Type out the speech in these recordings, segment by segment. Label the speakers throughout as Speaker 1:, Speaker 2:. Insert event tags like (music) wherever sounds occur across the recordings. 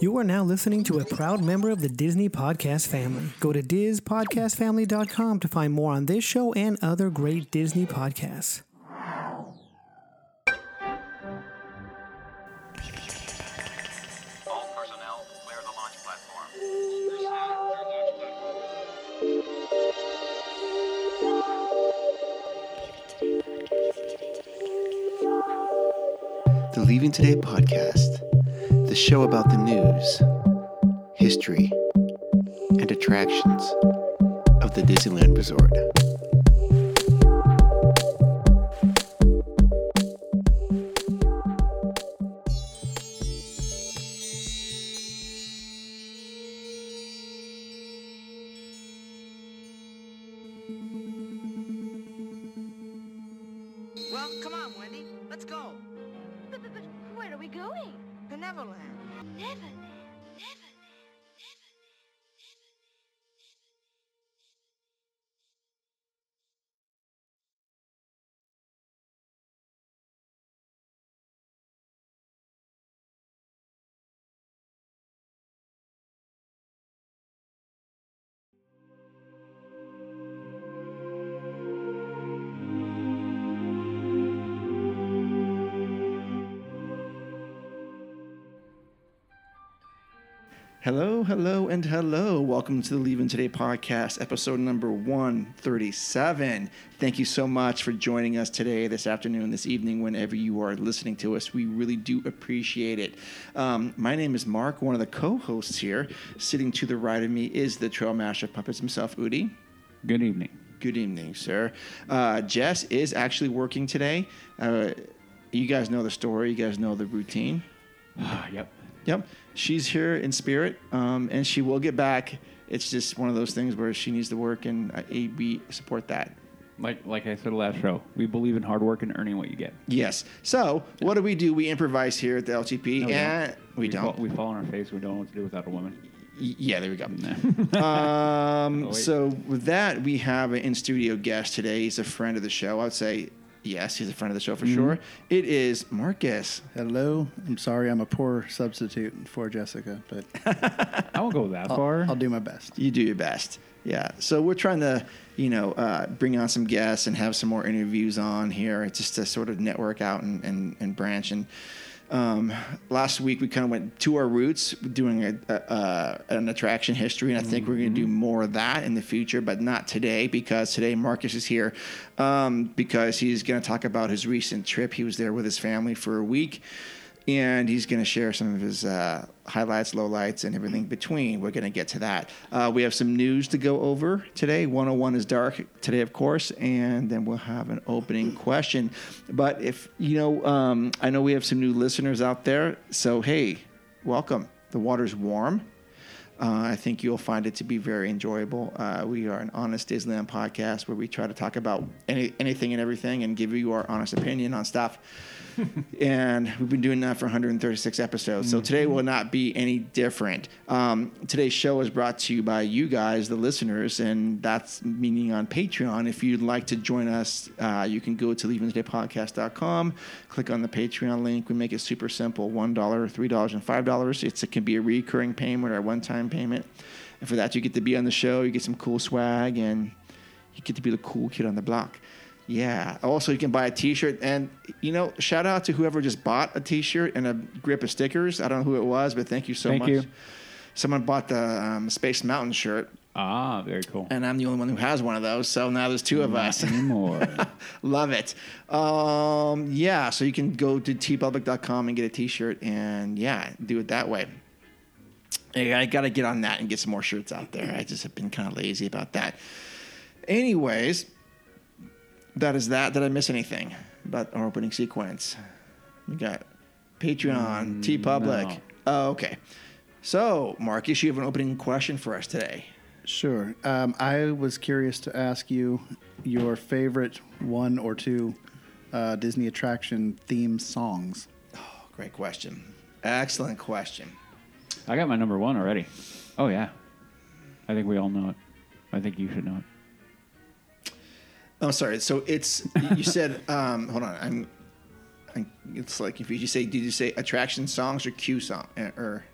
Speaker 1: You are now listening to a proud member of the Disney Podcast family. Go to DizPodcastFamily.com to find more on this show and other great Disney podcasts.
Speaker 2: All personnel will clear the launch platform.
Speaker 3: The Leaving Today podcast, the show about the news, history, and attractions of the Disneyland Resort.
Speaker 4: Well, come on, Wendy. Let's go.
Speaker 5: But, but, but where are we going?
Speaker 4: Benevolent.
Speaker 5: Neverland. Neverland.
Speaker 3: Hello, hello, and hello. Welcome to the Leaving Today podcast, episode number 137. Thank you so much for joining us today, this afternoon, this evening, whenever you are listening to us. We really do appreciate it. Um, my name is Mark, one of the co hosts here. Sitting to the right of me is the Trail Master of Puppets himself, Udi.
Speaker 6: Good evening.
Speaker 3: Good evening, sir. Uh, Jess is actually working today. Uh, you guys know the story. You guys know the routine.
Speaker 6: yep.
Speaker 3: Yep, she's here in spirit, um, and she will get back. It's just one of those things where she needs to work, and I, I- we support that.
Speaker 6: Like like I said last show, we believe in hard work and earning what you get.
Speaker 3: Yes. So, what do we do? We improvise here at the LTP,
Speaker 6: we
Speaker 3: and we,
Speaker 6: fall-
Speaker 3: don't.
Speaker 6: we fall on our face. We don't know what to do without a woman.
Speaker 3: Y- yeah, there we go.
Speaker 6: Oh,
Speaker 3: Um,
Speaker 6: wait.
Speaker 3: so with that, we have an in-studio guest today. He's a friend of the show. I would say yes, he's a friend of the show for sure. It is Marcus.
Speaker 7: Hello. I'm sorry I'm a poor substitute for Jessica, but
Speaker 6: I won't go that
Speaker 7: I'll,
Speaker 6: far.
Speaker 7: I'll do my best.
Speaker 3: You do your best. Yeah. So we're trying to, you know, uh, bring on some guests and have some more interviews on here just to sort of network out and, and, and branch. And um, last week we kind of went to our roots doing a, a, uh, an attraction history. And I think we're going to do more of that in the future, but not today because today Marcus is here um, because he's going to talk about his recent trip. He was there with his family for a week and he's going to share some of his uh, highlights, lowlights, and everything between. We're going to get to that. Uh, we have some news to go over today. 101 is dark today, of course, and then we'll have an opening question. But if you know, um, I know we have some new listeners out there, so hey, welcome. The water's warm. Uh, I think you'll find it to be very enjoyable. Uh, we are an honest Disneyland podcast where we try to talk about any, anything and everything and give you our honest opinion on stuff. and we've been doing that for 136 episodes. So today will not be any different. Um, today's show is brought to you by you guys, the listeners, and that's meaning on Patreon. If you'd like to join us, uh, you can go to leavingtodaypodcast.com, click on the Patreon link. We make it super simple $1, $3, and $5. It's, it can be a recurring payment or a one time payment. And for that, you get to be on the show, you get some cool swag, and you get to be the cool kid on the block. Yeah. Also, you can buy a T-shirt, and you know, shout out to whoever just bought a T-shirt and a grip of stickers. I don't know who it was, but thank you so
Speaker 6: Thank
Speaker 3: much.
Speaker 6: you.
Speaker 3: Someone bought the um, Space Mountain shirt,
Speaker 6: ah, very cool.
Speaker 3: and I'm the only one who has one of those. So now there's two of
Speaker 6: Mm-hmm.
Speaker 3: us.
Speaker 6: Anymore.
Speaker 3: (laughs) Love it. Um, yeah. So you can go to tpublic.com and get a T-shirt, and yeah, do it that way. Hey, I got to get on that and get some more shirts out there. I just have been kind of lazy about that. Anyways, that is that. Did I miss anything about our opening sequence? We got Patreon, T Public.
Speaker 6: no.
Speaker 3: Oh, okay. So, Marcus, you have an opening question for us today.
Speaker 7: Sure. Um, I was curious to ask you your favorite one or two uh, Disney attraction theme songs.
Speaker 3: Oh, great question. Excellent question.
Speaker 6: I got my number one already. Oh yeah, I think we all know it. I think you should know it.
Speaker 3: Oh, I'm sorry. So it's you said. Um, hold on. I'm. I'm it's like if you say, did you say attraction songs or cue song eh, or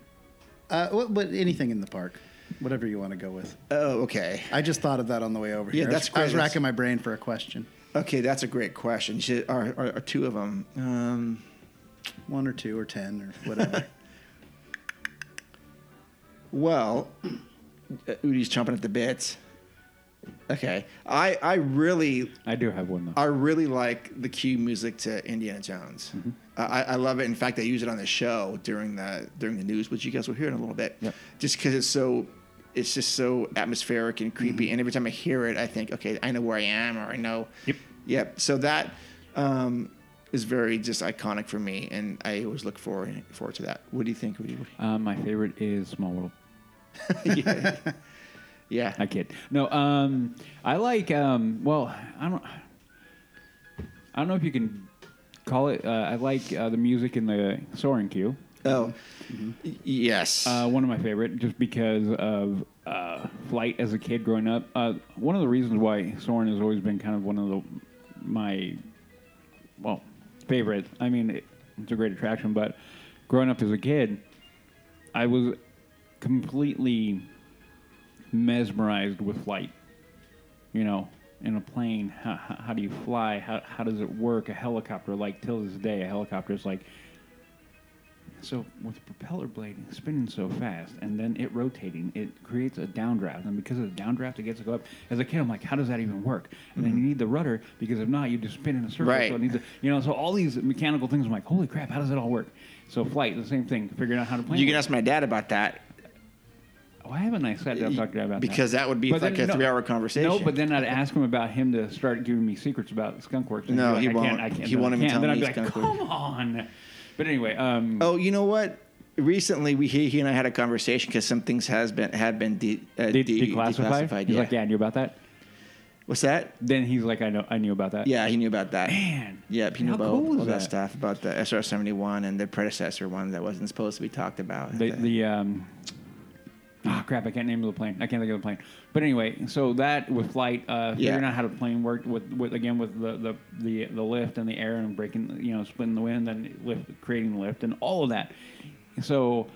Speaker 7: Uh, what, what, anything in the park, whatever you want to go with.
Speaker 3: Oh, okay.
Speaker 7: I just thought of that on the way over
Speaker 3: Yeah,
Speaker 7: here. I
Speaker 3: that's
Speaker 7: was- I was
Speaker 3: great.
Speaker 7: racking my brain for a question,
Speaker 3: Okay, that's a great question. Should, are, are, are two of them? Um,
Speaker 7: one or two or ten or whatever.
Speaker 3: well, uh, Udi's chomping at the bits. Okay, I I really
Speaker 6: I do have one though.
Speaker 3: I really like the cue music to Indiana Jones.
Speaker 6: Mm-hmm.
Speaker 3: I I, I love it. In fact, I use it on the show during the during the news, which you guys will hear in a little bit.
Speaker 6: Yep.
Speaker 3: Just because it's so it's just so atmospheric and
Speaker 6: Mm-hmm.
Speaker 3: creepy. And every time I hear it, I think, okay, I know where I am, or I know.
Speaker 6: Yep.
Speaker 3: Yep. So that um, is very just iconic for me, and I always look forward forward to that. What do you think? Woody?
Speaker 6: Uh, my favorite is Small World.
Speaker 3: yeah. yeah.
Speaker 6: I kid. No, um, I like. Um, well, I don't. I don't know if you can call it. Uh, I like uh, the music in the soaring cue.
Speaker 3: Oh. Y- Yes.
Speaker 6: Mm-hmm. Uh, one of my favorite, just because of uh, flight as a kid growing up. Uh, one of the reasons why Soren has always been kind of one of the my well favorite. I mean, it, it's a great attraction, but growing up as a kid, I was completely mesmerized with flight. You know, in a plane, how, how, how do you fly? How, how does it work? A helicopter, like till this day, a helicopter is like so with the propeller blade spinning so fast and then it rotating, it creates a downdraft. And because of the downdraft, it gets to go up. As a kid, I'm like, how does that even work? And then you need the rudder because if not, you just spin in a circle.
Speaker 3: Mm-hmm. Right.
Speaker 6: So it needs to, you know, so all these mechanical things, I'm like, holy crap, how does it all work? So flight, the same thing, figuring out how to plane.
Speaker 3: you can
Speaker 6: it.
Speaker 3: ask my dad about that.
Speaker 6: Why haven't I sat down and talked to him about
Speaker 3: Because that would be like a three-hour conversation.
Speaker 6: No, but then I'd ask him about him to start giving me secrets about Skunkworks. and
Speaker 3: No, he
Speaker 6: he'd be like, I
Speaker 3: won't.
Speaker 6: Can't, I can't,
Speaker 3: He won't
Speaker 6: I
Speaker 3: even
Speaker 6: can't.
Speaker 3: tell
Speaker 6: Then
Speaker 3: me
Speaker 6: I'd be like,
Speaker 3: Skunkworks.
Speaker 6: come on. But anyway, um,
Speaker 3: Oh, you know what? Recently, we he, he and I had a conversation because some things has been have been de, uh,
Speaker 6: de-
Speaker 3: de-
Speaker 6: declassified. He's
Speaker 3: yeah.
Speaker 6: like, yeah, I knew about that.
Speaker 3: What's that?
Speaker 6: Then he's like, I know, I knew about that.
Speaker 3: Yeah, he knew about that.
Speaker 6: Man,
Speaker 3: Yeah, he knew
Speaker 6: how
Speaker 3: about
Speaker 6: cool
Speaker 3: all
Speaker 6: is
Speaker 3: that?
Speaker 6: that?
Speaker 3: stuff about the SR seventy one and the predecessor one that wasn't supposed to be talked about.
Speaker 6: The, the um, oh crap, I can't name the plane. I can't think of the plane. But anyway, so that with flight, uh, figuring
Speaker 3: Yeah.
Speaker 6: out how the plane worked with, with again with the, the the the lift and the air and breaking, you know, splitting the wind and lift, creating lift and all of that. So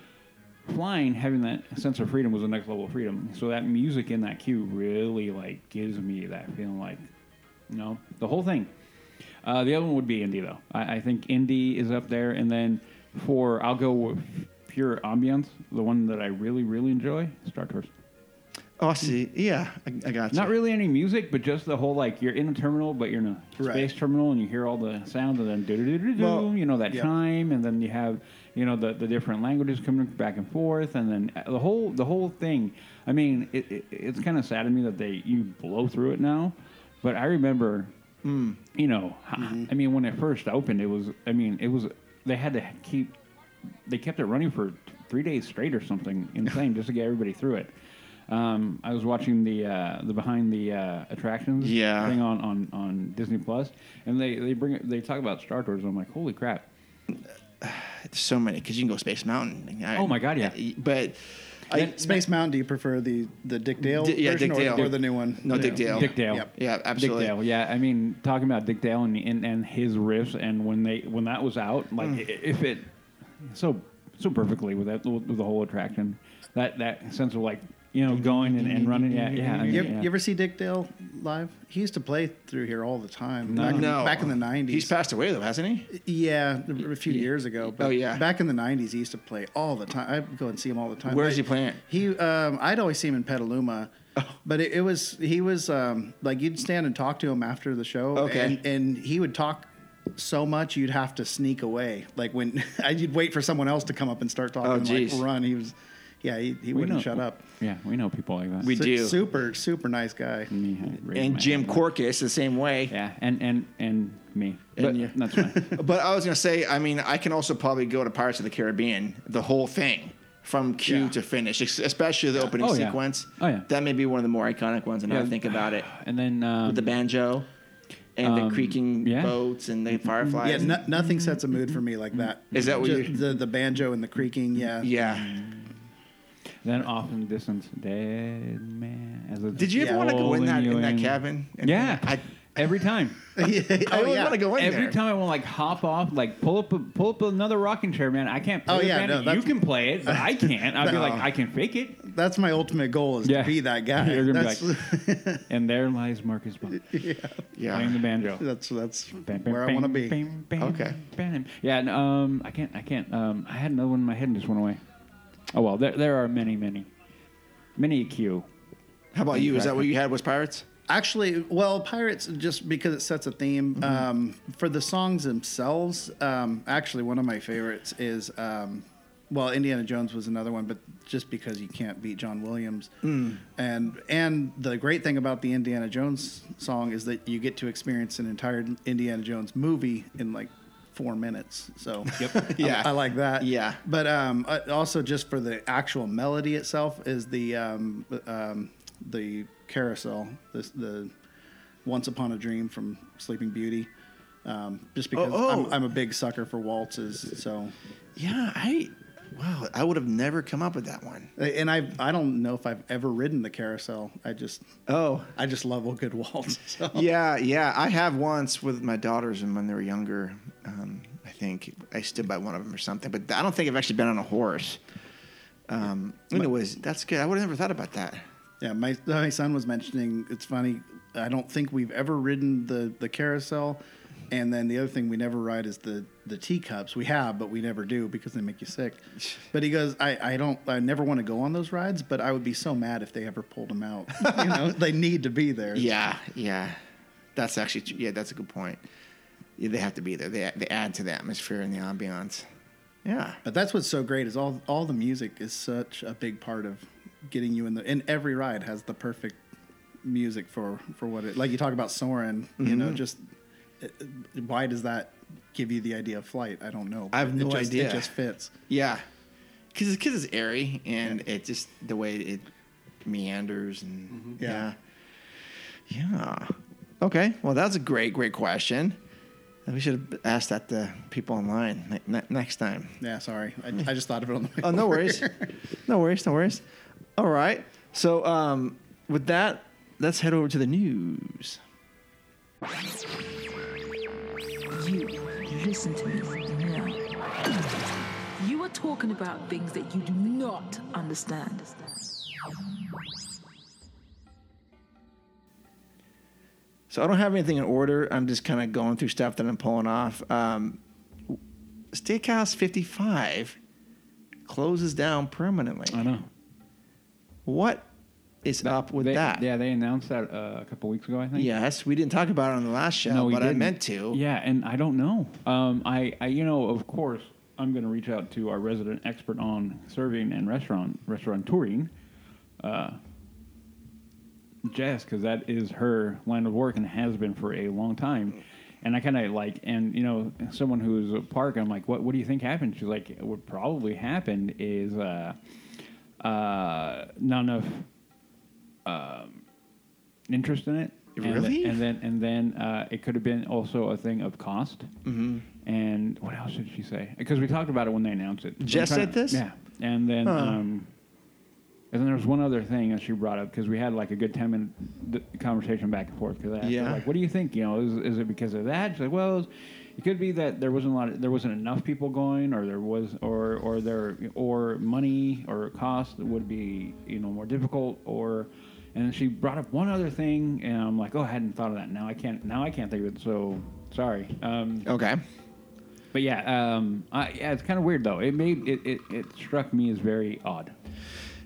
Speaker 6: flying, having that sense of freedom was the next level of freedom. So that music in that cue really like gives me that feeling like, you know, the whole thing. Uh, the other one would be indie though. I, I think indie is up there, and then for I'll go with pure ambience. The one that I really really enjoy, Star Tours.
Speaker 3: oh, I see, yeah, I, I got
Speaker 6: Not really any music, but just the whole like you're in a terminal, but you're in a
Speaker 7: Right.
Speaker 6: space terminal, and you hear all the sounds, and then do do do
Speaker 3: Well,
Speaker 6: do, you know that
Speaker 7: yeah.
Speaker 6: chime, and then you have you know the, the different languages coming back and forth, and then uh, the whole the whole thing. I mean, it, it, it's kind of sad to me that they you blow through it now, but I remember,
Speaker 7: Mm.
Speaker 6: you know, h-
Speaker 7: Mm-hmm.
Speaker 6: I mean when it first opened, it was I mean it was they had to keep they kept it running for t- three days straight or
Speaker 3: (laughs)
Speaker 6: something insane just to get everybody through it. Um, I was watching the uh, the behind the uh, attractions
Speaker 3: Yeah.
Speaker 6: thing on, on, on Disney Plus, and they they bring it, they talk about Star Tours. And I'm like, holy crap!
Speaker 3: so many because you can go Space Mountain. I-
Speaker 6: Oh my God, yeah.
Speaker 3: but (laughs) I,
Speaker 7: Space Mountain. Do you prefer the the Dick Dale
Speaker 3: D- yeah,
Speaker 7: version
Speaker 3: Dick
Speaker 7: or,
Speaker 3: Dale.
Speaker 7: or the new one?
Speaker 3: No,
Speaker 7: The
Speaker 3: Dick
Speaker 7: new-
Speaker 3: Dale.
Speaker 6: Dick Dale.
Speaker 7: Yep.
Speaker 3: yeah, absolutely.
Speaker 6: Dick Dale, yeah. I mean, talking about Dick Dale and, and and his riffs, and when they when that was out, like
Speaker 3: Mm.
Speaker 6: i if it so so perfectly with that with the whole attraction, that that sense of like you know going and, and running, yeah, yeah. I mean,
Speaker 7: You, ever-
Speaker 6: yeah.
Speaker 7: you ever see Dick Dale live? He used to play through here all the time. Back, in-
Speaker 3: No,
Speaker 7: back in the nineties.
Speaker 3: He's passed away though, hasn't he?
Speaker 7: Yeah, a few years ago. But
Speaker 3: Oh, yeah.
Speaker 7: Back in the '90s, he used to play all the time. I'd go and see him all the time.
Speaker 3: Where
Speaker 7: But
Speaker 3: is he playing? Oh.
Speaker 7: He, um, I'd always see him in Petaluma, but it, it was he was um, like you'd stand and talk to him after the show.
Speaker 3: Okay.
Speaker 7: And, and he would talk so much you'd have to sneak away. Like when (laughs) you'd wait for someone else to come up and start talking.
Speaker 3: Oh,
Speaker 7: and,
Speaker 3: geez.
Speaker 7: Like run. He was, yeah, he, he
Speaker 6: We
Speaker 7: wouldn't
Speaker 6: know-
Speaker 7: shut up.
Speaker 6: Yeah, we know people like that.
Speaker 3: We
Speaker 7: Su-
Speaker 3: do.
Speaker 7: Super, super nice guy.
Speaker 6: Me, I raised
Speaker 3: And
Speaker 6: my
Speaker 3: Jim
Speaker 6: hand.
Speaker 3: Corcus the same way.
Speaker 6: Yeah, and and and me.
Speaker 3: And
Speaker 6: But
Speaker 3: you. (laughs)
Speaker 6: That's fine.
Speaker 3: But I was gonna say, I mean, I can also probably go to Pirates of the Caribbean, the whole thing from cue
Speaker 7: Yeah.
Speaker 3: to finish, ex- especially the opening
Speaker 6: Oh, yeah.
Speaker 3: sequence.
Speaker 6: Oh, yeah.
Speaker 3: that may be one of the more iconic ones. And I think about it
Speaker 6: And then um,
Speaker 3: with the banjo and the creaking
Speaker 6: yeah.
Speaker 3: boats and the fireflies.
Speaker 7: Yeah, no, nothing
Speaker 6: Mm-hmm.
Speaker 7: sets a mood for me like that.
Speaker 3: Is that what
Speaker 7: Ju-
Speaker 3: you-
Speaker 7: the the banjo and the creaking? Yeah.
Speaker 3: yeah.
Speaker 6: then off in the distance, dead man. As a
Speaker 3: Did you ever want to go in
Speaker 6: rolling
Speaker 3: that
Speaker 6: you
Speaker 3: in that cabin? And-
Speaker 6: Yeah.
Speaker 3: I, I
Speaker 6: every
Speaker 3: (laughs)
Speaker 6: time.
Speaker 3: I always
Speaker 7: yeah.
Speaker 3: want to go in
Speaker 6: every
Speaker 3: there.
Speaker 6: time I want to like hop off, like pull up, a, pull up another rocking chair, man. I can't. Play
Speaker 7: Oh,
Speaker 6: the
Speaker 7: yeah,
Speaker 6: band.
Speaker 7: no,
Speaker 6: you
Speaker 7: that's-
Speaker 6: can play it, but
Speaker 3: (laughs)
Speaker 6: I can't. I'd be
Speaker 7: No.
Speaker 6: like, I can fake it,
Speaker 7: That's my ultimate goal is
Speaker 6: Yeah.
Speaker 7: to be that
Speaker 6: (laughs)
Speaker 7: guy.
Speaker 6: You're gonna be
Speaker 7: that's,
Speaker 6: and there lies Marcus
Speaker 3: (laughs)
Speaker 6: Bond playing the
Speaker 3: Yeah.
Speaker 6: banjo.
Speaker 7: (laughs) that's that's
Speaker 6: Bam, bam,
Speaker 7: where I want to
Speaker 6: bam,
Speaker 7: be.
Speaker 6: bam, bam,
Speaker 3: Okay.
Speaker 6: bam. Yeah. And, um, I can't. I can't. Um, I had another one in my head and just went away. Oh well, there there are many, many, many a queue.
Speaker 3: How about you? Is that what you had? Was pirates?
Speaker 7: Actually, well, Pirates, just because it sets a theme. Um, for the songs themselves, um, actually, one of my favorites is, um, well, Indiana Jones was another one, but just because you can't beat John Williams. And, and the great thing about the Indiana Jones song is that you get to experience an entire Indiana Jones movie in like four minutes. So (laughs) yep.
Speaker 3: Yeah.
Speaker 7: I, I like that.
Speaker 3: Yeah.
Speaker 7: But um, uh, also just for the actual melody itself is the um, um, the carousel, the, the Once Upon a Dream from Sleeping Beauty. Um, just because
Speaker 3: Oh, oh.
Speaker 7: I'm, I'm a big sucker for waltzes, so
Speaker 3: Yeah, I. Wow, I would have never come up with that one.
Speaker 7: and I I don't know if I've ever ridden the carousel. I just
Speaker 3: Oh.
Speaker 7: I just love a good waltz. (laughs) So.
Speaker 3: Yeah, yeah. I have once with my daughters and when they were younger. Um, I think I stood by one of them or something, but I don't think I've actually been on a horse. Um, anyways, that's good. I would have never thought about that.
Speaker 7: Yeah, my my son was mentioning it's funny. I don't think we've ever ridden the the carousel, and then the other thing we never ride is the the teacups. We have, but we never do because they make you sick. But he goes, I I don't I never want to go on those rides, but I would be so mad if they ever pulled them out. you know, they need to be there.
Speaker 3: Yeah, yeah. That's actually tr- yeah. That's a good point. Yeah, they have to be there. They they add to the atmosphere and the ambiance. Yeah.
Speaker 7: But that's what's so great is all all the music is such a big part of getting you in the and every ride has the perfect music for for what it like you talk about soaring you
Speaker 3: Mm-hmm.
Speaker 7: know just uh, uh, why does that give you the idea of flight I don't know
Speaker 3: I have
Speaker 7: It
Speaker 3: no
Speaker 7: just-
Speaker 3: idea.
Speaker 7: it just fits
Speaker 3: Yeah, because because it's airy and it just the way it meanders and yeah.
Speaker 7: Yeah.
Speaker 3: yeah, Okay, well that's a great great question. And We should have asked that to people online ne- ne- next time.
Speaker 7: yeah sorry I, I just thought of it on the way
Speaker 3: Oh, no
Speaker 6: (laughs)
Speaker 7: over.
Speaker 3: worries, no worries, no worries. All right, so um, with that, let's head over to the news.
Speaker 8: You listen to me now. You are talking about things that you do not understand.
Speaker 3: So I don't have anything in order. I'm just kind of going through stuff that I'm pulling off. Um, Steakhouse 55 closes down permanently.
Speaker 6: I know.
Speaker 3: What is up with
Speaker 6: They-
Speaker 3: that?
Speaker 6: Yeah, they announced that uh, a couple weeks ago, I think.
Speaker 3: Yes, we didn't talk about it on the last show,
Speaker 6: we
Speaker 3: but I
Speaker 6: didn't.
Speaker 3: meant to.
Speaker 6: Yeah, and I don't know. Um, I, I, you know, of course, I'm going to reach out to our resident expert on serving and restaurant restaurant touring, uh, Jess, because that is her line of work and has been for a long time. And I kind of like, and you know, someone who's a park, I'm like, what, what do you think happened? She's like, what probably happened is uh, uh, not enough interest in it. And,
Speaker 3: Really?
Speaker 6: th- and then and then uh, it could have been also a thing of cost. Mm-hmm. And what else did she say? Because we talked about it when they announced it. So I'm
Speaker 3: Jess
Speaker 6: trying
Speaker 3: said
Speaker 6: to-
Speaker 3: this?
Speaker 6: Yeah. And then um, and then there was one other thing that she brought up because we had like a good ten minute d- conversation back and forth. Because I asked her,
Speaker 3: Yeah.
Speaker 6: like, what do you think? You know, is, is it because of that? She's like, well. It could be that there wasn't a lot, of, there wasn't enough people going, or there was, or or there, or money or cost would be, you know, more difficult, or, and then she brought up one other thing, and I'm like, oh, I hadn't thought of that. Now I can't, now I can't think of it. So sorry. Um,
Speaker 3: Okay.
Speaker 6: but yeah, um, I, yeah, it's kind of weird though. It made it, it, it struck me as very odd.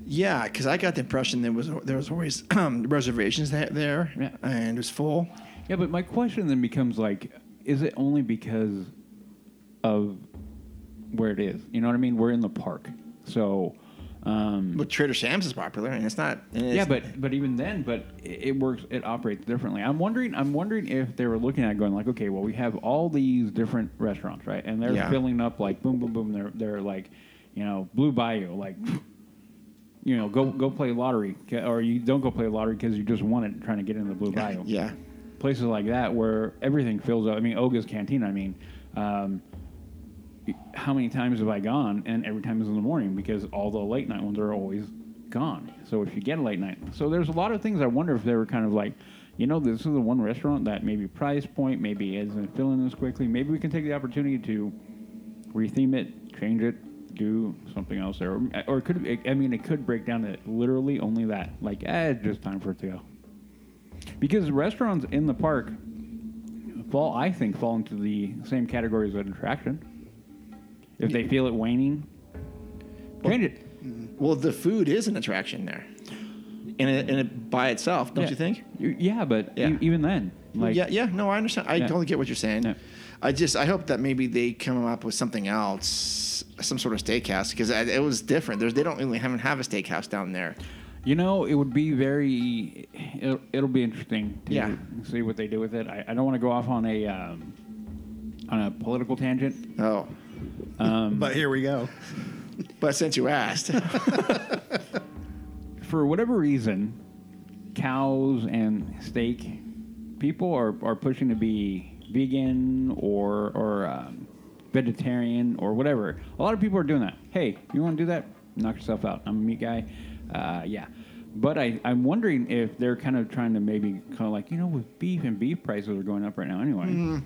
Speaker 3: Yeah, because I got the impression there was there was always (clears throat) reservations that- there,
Speaker 6: Yeah.
Speaker 3: and it was full.
Speaker 6: Yeah, but my question then becomes like, is it only because of where it is? You know what I mean? We're in the park, so. Um,
Speaker 3: But Trader Sam's is popular, and it's not. and it's-
Speaker 6: yeah, but but even then, but it, it works. It operates differently. I'm wondering. I'm wondering if they were looking at it going like, okay, well, we have all these different restaurants, right? And they're
Speaker 3: Yeah.
Speaker 6: filling up like boom, boom, boom. They're they're like, you know, Blue Bayou, like, (laughs) you know, go go play lottery, 'ca- or you don't go play lottery because you just won it trying to get into Blue Bayou.
Speaker 3: Yeah.
Speaker 6: places like that where everything fills up. I mean, Oga's Cantina. I mean. Um, how many times have I gone? And every time is in the morning because all the late night ones are always gone. So if you get a late night, so there's a lot of things I wonder if they were kind of like, you know, this is the one restaurant that maybe price point maybe isn't filling us quickly. Maybe we can take the opportunity to retheme it, change it, do something else there, or, or it could I mean it could break down to literally only that, like eh, it's just time for it to go. Because restaurants in the park fall, I think, fall into the same category as an attraction. If they feel it waning, change it.
Speaker 3: Well, the food is an attraction there, and it, and it by itself, don't
Speaker 6: Yeah.
Speaker 3: you think?
Speaker 6: Y- Yeah, but e-
Speaker 3: Yeah.
Speaker 6: even then, like
Speaker 3: yeah, yeah. No, I understand. I
Speaker 6: Yeah.
Speaker 3: totally get what you're saying.
Speaker 6: Yeah.
Speaker 3: I just I hope that maybe they come up with something else, some sort of steakhouse, because it was different. There's, they don't really haven't have a steakhouse down there.
Speaker 6: You know, it would be very. It'll, it'll be interesting to
Speaker 3: Yeah.
Speaker 6: see what they do with it. I, I don't want to go off on a um, on a political tangent.
Speaker 3: Oh,
Speaker 6: Um,
Speaker 7: But here we go.
Speaker 3: (laughs) but since you asked, (laughs)
Speaker 6: For whatever reason, cows and steak people are, are pushing to be vegan or or um, vegetarian or whatever. A lot of people are doing that. Hey, you want to do that? Knock yourself out. I'm a meat guy. Uh, yeah. But I, I'm wondering if they're kind of trying to maybe kind of like, you know, with beef and beef prices are going up right now anyway.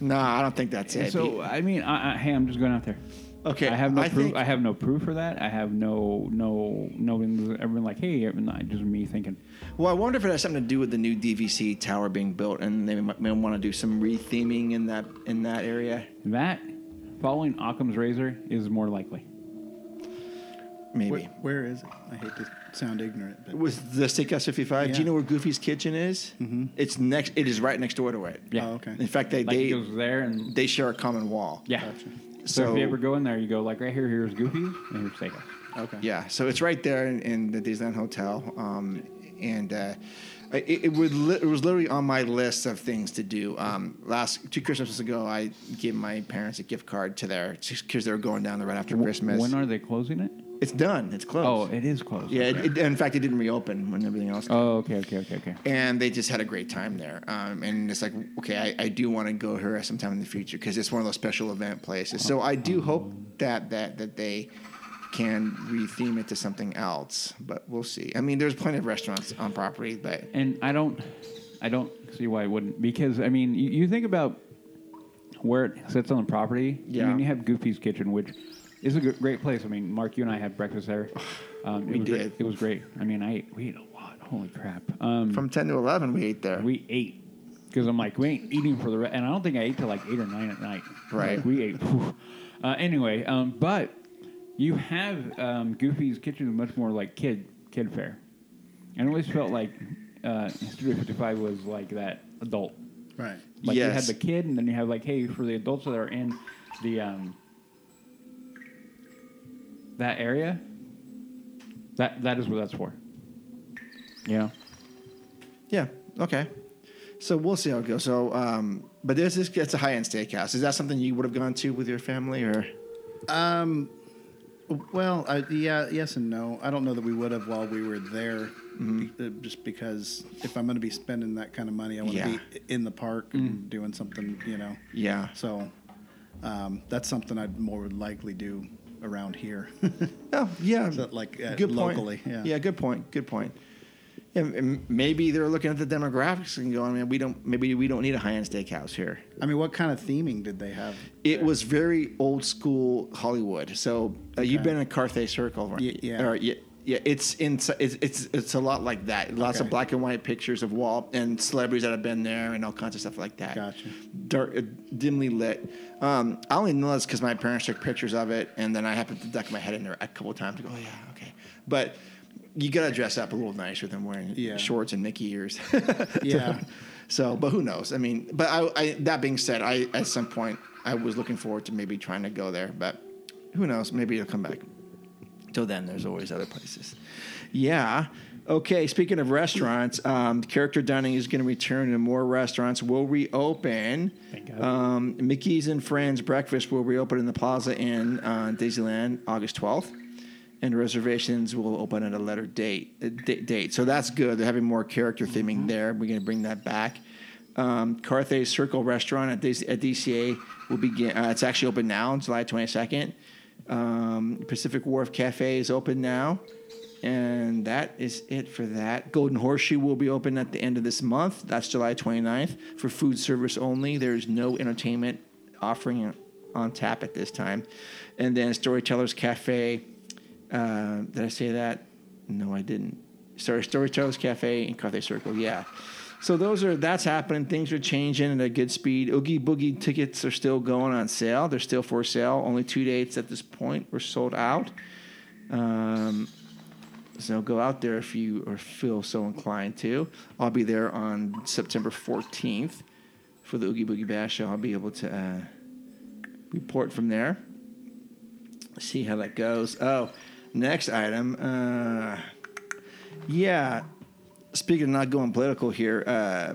Speaker 3: no, I don't think that's it.
Speaker 6: So I mean, I, I, hey, I'm just going out there.
Speaker 3: Okay,
Speaker 6: I have no
Speaker 3: I
Speaker 6: proof.
Speaker 3: think-
Speaker 6: I have no proof for that. I have no no no one's ever been like, hey, everyone, just me thinking.
Speaker 3: Well, I wonder if it has something to do with the new DVC tower being built, and they might, may want to do some retheming in that in that area.
Speaker 6: That following Occam's razor is more likely.
Speaker 3: Maybe
Speaker 7: (laughs) Where, where is it? I hate to sound ignorant, but
Speaker 3: was the Steakhouse 55. Do
Speaker 7: Yeah.
Speaker 3: you know where Goofy's Kitchen is? Mm-hmm. It's next. It is right next door to it.
Speaker 6: Yeah.
Speaker 7: Oh, okay.
Speaker 3: (laughs) In fact, they
Speaker 6: Like
Speaker 3: they
Speaker 6: it goes there and
Speaker 3: they share a common wall.
Speaker 6: yeah. So,
Speaker 3: So
Speaker 6: if you ever go in there, you go like right here. Here's Goofy's and here's Steakhouse.
Speaker 7: okay.
Speaker 3: yeah, so it's right there in, in the Disneyland Hotel, um, and uh, I- it, it would li- it was literally on my list of things to do. Um, last two Christmases ago, I gave my parents a gift card to their because they were going down there right after Christmas.
Speaker 6: When are they closing it?
Speaker 3: it's done. It's
Speaker 6: Oh,
Speaker 3: closed.
Speaker 6: it is closed.
Speaker 3: yeah.
Speaker 6: Okay.
Speaker 3: It, it, in fact, it didn't reopen when everything else.
Speaker 6: oh, okay, okay, okay, okay.
Speaker 3: and they just had a great time there. Um, and it's like, okay, I, I do want to go here sometime in the future because it's one of those special event places. So I do hope that that that they can retheme it to something else, but we'll see. I mean, there's plenty of restaurants on property, but
Speaker 6: and I don't, I don't see why it wouldn't. Because I mean, you, you think about where it sits on the property. I
Speaker 3: Yeah.
Speaker 6: mean, you have Goofy's Kitchen, which is a gr- great place. I mean, Mark, you and I had
Speaker 3: (sighs)
Speaker 6: breakfast there. Um, it
Speaker 3: We
Speaker 6: was great-
Speaker 3: did.
Speaker 6: It was great. I mean, I ate, we ate a lot. Holy crap! Um,
Speaker 3: from ten to eleven, we ate there.
Speaker 6: we ate because I'm like, we ain't eating for the rest. And I don't think I ate till like eight or nine at night.
Speaker 3: Right.
Speaker 6: Like, we ate. phew. Uh, anyway, um, but you have um, Goofy's Kitchen is much more like kid kid fare. And I always felt like uh, Studio 55 was like that adult.
Speaker 7: Right.
Speaker 6: Like you had
Speaker 3: Yes.
Speaker 6: the kid, and then you have like, hey, for the adults that are in the um, that area, that that is what that's for. Yeah.
Speaker 3: yeah, okay. So we'll see how it goes. So, um, but this is it's a high end steakhouse. Is that something you would have gone to with your family, or
Speaker 7: Well, I, yeah, yes and no. I don't know that we would have while we were there,
Speaker 3: Mm-hmm.
Speaker 7: be- uh, just because if I'm going to be spending that kind of money, I want to
Speaker 3: Yeah. Mm-hmm.
Speaker 7: be in the park and doing something, you know.
Speaker 3: yeah?
Speaker 7: So um, that's something I'd more likely do around here. (laughs)
Speaker 3: Oh yeah,
Speaker 7: So, like, uh,
Speaker 3: good
Speaker 7: locally,
Speaker 3: Point.
Speaker 7: yeah.
Speaker 3: good point. Good point. Yeah, m- m- maybe they're looking at the demographics and going, man, we don't. Maybe we don't need a high-end steakhouse here.
Speaker 7: I mean, what kind of theming did they have?
Speaker 3: It was very old school Hollywood. So uh, you've been in Carthay Circle, right?
Speaker 7: Ye- yeah.
Speaker 3: Or, yeah. Yeah, it's in it's it's it's a lot like that. Lots of
Speaker 7: Okay.
Speaker 3: black and white pictures of wall and celebrities that have been there and all kinds of stuff like that.
Speaker 7: Gotcha.
Speaker 3: Dark, uh, dimly lit. Um, I only know this because my parents took pictures of it, and then I happened to duck my head in there a couple times. to go, oh yeah, okay. But you gotta dress up a little nicer than wearing
Speaker 7: Yeah.
Speaker 3: shorts and Mickey ears. (laughs) uh,
Speaker 7: Yeah.
Speaker 3: So, but who knows? I mean, but I, I that being said, I at some point I was looking forward to maybe trying to go there, but who knows? Maybe it'll come back. Till then, there's always other places. Yeah. Okay. Speaking of restaurants, um, character dining is going to return, and more restaurants will reopen.
Speaker 6: Thank God.
Speaker 3: Um, Mickey's and Friends Breakfast will reopen in the Plaza in uh, Disneyland August 12th, and reservations will open at a later date. uh, da- date. So that's good. They're having more character theming
Speaker 6: Mm-hmm.
Speaker 3: there. We're going to bring that back. Um, Carthay Circle Restaurant at, D- at DCA will begin. Uh, it's actually open now, July 22nd. Um, Pacific Wharf Cafe is open now. And that is it for that. Golden Horseshoe will be open at the end of this month. That's July 29th for food service only. There's no entertainment offering on tap at this time. And then Storytellers Cafe. Uh, did I say that? No, I didn't. Sorry, Storytellers Cafe and Cafe Circle. Yeah. So those are that's happening. Things are changing at a good speed. Oogie Boogie tickets are still going on sale. They're still for sale. Only two dates at this point. We're sold out. Um, so go out there if you or feel so inclined to. I'll be there on September 14th for the Oogie Boogie Bash. So I'll be able to uh, report from there. See how that goes. Oh, next item. Uh, yeah. Speaking of not going political here, uh,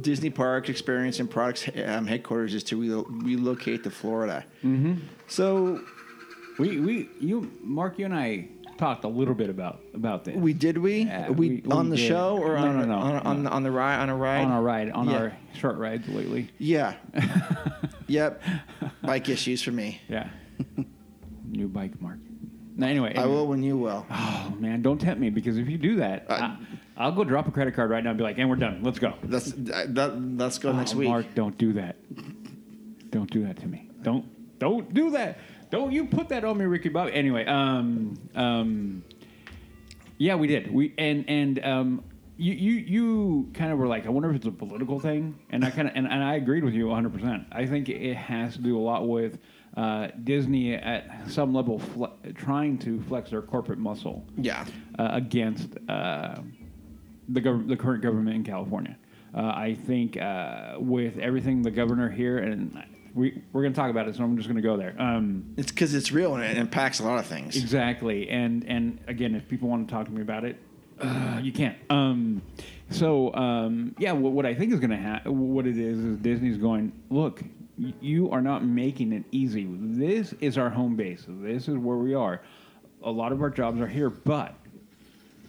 Speaker 3: Disney Parks Experience and Products um, headquarters is to relo relocate to Florida. Mm-hmm. So
Speaker 6: We we you Mark you and I talked a little bit about about this.
Speaker 3: We did we?
Speaker 6: Yeah,
Speaker 3: we,
Speaker 6: we-
Speaker 3: on
Speaker 6: we
Speaker 3: the
Speaker 6: did.
Speaker 3: show or
Speaker 6: No,
Speaker 3: on
Speaker 6: no, no,
Speaker 3: on, on,
Speaker 6: no.
Speaker 3: on the ride on a ride
Speaker 6: on our ride on
Speaker 3: yeah.
Speaker 6: our short rides lately. (laughs)
Speaker 3: yeah. yep. Bike issues for me. (laughs)
Speaker 6: Yeah. New bike, Mark. No, anyway,
Speaker 3: I will when you will.
Speaker 6: Oh man, don't tempt me because if you do that,
Speaker 3: I-
Speaker 6: I, will go drop a credit card right now and be like, "And we're done. Let's go."
Speaker 3: That's that, Let's go next
Speaker 6: Oh,
Speaker 3: week.
Speaker 6: Mark, don't do that. Don't do that to me. Don't don't do that. Don't you put that on me, Ricky Bobby. Anyway, um, um, yeah, we did. We and and um, you you you kind of were like, I wonder if it's a political thing, and I kind of and, and I agreed with you 100. percent I think it has to do a lot with uh, Disney at some level fle- trying to flex their corporate muscle
Speaker 3: Yeah.
Speaker 6: uh, against uh, the, gov- the current government in California. Uh, I think uh, with everything the governor here, and we, we're going to talk about it, so I'm just going to go there. Um,
Speaker 3: It's because it's real and it impacts a lot of things.
Speaker 6: exactly. And, and again, if people want to talk to me about it, uh, you can't. Um, so, um, yeah, what, what I think is going to happen, what it is, is Disney's going, look, y- you are not making it easy. This is our home base. This is where we are. A lot of our jobs are here, but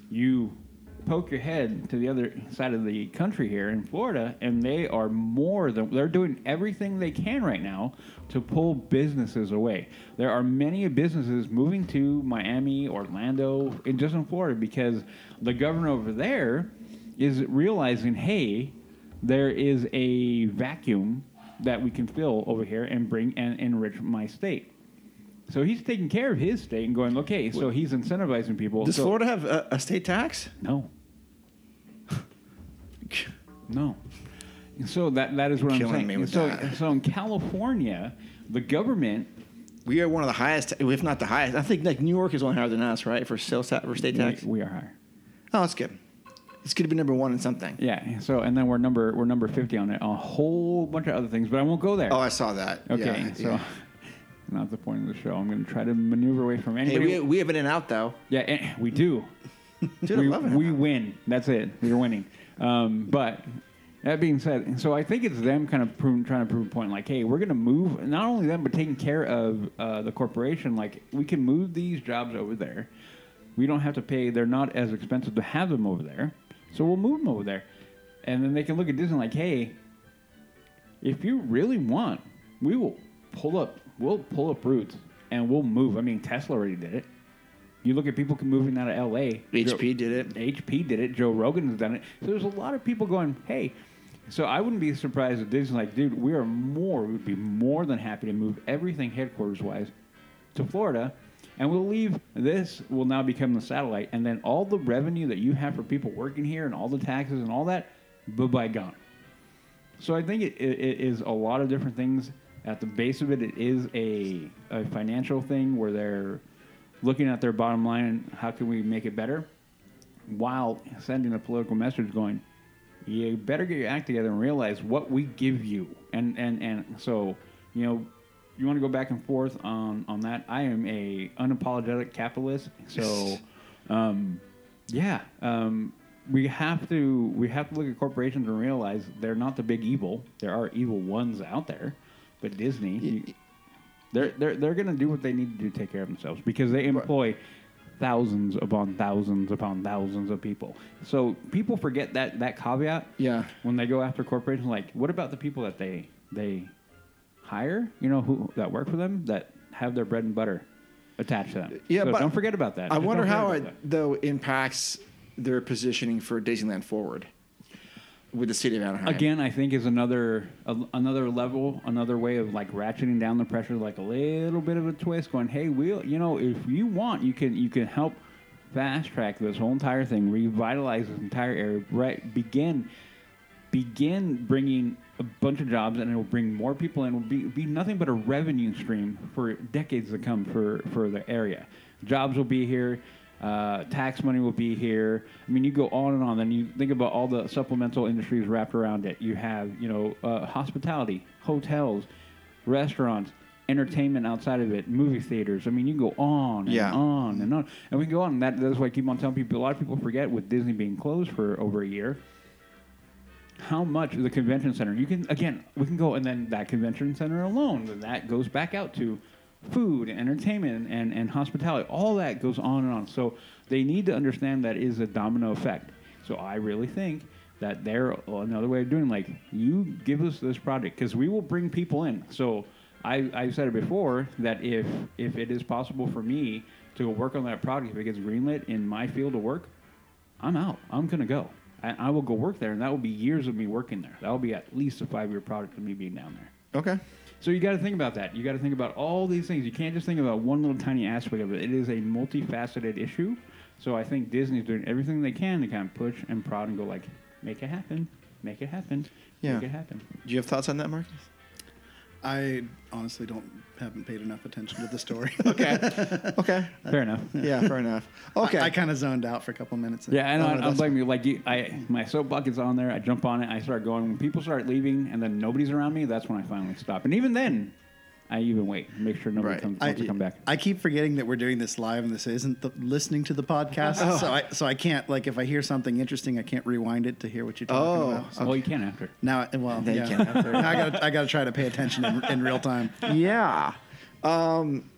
Speaker 6: you poke your head to the other side of the country here in Florida, and they are more than they're doing everything they can right now to pull businesses away. There are many businesses moving to Miami, Orlando, and just in Florida because the governor over there is realizing, hey, there is a vacuum that we can fill over here and bring and enrich my state. So he's taking care of his state and going, okay, so he's incentivizing people.
Speaker 3: Does
Speaker 6: So-
Speaker 3: Florida have a, a state tax?
Speaker 6: no. (laughs) No. And So that that is what I'm
Speaker 3: Killing
Speaker 6: saying.
Speaker 3: me with
Speaker 6: so
Speaker 3: that.
Speaker 6: so in California, the government
Speaker 3: We are one of the highest, if not the highest. I think like New York is one higher than us, right? For sales tax, for state
Speaker 6: we,
Speaker 3: tax.
Speaker 6: we are higher.
Speaker 3: Oh, that's good. It's good to be number one in something.
Speaker 6: Yeah. So and then we're number we're number fifty on it. A whole bunch of other things, but I won't go there.
Speaker 3: Oh, I saw that.
Speaker 6: okay.
Speaker 3: Yeah,
Speaker 6: so
Speaker 3: yeah.
Speaker 6: (laughs) not the point of the show. I'm going to try to maneuver away from
Speaker 3: Hey,
Speaker 6: anybody.
Speaker 3: we, we have it in out though.
Speaker 6: yeah, eh, we do.
Speaker 3: Dude,
Speaker 6: we,
Speaker 3: I love it.
Speaker 6: we win. That's it. We're winning. Um, but that being said, so I think it's them kind of proving, trying to prove a point like, hey, we're going to move not only them, but taking care of uh, the corporation. Like, we can move these jobs over there. We don't have to pay. They're not as expensive to have them over there. So we'll move them over there. And then they can look at Disney like, hey, if you really want, we will pull up. We'll pull up roots and we'll move. I mean, Tesla already did it. You look at people moving out of L.A.
Speaker 3: HP did it.
Speaker 6: HP did it. Joe Rogan has done it. So there's a lot of people going, hey. So I wouldn't be surprised if Disney's like, dude, we are more, we would be more than happy to move everything headquarters wise to Florida. And we'll leave this will now become the satellite. And then all the revenue that you have for people working here and all the taxes and all that, bye bye gone. So I think it, it, it is a lot of different things. At the base of it, it is a, a financial thing where they're looking at their bottom line and how can we make it better, while sending a political message going, you better get your act together and realize what we give you. And and and so you know, you want to go back and forth on on that. I am a unapologetic capitalist, so. Um, yeah, um, we have to we have to look at corporations and realize they're not the big evil. There are evil ones out there, but Disney, you- they're they're they're gonna do what they need to do to take care of themselves because they employ thousands upon thousands upon thousands of people. So people forget that that caveat.
Speaker 3: Yeah.
Speaker 6: When they go after corporations, like what about the people that they they hire? You know who that work for them that have their bread and butter attached to them.
Speaker 3: Yeah,
Speaker 6: so
Speaker 3: but
Speaker 6: don't forget about that.
Speaker 3: I
Speaker 6: Just
Speaker 3: wonder
Speaker 6: don't
Speaker 3: how
Speaker 6: forget
Speaker 3: it
Speaker 6: about that.
Speaker 3: though impacts their positioning for Disneyland Forward with the city of Anaheim.
Speaker 6: again i think is another a, another level another way of like ratcheting down the pressure like a little bit of a twist going hey we'll you know if you want you can you can help fast track this whole entire thing revitalize this entire area right begin begin bringing a bunch of jobs and it'll bring more people and it'll be, be nothing but a revenue stream for decades to come for, for the area. Jobs will be here. Uh, tax money will be here. I mean, you go on and on. Then you think about all the supplemental industries wrapped around it. You have, you know, uh, hospitality, hotels, restaurants, entertainment outside of it, movie theaters. I mean, you go on and
Speaker 3: Yeah.
Speaker 6: on and on, and we can go on. And that, that's why I keep on telling people. A lot of people forget with Disney being closed for over a year how much the convention center you can again we can go and then that convention center alone then that goes back out to food and entertainment and, and hospitality all that goes on and on so they need to understand that is a domino effect so i really think that they're another way of doing like you give us this project because we will bring people in so I, I've said it before that if if it is possible for me to go work on that project if it gets greenlit in my field of work I'm out. I'm gonna go. I, I will go work there, and that will be years of me working there. That will be at least a five year product of me being down there.
Speaker 3: okay.
Speaker 6: So you got to think about that. You got to think about all these things. You can't just think about one little tiny aspect of it. It is a multifaceted issue. So I think Disney's doing everything they can to kind of push and prod and go like, make it happen, make it happen,
Speaker 3: Yeah.
Speaker 6: make it happen.
Speaker 3: Do you have thoughts on that, Marcus?
Speaker 7: I honestly don't haven't paid enough attention to the story.
Speaker 3: Okay. (laughs) okay.
Speaker 6: (laughs) Fair enough.
Speaker 3: Yeah, fair enough. (laughs) Okay.
Speaker 7: (laughs) I, kind of zoned out for a couple minutes.
Speaker 6: Yeah, and
Speaker 3: Oh,
Speaker 6: I, I'm
Speaker 3: that's-
Speaker 6: blaming you. Like, you, I my soap bucket's on there. I jump on it. I start going. When people start leaving, and then nobody's around me, that's when I finally stop. And even then, I even wait, make sure nobody
Speaker 3: Right.
Speaker 6: comes
Speaker 7: I,
Speaker 6: wants to come back.
Speaker 7: I keep forgetting that we're doing this live and this isn't the, listening to the podcast. So I so I can't like if I hear something interesting, I can't rewind it to hear what you're talking
Speaker 3: Oh,
Speaker 7: about. So
Speaker 6: well, you can after.
Speaker 7: now, well,
Speaker 3: They
Speaker 7: yeah.
Speaker 3: can't have their-
Speaker 7: Now (laughs) I got I got to try to pay attention in, in real time.
Speaker 3: yeah. Um,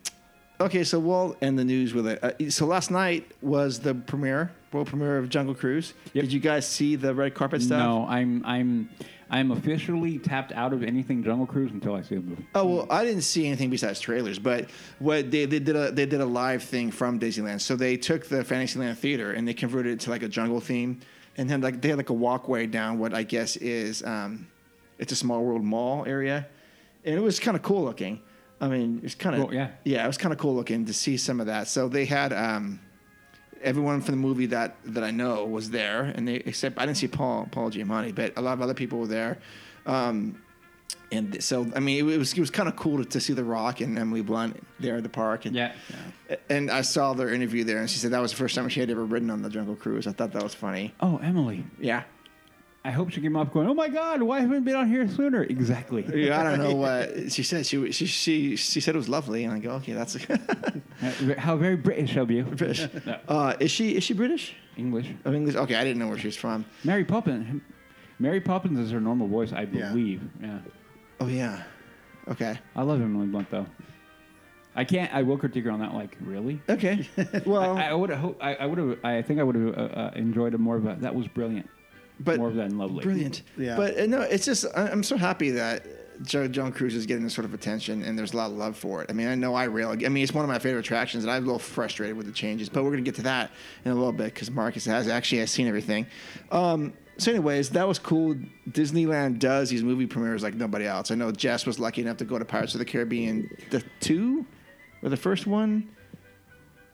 Speaker 3: okay, so we'll end the news with it. Uh, so last night was the premiere, world premiere of Jungle Cruise.
Speaker 6: Yep.
Speaker 3: Did you guys see the red carpet stuff?
Speaker 6: No, I'm I'm I'm officially tapped out of anything Jungle Cruise until I see the movie.
Speaker 3: Oh well, I didn't see anything besides trailers, but what they, they did a they did a live thing from Disneyland. So they took the Fantasyland theater and they converted it to like a jungle theme, and then like they had like a walkway down what I guess is um, it's a small world mall area, and it was kind of cool looking. I mean, it's kind of
Speaker 6: Well, yeah.
Speaker 3: yeah, it was kind of cool looking to see some of that. So they had um, everyone from the movie that that I know was there, and they except I didn't see Paul Paul Giamatti, but a lot of other people were there. Um, and so I mean, it was it was kind of cool to, to see The Rock and Emily Blunt there at the park. And,
Speaker 6: Yeah.
Speaker 3: And I saw their interview there, and she said that was the first time she had ever ridden on the Jungle Cruise. I thought that was funny.
Speaker 6: Oh, Emily,
Speaker 3: Yeah.
Speaker 6: I hope she came up going, "Oh my God, why haven't I been on here sooner?" Exactly.
Speaker 3: (laughs) Yeah, I don't
Speaker 6: (laughs)
Speaker 3: know what she said. She she she she said it was lovely, and I go, okay, that's (laughs)
Speaker 6: Uh, How very British of you.
Speaker 3: British. Uh, is she is she British?
Speaker 6: English.
Speaker 3: Of English? Okay, I didn't know where she was from.
Speaker 6: Mary Poppins. Mary Poppins is her normal voice, I
Speaker 7: Yeah.
Speaker 6: believe. yeah.
Speaker 3: Oh yeah. Okay.
Speaker 6: I love Emily Blunt though. I can't. I will critique her on that. Like, really? (laughs)
Speaker 3: Okay. Well,
Speaker 6: I would have. I, I would have. I think I would have uh, uh, enjoyed it more. But that was brilliant.
Speaker 3: but
Speaker 6: more than lovely.
Speaker 3: Brilliant.
Speaker 7: Yeah.
Speaker 3: But uh, no, it's just I- I'm so happy that Jo- John Cruise is getting this sort of attention, and there's a lot of love for it. I mean, I know I rail. I mean, it's one of my favorite attractions, and I'm a little frustrated with the changes, but we're gonna get to that in a little bit because Marcus has actually has seen everything. Um, so, anyways, that was cool. Disneyland does these movie premieres like nobody else. I know Jess was lucky enough to go to Pirates of the Caribbean, the two, or the first one,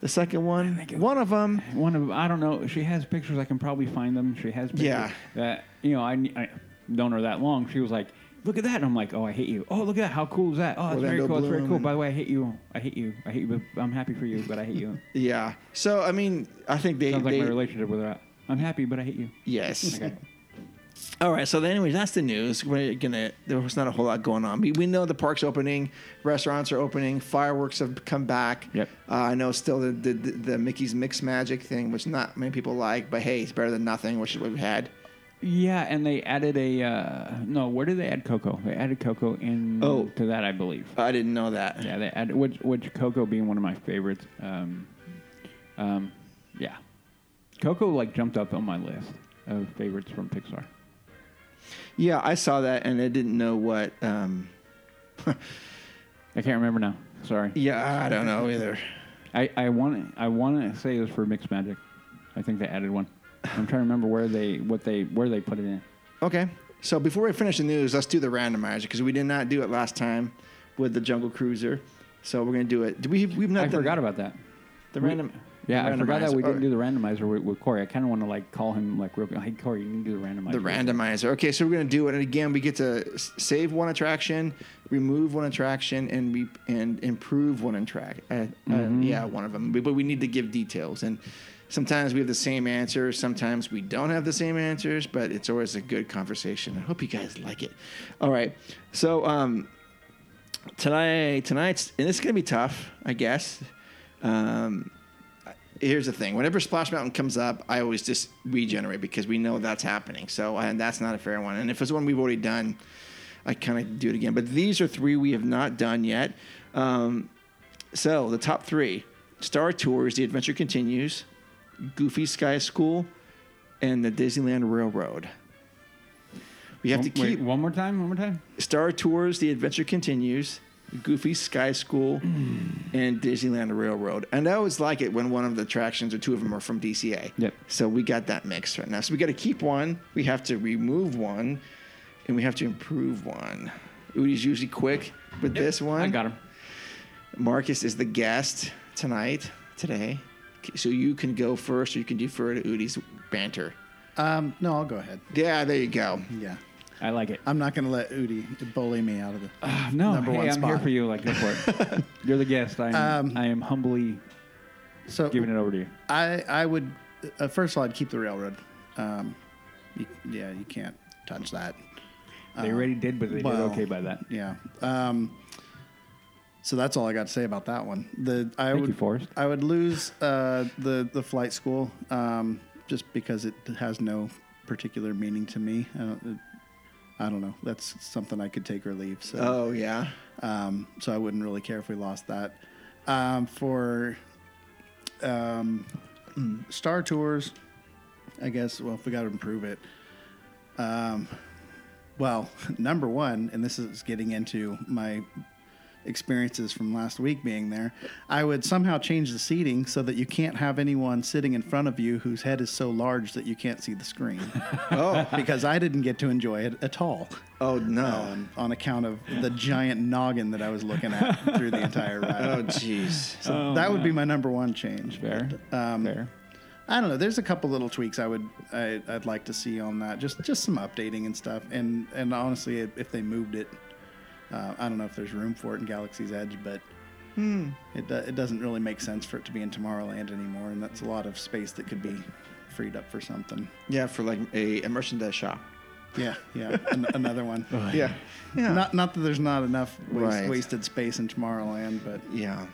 Speaker 3: the second one,
Speaker 6: think it-
Speaker 3: one of them.
Speaker 6: One of. I don't know. She has pictures. I can probably find them. She has. Pictures
Speaker 3: Yeah.
Speaker 6: That you know. I, I known her that long. She was like, "Look at that." And I'm like, "Oh, I hate you." Oh, look at that. How cool is that? Oh, that's very
Speaker 3: Orlando
Speaker 6: cool. That's very
Speaker 3: Bloom
Speaker 6: cool.
Speaker 3: and-
Speaker 6: By the way, I hate you. I hate you. I hate you. But I'm happy for you. But I hate you.
Speaker 3: Yeah. So, I mean, I think (laughs) they.
Speaker 6: Sounds like
Speaker 3: they
Speaker 6: my relationship with her. I'm happy, but I hate you.
Speaker 3: yes.
Speaker 6: Okay.
Speaker 3: All right. So, then, anyways, that's the news. We're gonna. There was not a whole lot going on. We, we know the park's opening, restaurants are opening, fireworks have come back.
Speaker 6: Yep.
Speaker 3: Uh, I know still the, the the Mickey's Mix Magic thing, which not many people like, but hey, it's better than nothing, which is what we had.
Speaker 6: Yeah, and they added a uh, no. Where did they add cocoa? They added cocoa in
Speaker 3: Oh.
Speaker 6: to that, I believe.
Speaker 3: I didn't know that.
Speaker 6: Yeah, they added which which cocoa being one of my favorites. Um, um, yeah, cocoa like jumped up on my list of favorites from Pixar.
Speaker 3: Yeah, I saw that, and I didn't know what. Um,
Speaker 6: I can't remember now. Sorry.
Speaker 3: yeah, I don't know either.
Speaker 6: I, I want I want to say it was for Mixed Magic. I think they added one. I'm trying to remember where they what they where they put it in.
Speaker 3: Okay. So before we finish the news, let's do the randomizer because we did not do it last time with the Jungle Cruiser. So we're gonna do it. Did we? We've not.
Speaker 6: I
Speaker 3: done
Speaker 6: forgot about that.
Speaker 3: the random.
Speaker 6: Yeah, I forgot that
Speaker 3: randomizer.
Speaker 6: we didn't
Speaker 3: Oh,
Speaker 6: do the randomizer with, with Corey. I kind of want to like call him like real quick. Hey Corey, you need to do the randomizer.
Speaker 3: the randomizer. Okay, so we're gonna do it, and again, we get to s- save one attraction, remove one attraction, and we and improve one attraction. Uh, uh, yeah, one of them. But we need to give details, and sometimes we have the same answers, sometimes we don't have the same answers. But it's always a good conversation. I hope you guys like it. All right, so um, tonight tonight's and it's gonna be tough, I guess. Um, here's the thing: whenever Splash Mountain comes up, I always just regenerate because we know that's happening. So and that's not a fair one. And if it's one we've already done, I kind of do it again. But these are three we have not done yet. Um, so the top three: Star Tours, The Adventure Continues, Goofy Sky School, and the Disneyland Railroad. We have
Speaker 6: One,
Speaker 3: to keep
Speaker 6: wait, one more time. One more time.
Speaker 3: Star Tours, The Adventure Continues, Goofy Sky School,
Speaker 6: Mm.
Speaker 3: and Disneyland Railroad. And I always like it when one of the attractions or two of them are from DCA.
Speaker 6: Yep.
Speaker 3: So we got that mix right now. So we got to keep one, we have to remove one, and we have to improve one. Udi's usually quick, but this one,
Speaker 6: I got him.
Speaker 3: Marcus is the guest tonight, today. So you can go first, or you can defer to Udi's banter.
Speaker 7: Um, no, I'll go ahead.
Speaker 3: Yeah, there you go.
Speaker 7: Yeah.
Speaker 6: I like it.
Speaker 7: I'm not going to let Udi bully me out of the.
Speaker 6: Ah, no,
Speaker 7: number
Speaker 6: hey,
Speaker 7: one
Speaker 6: I'm here
Speaker 7: spot.
Speaker 6: for you. Like go for it. You're the guest. I am, I am humbly
Speaker 7: So
Speaker 6: giving it over to you.
Speaker 7: I I would uh, first of all I'd keep the railroad. Um, you, yeah, you can't touch that.
Speaker 6: They already did, but they
Speaker 7: well,
Speaker 6: did okay by that.
Speaker 7: Yeah. Um, so that's all I got to say about that one. The I
Speaker 6: Thank
Speaker 7: would
Speaker 6: you, Forrest.
Speaker 7: I would lose uh, the the flight school um, just because it has no particular meaning to me. I don't, it- I don't know. That's something I could take or leave. So
Speaker 3: Oh, yeah.
Speaker 7: um, so I wouldn't really care if we lost that. Um, for um, Star Tours, I guess. Well, if we got to improve it, um, well, (laughs) number one, and this is getting into my experiences from last week being there. I would somehow change the seating so that you can't have anyone sitting in front of you whose head is so large that you can't see the screen. oh, because I didn't get to enjoy it at all
Speaker 3: Oh, no.
Speaker 7: um, on account of the giant noggin that I was looking at through the entire
Speaker 3: Oh,
Speaker 7: ride.
Speaker 3: jeez.
Speaker 7: So that would be my number one change.
Speaker 6: Fair.
Speaker 7: Um,
Speaker 6: Fair.
Speaker 7: I don't know. There's a couple little tweaks I would I, I'd like to see on that. Just just some updating and stuff. And and honestly, if, if they moved it, uh, I don't know if there's room for it in Galaxy's Edge, but it do- it doesn't really make sense for it to be in Tomorrowland anymore. And that's a lot of space that could be freed up for something.
Speaker 3: Yeah, for like a, a merchandise shop.
Speaker 7: Yeah, yeah. an-
Speaker 3: (laughs)
Speaker 7: another one.
Speaker 3: Yeah. Yeah.
Speaker 7: Not not that there's not enough waste,
Speaker 3: Right.
Speaker 7: wasted space in Tomorrowland, but
Speaker 3: yeah.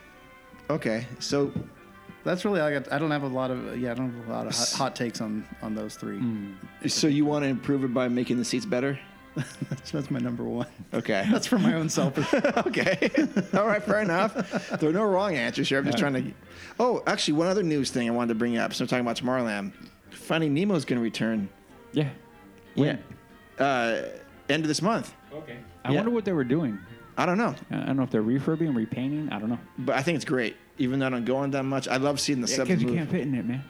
Speaker 3: Okay. So
Speaker 7: that's really all I got. I don't have a lot of yeah, I don't have a lot of hot, hot takes on on those three.
Speaker 3: Hmm. so you want to improve it by making the seats better?
Speaker 7: (laughs) That's, that's my number one. (laughs)
Speaker 3: (laughs) Okay.
Speaker 7: That's for my own selfish.
Speaker 3: okay. All right, fair enough. There are no wrong answers here. I'm just trying (laughs) to Oh, actually one other news thing I wanted to bring up. So I'm talking about Tomorrowland. Finding Nemo's gonna return.
Speaker 6: Yeah.
Speaker 3: Yeah. Uh end of this month.
Speaker 6: Okay. I
Speaker 3: Yeah.
Speaker 6: wonder what they were doing.
Speaker 3: I don't know.
Speaker 6: I I don't know if they're refurbing, repainting. I don't know.
Speaker 3: But I think it's great. Even though I don't go on that much. I love seeing the
Speaker 6: Yeah,
Speaker 3: sub
Speaker 6: because you
Speaker 3: move.
Speaker 6: can't fit in it, man.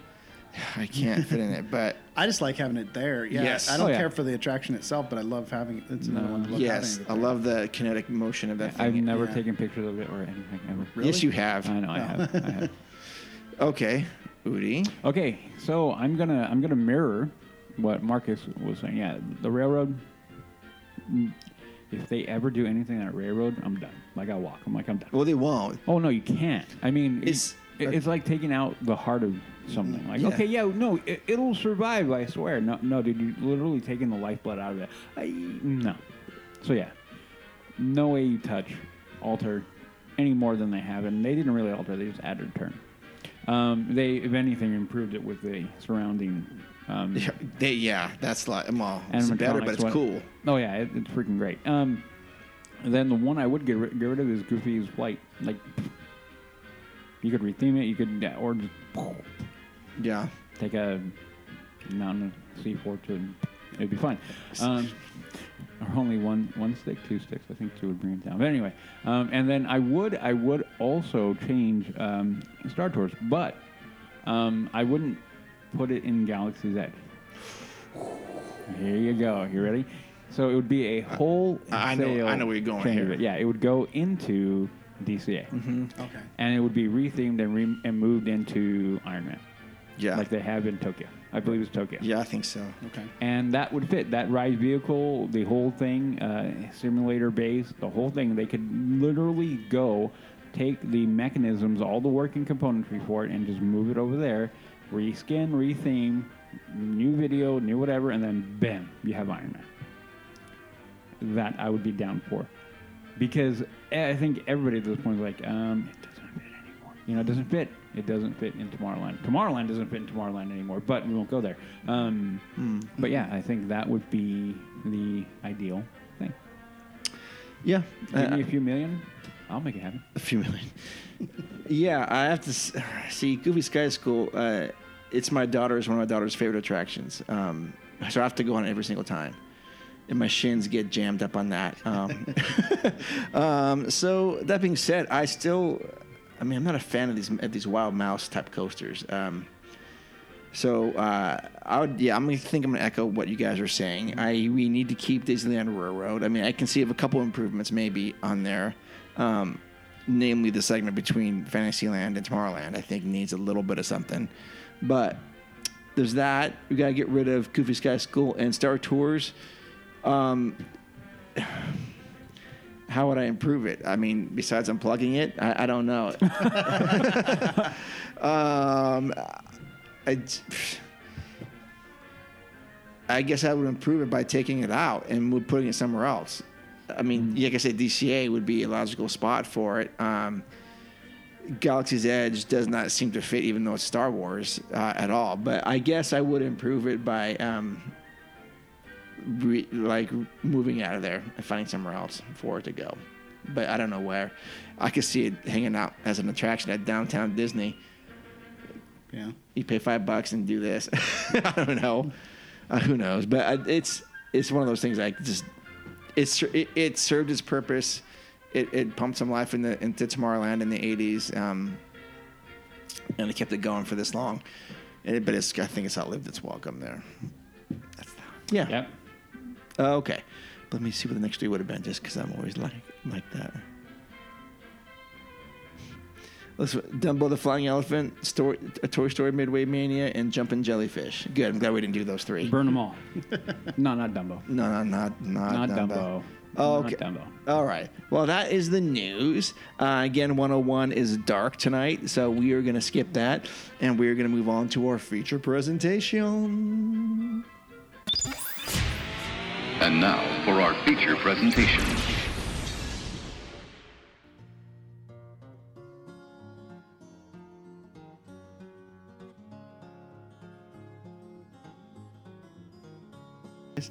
Speaker 3: I can't fit in it, (laughs) but
Speaker 7: I just like having it there. Yeah,
Speaker 3: Yes.
Speaker 7: I don't
Speaker 6: Oh, yeah.
Speaker 7: care for the attraction itself, but I love having it. It's another one. I love
Speaker 3: yes,
Speaker 7: having it
Speaker 3: I
Speaker 7: there.
Speaker 3: love the kinetic motion of that thing.
Speaker 6: I've never
Speaker 7: yeah.
Speaker 6: taken pictures of it or anything ever.
Speaker 3: Yes, you have.
Speaker 6: I know. I have. I have.
Speaker 3: Okay. Udi.
Speaker 6: Okay, so I'm gonna I'm gonna mirror what Marcus was saying. Yeah, the railroad. mm, If they ever do anything at railroad, I'm done. Like I walk. I'm like I'm done.
Speaker 3: Well, they won't.
Speaker 6: Oh no, you can't. I mean,
Speaker 3: It's-
Speaker 6: it's it's like taking out the heart of something. Like, okay, yeah, no, it, it'll survive. I swear. No, no, dude, you're literally taking the lifeblood out of it. I, no. So yeah, no way you touch, alter, any more than they have, and they didn't really alter. They just added a turn. Um, they, if anything, improved it with the surrounding. Um,
Speaker 3: Yeah, They, yeah, that's like, well, it's better,
Speaker 6: animatronics,
Speaker 3: but it's
Speaker 6: what-
Speaker 3: cool.
Speaker 6: Oh yeah, it, it's freaking great. Um, then the one I would get, rid- get rid of is Goofy's flight. Like, you could retheme it. You could yeah, or just
Speaker 3: Yeah.
Speaker 6: take a mountain of C four to It'd be fun. Um, or only one one stick, two sticks. I think two would bring it down. But anyway, um, and then I would I would also change um, Star Tours, but um, I wouldn't put it in Galaxy's Edge. Here you go. You ready? So it would be a whole.
Speaker 3: I know- I know where you're going here. Mm-hmm.
Speaker 6: Yeah, it would go into DCA,
Speaker 7: Okay.
Speaker 6: and it would be rethemed and re- and moved into Iron Man,
Speaker 3: Yeah.
Speaker 6: like they have in Tokyo. I believe it's Tokyo
Speaker 3: yeah, I think so.
Speaker 7: Okay.
Speaker 6: and that would fit that ride vehicle, the whole thing, uh, simulator base, the whole thing. They could literally go, take the mechanisms, all the working componentry for it, and just move it over there, reskin, retheme, new video, new whatever, and then bam, you have Iron Man. That I would be down for, because I I think everybody at this point is like, um, it doesn't fit anymore. You know, it doesn't fit. It doesn't fit in Tomorrowland. Tomorrowland doesn't fit in Tomorrowland anymore, but we won't go there. Um,
Speaker 3: Hmm.
Speaker 6: But yeah, I think that would be the ideal thing.
Speaker 3: Yeah.
Speaker 6: Give
Speaker 3: Uh,
Speaker 6: me a few million, I'll make it happen.
Speaker 3: a few million. (laughs) yeah, I have to s- see Goofy Sky School. Uh, it's my daughter's one of my daughter's favorite attractions. Um, so I have to go on it every single time, and my shins get jammed up on that. Um, (laughs) um, so that being said, I still, I mean, I'm not a fan of these of these wild mouse type coasters. Um, so uh, I would, yeah, I'm gonna think I'm gonna echo what you guys are saying. I we need to keep Disneyland Railroad. I mean, I can see of a couple improvements maybe on there, um, namely the segment between Fantasyland and Tomorrowland. I think needs a little bit of something, but there's that. We gotta get rid of Goofy Sky School and Star Tours. Um, (sighs) how would I improve it? I mean, besides unplugging it, I, I don't know. (laughs) um, I, I guess I would improve it by taking it out and we're putting it somewhere else. I mean, like I said, DCA would be a logical spot for it. Um, Galaxy's Edge does not seem to fit, even though it's Star Wars uh, at all. But I guess I would improve it by um, re- like moving out of there and finding somewhere else for it to go. But I don't know where. I could see it hanging out as an attraction at downtown Disney
Speaker 7: Yeah.
Speaker 3: you pay five bucks and do this. (laughs) I don't know. Uh, who knows? But I, it's it's one of those things. I just it's it, it served its purpose. It, it pumped some life in the, into Tomorrowland in the '80s, um, and it kept it going for this long. And- but it's I think it's outlived its welcome there. That's- yeah.
Speaker 6: Yep.
Speaker 3: Uh, okay. Let me see what the next three would have been, just because I'm always like like that. Let's Dumbo the Flying Elephant, story, a Toy Story Midway Mania, and Jumpin' Jellyfish. Good. I'm glad we didn't do those three.
Speaker 6: Burn
Speaker 3: (laughs)
Speaker 6: them all. no, not Dumbo.
Speaker 3: No, no, not not,
Speaker 6: Not
Speaker 3: Dumbo.
Speaker 6: Dumbo.
Speaker 3: Oh,
Speaker 6: Not
Speaker 3: okay.
Speaker 6: Dumbo.
Speaker 3: All right. Well, that is the news. Uh, again, 101 is dark tonight, so we are going to skip that, and we are going to move on to our feature presentation.
Speaker 9: And now for our feature presentation.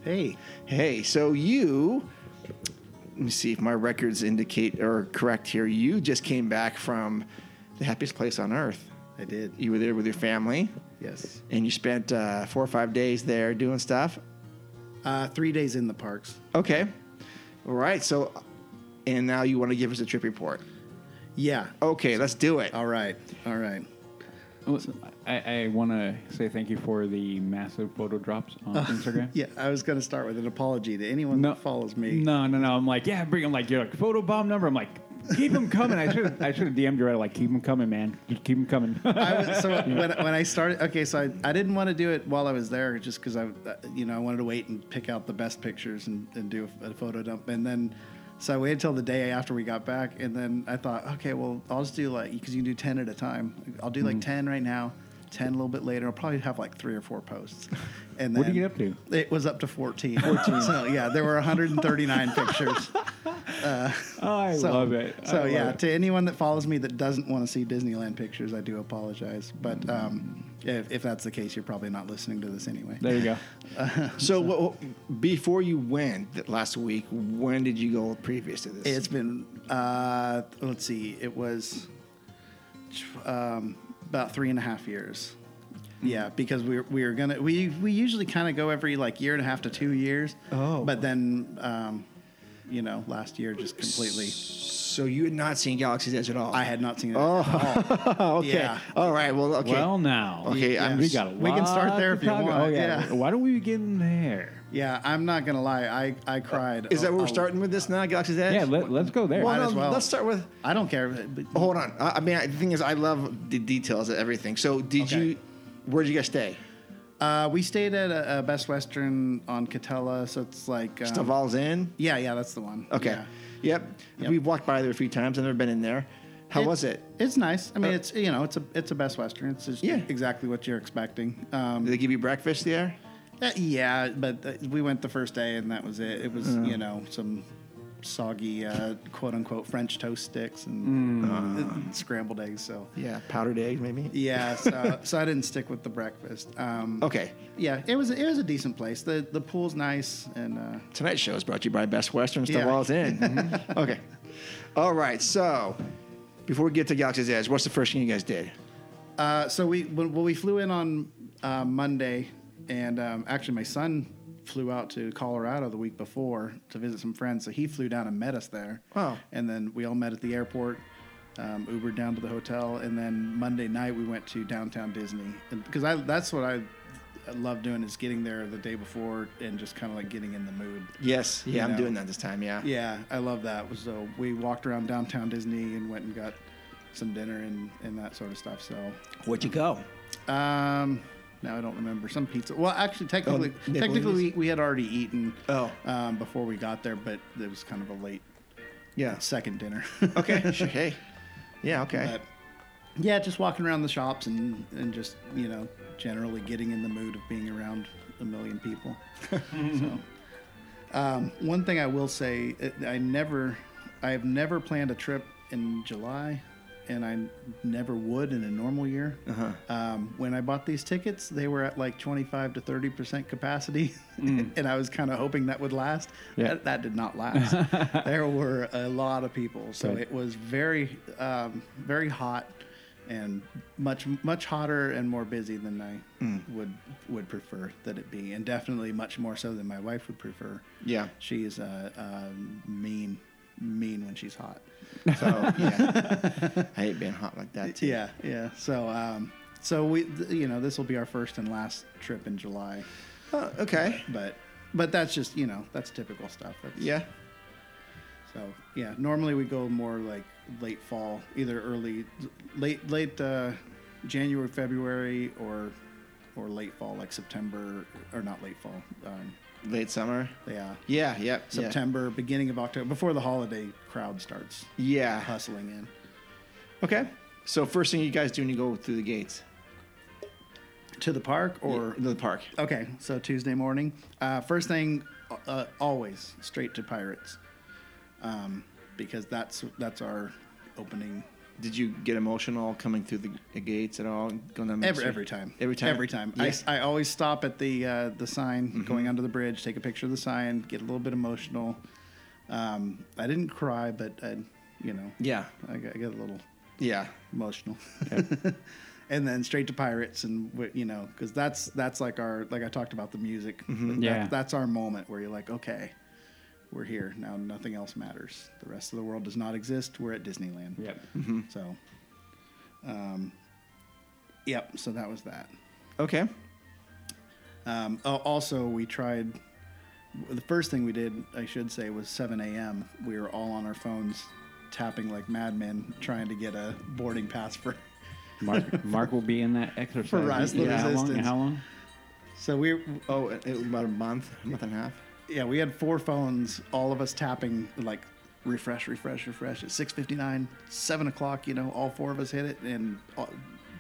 Speaker 3: Hey, hey. So you, let me see if my records indicate or are correct here. You just came back from the happiest place on earth.
Speaker 7: I did.
Speaker 3: You were there with your family,
Speaker 7: Yes.
Speaker 3: and you spent uh, four or five days there doing stuff.
Speaker 7: Uh, three days in the parks.
Speaker 3: Okay, all right. So, and now you want to give us a trip report.
Speaker 7: Yeah.
Speaker 3: Okay, let's do it.
Speaker 7: All right. All right.
Speaker 6: Well, I, I want to say thank you for the massive photo drops
Speaker 3: (laughs)
Speaker 6: on Instagram.
Speaker 7: Yeah, I was going to start with an apology to anyone that follows me.
Speaker 6: No, no, no. I'm like, yeah, bring them. Like, you're like, photo bomb number. I'm like, keep them coming. I should I should have DM'd you right. Like, keep them coming, man. Just keep them coming. (laughs)
Speaker 7: I was, so when, when I started, okay, so I, I didn't want to do it while I was there just because I, uh, you know, I wanted to wait and pick out the best pictures and, and do a, a photo dump. And then, so I waited till the day after we got back. And then I thought, okay, well, I'll just do like, because you can do 10 at a time. I'll do
Speaker 6: Mm-hmm.
Speaker 7: like 10 right now, 10 a little bit later. I'll probably have like three or four posts. And then
Speaker 6: What did you get up
Speaker 7: to? It was up to 14. 14. (laughs) so yeah, there
Speaker 6: (laughs)
Speaker 7: were 139 pictures.
Speaker 6: I
Speaker 7: So-
Speaker 6: love it. I
Speaker 7: So
Speaker 6: love
Speaker 7: yeah,
Speaker 6: it.
Speaker 7: to anyone that follows me that doesn't want to see Disneyland pictures, I do apologize. But um, if, if that's the case, you're probably not listening to this anyway.
Speaker 6: There you go.
Speaker 3: So, what, what- before you went th- last week, when did you go previous to this?
Speaker 7: It's been uh, let's see, it was um, about three and a half years. Yeah, because we we are gonna we we usually kind of go every like year and a half to two years.
Speaker 1: Oh.
Speaker 7: but then um, you know, last year just completely.
Speaker 3: So you had not seen Galaxy's Edge at all.
Speaker 7: I had not seen it.
Speaker 3: Oh, okay.
Speaker 7: Yeah.
Speaker 3: All right. Well, okay.
Speaker 6: Well, now.
Speaker 3: Okay, I'm-
Speaker 6: we got a
Speaker 7: We can start
Speaker 6: lot
Speaker 7: there
Speaker 6: to
Speaker 7: if you
Speaker 6: talk-
Speaker 7: want,
Speaker 6: Oh, yeah.
Speaker 7: yeah.
Speaker 6: Why don't we get in there?
Speaker 7: Yeah, I'm not gonna lie. I I cried.
Speaker 3: Is that
Speaker 7: a-
Speaker 3: what
Speaker 7: a-
Speaker 3: we're starting with this now? Galaxy's Edge.
Speaker 6: Yeah, let, let's go there.
Speaker 3: Well,
Speaker 7: Might
Speaker 3: no,
Speaker 7: as well.
Speaker 3: let's start with.
Speaker 7: I don't care. But
Speaker 3: Hold on. I, I mean, I, the thing is, I love the details of everything. So, did
Speaker 7: Okay.
Speaker 3: you? Where'd you guys stay? Oh.
Speaker 7: uh, we stayed at a, a Best Western on Catella, so it's like um,
Speaker 3: Stovall's Inn.
Speaker 7: Yeah, yeah, that's the one.
Speaker 3: Okay.
Speaker 7: Yeah.
Speaker 3: Yep.
Speaker 7: Yep.
Speaker 3: We've walked by there a few times. I've never been in there. How was it?
Speaker 7: It's nice. I mean,
Speaker 3: Uh,
Speaker 7: it's you know, it's a it's a Best Western. It's just
Speaker 3: Yeah.
Speaker 7: exactly what you're expecting.
Speaker 3: Did
Speaker 7: Um,
Speaker 3: they give you breakfast there?
Speaker 7: uh, yeah, but uh, we went the first day and that was it. It was you know some soggy uh, quote unquote French toast sticks and uh, scrambled eggs. So
Speaker 3: Mm. Yeah, powdered egg maybe.
Speaker 7: yeah, so, so I didn't stick with the breakfast. Um,
Speaker 3: Okay.
Speaker 7: Yeah, it was it was a decent place. the The pool's nice and uh,
Speaker 3: Tonight's show is brought to you by Best Western
Speaker 7: Yeah.
Speaker 3: Stovall's Inn. Mhm. okay. (laughs) All right. So, before we get to Galaxy's Edge, what's the first thing you guys did?
Speaker 7: (laughs) Uh, so we when, well, we flew in on uh, Monday, and um, actually my son flew out to Colorado the week before to visit some friends. So he flew down and met us there.
Speaker 3: Wow.
Speaker 7: And then we all met at the airport, um, Ubered down to the hotel, and then Monday night we went to downtown Disney because I that's what I. love doing is getting there the day before and just kind of like getting in the mood.
Speaker 3: Yes. Yeah,
Speaker 7: You
Speaker 3: I'm
Speaker 7: know.
Speaker 3: doing that this time. Yeah.
Speaker 7: Yeah, I love that. So we walked around downtown Disney and went and got some dinner and, and that sort of stuff. So
Speaker 3: Where'd you go?
Speaker 7: um, now I don't remember some pizza. Well, actually, technically,
Speaker 3: Oh, Nicolini's?
Speaker 7: technically we, we had already eaten.
Speaker 3: Oh.
Speaker 7: um, before we got there, but it was kind of a late
Speaker 3: Yeah.
Speaker 7: second dinner. (laughs)
Speaker 3: Okay. sure. Hey. Yeah. Okay.
Speaker 7: but yeah, just walking around the shops and and just you know generally getting in the mood of being around a million people. (laughs) so, um, one thing I will say, uh, I never, I have never planned a trip in July, and I never would in a normal year.
Speaker 6: Uh-huh.
Speaker 7: Um, when I bought these tickets, they were at like 25 to 30 percent capacity, (laughs) and I was kind of hoping that would last.
Speaker 6: Mm. Yeah.
Speaker 7: That, that did not
Speaker 6: (laughs)
Speaker 7: last. there were a lot of people, so
Speaker 6: Right.
Speaker 7: it was very, um, very hot. And much much hotter and more busy than I
Speaker 6: Mm.
Speaker 7: would would prefer that it be, and definitely much more so than my wife would prefer.
Speaker 3: Yeah.
Speaker 7: She is uh, um mean, mean when
Speaker 3: (laughs)
Speaker 7: she's hot.
Speaker 3: So yeah,
Speaker 7: (laughs)
Speaker 3: I hate being hot like that too.
Speaker 7: Yeah, yeah. So, um, so we, th- you know, this will be our first and last trip in July,
Speaker 3: Oh, okay.
Speaker 7: but, but that's just, you know, that's typical stuff. That's,
Speaker 3: Yeah.
Speaker 7: So, yeah. Normally we go more like late fall, either early, late, late uh, January, February, or, or late fall, like September, or not late fall. Um,
Speaker 3: Late summer.
Speaker 7: yeah.
Speaker 3: Yeah. Yep. yeah.
Speaker 7: September, beginning of October, before the holiday crowd starts
Speaker 3: Yeah.
Speaker 7: hustling in.
Speaker 3: Okay. So first thing you guys do when you go through the gates
Speaker 7: To the park or
Speaker 3: or the park.
Speaker 7: Okay, so Tuesday morning. Uh, first thing, uh, always straight to Pirates, um, because that's that's our opening
Speaker 3: Did you get emotional coming through the the gates at all? Going down Main
Speaker 7: every
Speaker 3: Street?
Speaker 7: every time.
Speaker 3: Every time.
Speaker 7: Every time. I-
Speaker 3: Yeah. Mm-hmm.
Speaker 7: I, always stop at the uh, the sign going under the bridge, take a picture of the sign, get a little bit emotional. Um, I didn't cry, but I, you know,
Speaker 3: yeah.
Speaker 7: I got, I got a little
Speaker 3: Yeah.
Speaker 7: emotional. (laughs) and then straight to pirates and w- you know because that's that's like our like i talked about the music That-
Speaker 6: Yeah.
Speaker 7: that's our moment where you're like okay we're here now nothing else matters the rest of the world does not exist we're at disneyland
Speaker 6: Yep.
Speaker 7: so um yep so that was that
Speaker 3: Okay.
Speaker 7: um al- also we tried the first thing we did i should say was 7 a.m we were all on our phones tapping like madmen trying to get a boarding pass for
Speaker 6: Mark, Mark will be in that exercise.
Speaker 7: For Rise of the
Speaker 6: how long?
Speaker 7: Resistance.
Speaker 6: How long?
Speaker 7: so we
Speaker 3: Oh, it, it was about a month, a month and a half.
Speaker 7: yeah, we had four phones, all of us tapping like refresh, refresh, refresh at 6:59, seven o'clock. You know, all four of us hit it, and all,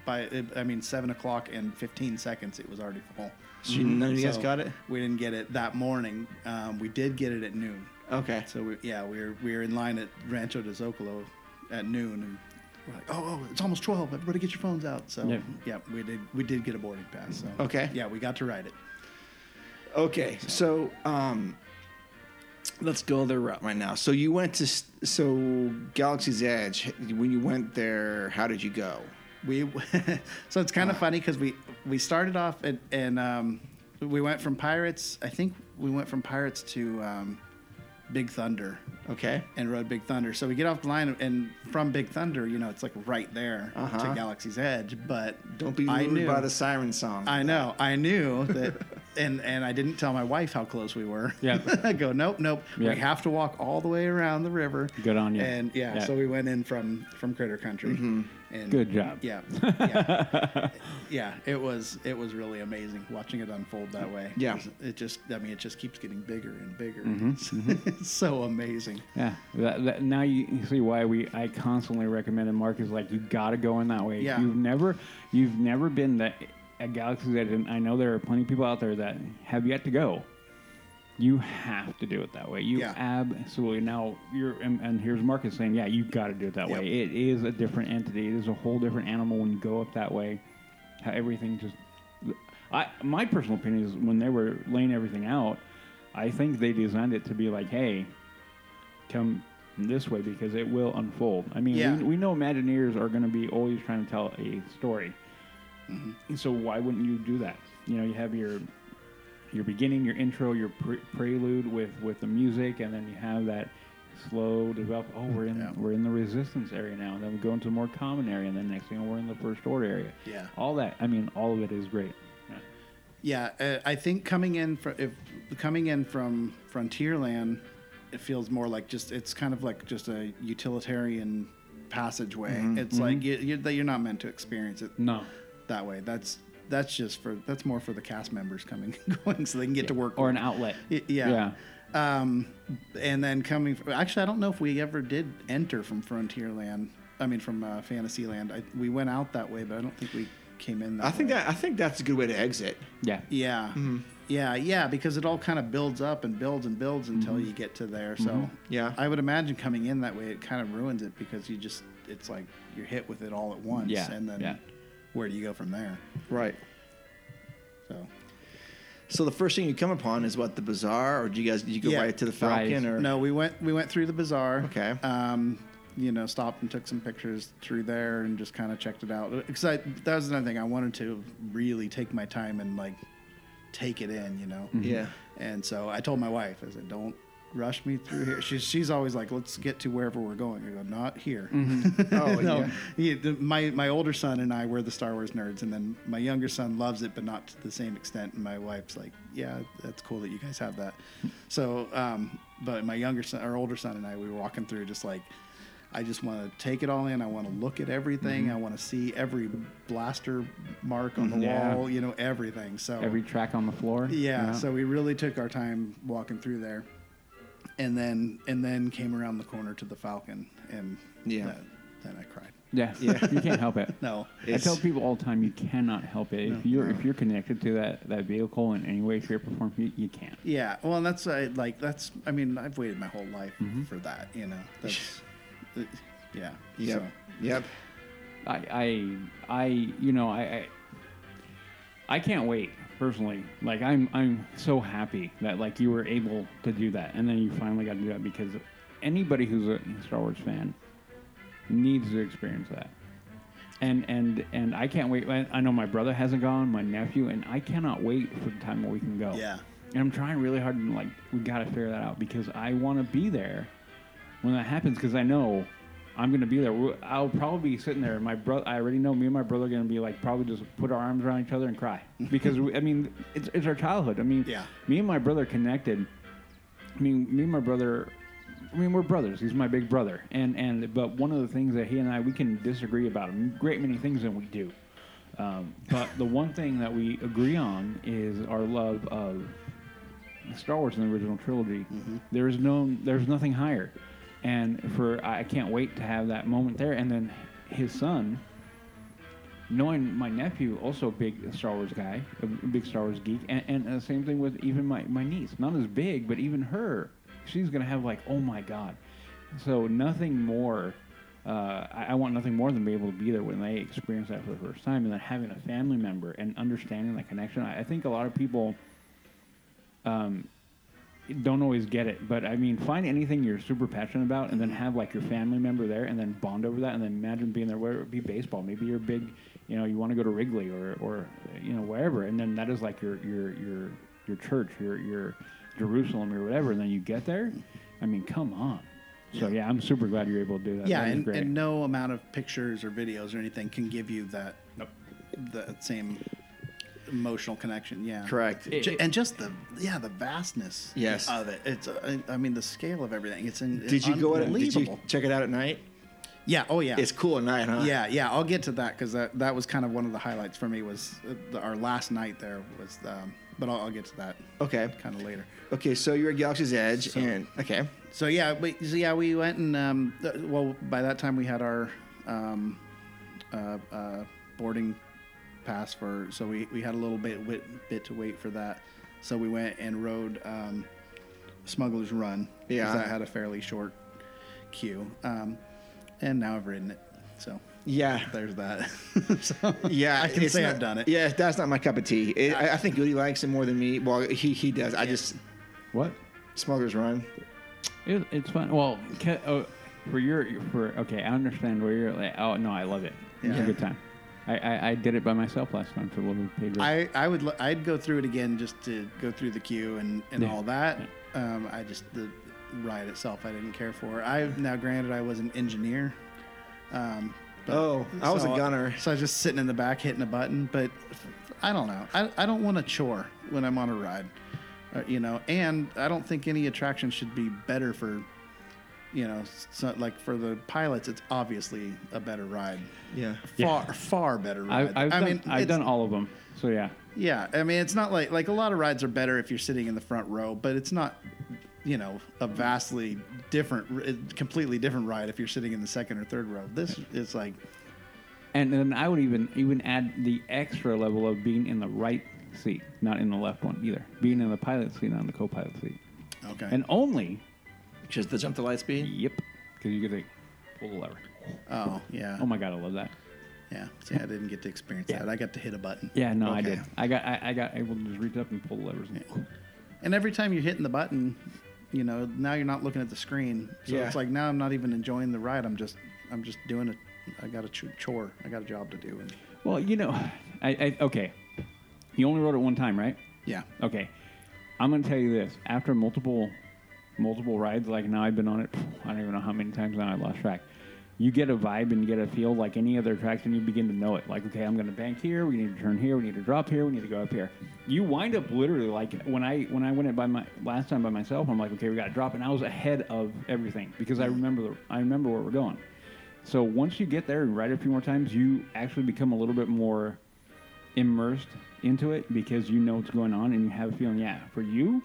Speaker 7: by I mean seven o'clock and 15 seconds, it was already full.
Speaker 3: So you- none of you guys
Speaker 7: So
Speaker 3: got it.
Speaker 7: We didn't get it that morning. Um, we did get it at noon.
Speaker 3: Okay.
Speaker 7: So we, yeah, we were we were in line at Rancho de Zocalo at noon, and we're like, oh, oh, it's almost 12. Everybody get your phones out. So
Speaker 6: Yeah.
Speaker 7: yeah, we did we did get a boarding pass. So
Speaker 3: Okay.
Speaker 7: yeah, we got to ride it.
Speaker 3: Okay, so um, let's go the route right now. So you went to s- so Galaxy's Edge. When you went there, how did you go?
Speaker 7: we (laughs) so it's kind of funny because we we started off at, and um, we went from pirates. I think we went from pirates to um, Big Thunder
Speaker 3: Okay.
Speaker 7: and rode Big Thunder. So we get off the line and from Big Thunder, you know, it's like right there
Speaker 3: Uh-huh.
Speaker 7: to Galaxy's Edge. But
Speaker 3: Don't be
Speaker 7: I
Speaker 3: moved
Speaker 7: knew-
Speaker 3: by the siren song.
Speaker 7: I know. I knew that, and and I didn't tell my wife how close we were.
Speaker 6: Yeah.
Speaker 7: (laughs) I go, nope, nope.
Speaker 6: Yeah.
Speaker 7: We have to walk all the way around the river.
Speaker 6: Good on you.
Speaker 7: And yeah,
Speaker 6: Yeah. Mm-hmm.
Speaker 7: so we went in from from Critter Country. And
Speaker 6: Good job.
Speaker 7: Yeah, yeah,
Speaker 6: (laughs)
Speaker 7: yeah. It was it was really amazing watching it unfold that way.
Speaker 3: Yeah.
Speaker 7: It just I mean it just keeps getting bigger and bigger.
Speaker 6: Mm-hmm,
Speaker 7: (laughs) It's, it's so amazing.
Speaker 6: Yeah, that, that, now you you see why we I constantly recommend it. Mark is like, you got to go in that way.
Speaker 7: Yeah.
Speaker 6: You've never, you've never been that at Galaxy's Edge, and I know there are plenty of people out there that have yet to go. You have to do it that way. You
Speaker 7: Yeah.
Speaker 6: absolutely now you're and, and here's Marcus saying, yeah, you got to do it that way. It is a different entity. It is a whole different animal when you go up that way. How everything just, I my personal opinion is when they were laying everything out, I think they designed it to be like, hey, come this way because it will unfold. I mean,
Speaker 7: Yeah.
Speaker 6: we, we know Imagineers are going to be always trying to tell a story.
Speaker 7: Mm-hmm.
Speaker 6: So why wouldn't you do that? You know, you have your your beginning, your intro, your pre- prelude with with the music, and then you have that slow develop. Oh, we're in
Speaker 7: Yeah.
Speaker 6: we're in the Resistance area now, and then we go into the more common area, and then next thing we're in the First Order area.
Speaker 7: Yeah.
Speaker 6: all that. I mean, all of it is great. Yeah.
Speaker 7: Yeah, uh, I think coming in from if coming in from Frontierland, it feels more like just it's kind of like just a utilitarian passageway. It's like you, you, that you're not meant to experience it
Speaker 6: Mm-hmm, No.
Speaker 7: that way. That's that's just for that's more for the cast members coming (laughs) and going so they can get to work
Speaker 6: or an outlet.
Speaker 7: Y- yeah. Um, and then coming from, actually, I don't know if we ever did enter from Frontierland. I mean, from uh, Fantasyland. I, we went out that way, but I don't think we came in. That
Speaker 3: I think Mm-hmm.
Speaker 7: way.
Speaker 3: that I think that's a good way to exit.
Speaker 6: Yeah.
Speaker 7: Yeah. Yeah, yeah, because it all kind of builds up and builds and builds until
Speaker 6: Mm-hmm.
Speaker 7: you get to there. So
Speaker 3: Yeah.
Speaker 7: I would imagine coming in that way it kind of ruins it because you just it's like you're hit with it all at once,
Speaker 6: Yeah,
Speaker 7: and then
Speaker 6: yeah.
Speaker 7: where do you go from there?
Speaker 3: Right.
Speaker 7: So
Speaker 3: So the first thing you come upon is what the bazaar, or do you guys did you go
Speaker 7: Yeah.
Speaker 3: right to the Falcon?
Speaker 6: Right.
Speaker 3: Or
Speaker 7: no, we went we went through the bazaar.
Speaker 3: Okay.
Speaker 7: Um, you know, stopped and took some pictures through there and just kind of checked it out because I that was another thing I wanted to really take my time and like take it in, you know.
Speaker 3: Mm-hmm. Yeah.
Speaker 7: And so I told my wife, I said, don't rush me through here. She's, she's always like, let's get to wherever we're going. I go, not here.
Speaker 3: Oh,
Speaker 7: (laughs) no,
Speaker 3: yeah.
Speaker 7: He- the- my, my older son and I were the Star Wars nerds. And then my younger son loves it, but not to the same extent. And my wife's like, yeah, that's cool that you guys have that. So, um, but my younger son, our older son and I, we were walking through just like, I just want to take it all in. I want to look at everything. I want to see every blaster mark on the
Speaker 6: Yeah.
Speaker 7: wall, you know, everything. So
Speaker 6: Every track on the floor.
Speaker 7: yeah, so we really took our time walking through there, and then and then came around the corner to the Falcon, and
Speaker 3: Yeah.
Speaker 7: that- then I cried.
Speaker 6: Yeah, you can't help it.
Speaker 7: No,
Speaker 6: I
Speaker 3: It's-
Speaker 6: tell people all the time, you cannot help it. If you're if you're connected to that, that vehicle in any way, shape, or form, you, you can't.
Speaker 7: yeah, well, and that's I, like that's I mean I've waited my whole life
Speaker 3: Mm-hmm.
Speaker 7: for that,
Speaker 3: (laughs)
Speaker 7: you know. That's it- yeah,
Speaker 3: Yep.
Speaker 7: so,
Speaker 3: Yep.
Speaker 6: I I, I you know I, I I can't wait personally. Like I'm I'm so happy that like you were able to do that, and then you finally got to do that because anybody who's a Star Wars fan needs to experience that. And and and I can't wait. I I know my brother hasn't gone, my nephew, and I cannot wait for the time where we can go.
Speaker 7: Yeah.
Speaker 6: And I'm trying really hard and like we got to figure that out because I want to be there when that happens because I know I'm gonna be there. We'll- I'll probably be sitting there. My brother, I already know me and my brother are gonna be like probably just put our arms around each other and
Speaker 7: (laughs)
Speaker 6: cry because we, I mean it's, it's our childhood. I mean,
Speaker 7: Yeah.
Speaker 6: me and my brother connected. I mean, me and my brother. I mean, we're brothers. He's my big brother, and and but one of the things that he and I we can disagree about a great many things than we do. Um, but the one thing that we agree on is our love of Star Wars in the original trilogy. There is no, there's nothing higher, and for I can't wait to have that moment there. And then his son, knowing my nephew, also a big Star Wars guy, a big Star Wars geek, and, and the same thing with even my my niece, not as big, but even her, she's gonna have like, oh my god. So nothing more. Uh, I, I want nothing more than be able to be there when they experience that for the first time, and then having a family member and understanding that connection. I, I think a lot of people don't always get it, but I mean, find anything you're super passionate about, and then have like your family member there, and then bond over that, and then imagine being there. Whether it be baseball, maybe you're big, you know, you want to go to Wrigley or or you know wherever, and then that is like your your your your church, your your Jerusalem or whatever, and then you get there. I mean, come on. So yeah, I'm super glad you're able to do that.
Speaker 7: yeah,
Speaker 6: That is
Speaker 7: and,
Speaker 6: great.
Speaker 7: and no amount of pictures or videos or anything can give you that that same emotional connection. Yeah,
Speaker 3: Correct.
Speaker 7: Ju- and just the yeah the vastness
Speaker 3: Yes.
Speaker 7: of it. It's uh, I I mean the scale of everything. It's in,
Speaker 3: Did you go out? Did you
Speaker 7: unbelievable.
Speaker 3: check it out at night?
Speaker 7: Yeah. Oh yeah.
Speaker 3: It's cool at night, huh?
Speaker 7: Yeah, yeah, I'll get to that because that, that was kind of one of the highlights for me was uh, the, our last night there was, um, but I'll, I'll get to that
Speaker 3: Okay.
Speaker 7: kind of later.
Speaker 3: Okay, so you're at Galaxy's Edge, and okay,
Speaker 7: So yeah, we, so yeah, we went and um, th- well, by that time we had our um, uh, uh, boarding pass for, so we, we had a little bit wit, bit to wait for that. So we went and rode um, Smuggler's Run. 'cause
Speaker 3: Yeah.
Speaker 7: that had a fairly short queue, um, and now I've ridden it. So
Speaker 3: yeah,
Speaker 7: there's that. (laughs) so
Speaker 3: yeah.
Speaker 7: I can
Speaker 3: it's
Speaker 7: say
Speaker 3: not-
Speaker 7: I've done it.
Speaker 3: Yeah, that's not my cup of tea. It, I, I think Goody likes it more than me. Well, he he does. I just
Speaker 6: what?
Speaker 3: Smuggler's Run.
Speaker 6: It, it's fun. Well, ca- oh, for your for okay, I understand where you're like. Oh no, I love it. It's a
Speaker 7: Yeah.
Speaker 6: good time. I, I, I did it by myself last time for Little Pedro.
Speaker 7: I, I would lo- I'd go through it again just to go through the queue and, and
Speaker 6: Yeah.
Speaker 7: all that. Um, I just the ride itself I didn't care for. I now granted I was an engineer. Um,
Speaker 3: Oh, I was a gunner.
Speaker 7: So I was just sitting in the back hitting a button, but I don't know. I, I don't want a chore when I'm on a ride, uh, you know. And I don't think any attraction should be better for, you know, so, like for the pilots. It's obviously a better ride.
Speaker 3: Yeah.
Speaker 7: Far far better
Speaker 6: I,
Speaker 7: ride.
Speaker 6: I've done, I've
Speaker 7: it's-
Speaker 6: done all of them. So yeah,
Speaker 7: yeah, I mean, it's not like like a lot of rides are better if you're sitting in the front row, but it's not, you know, a vastly different, completely different ride if you're sitting in the second or third row. This is like,
Speaker 6: and then I would even even add the extra level of being in the right seat, not in the left one either. Being in the pilot seat, not in the co-pilot seat,
Speaker 7: okay,
Speaker 6: and only
Speaker 3: Just the jump to light speed.
Speaker 6: yep, because you get to pull the lever.
Speaker 7: oh yeah,
Speaker 6: Oh my god, I love that.
Speaker 7: yeah. See, I didn't get to experience that. I got to hit a button.
Speaker 6: Yeah, no, I
Speaker 3: Okay.
Speaker 6: did. I got I, I got able to just reach up and pull the levers. And,
Speaker 7: And every time you're hitting the button, you know, now you're not looking at the screen, so
Speaker 3: Yeah.
Speaker 7: it's like now I'm not even enjoying the ride. I'm just, I'm just doing it. I got a ch- chore. I got a job to do. And
Speaker 6: Well, you know, I, I okay. You only wrote it one time, right?
Speaker 7: yeah,
Speaker 6: Okay. I'm gonna tell you this. After multiple, multiple rides, like now I've been on it. I don't even know how many times now I lost track. You get a vibe and you get a feel like any other attraction. You begin to know it. Like, okay, I'm gonna bank here. We need to turn here. We need to drop here. We need to go up here. You wind up literally like when I when I went it by my last time by myself. I'm like, okay, we got to drop, and I was ahead of everything because I remember the I remember where we're going. So once you get there and ride it a few more times, you actually become a little bit more immersed into it because you know what's going on and you have a feeling. Yeah, for you,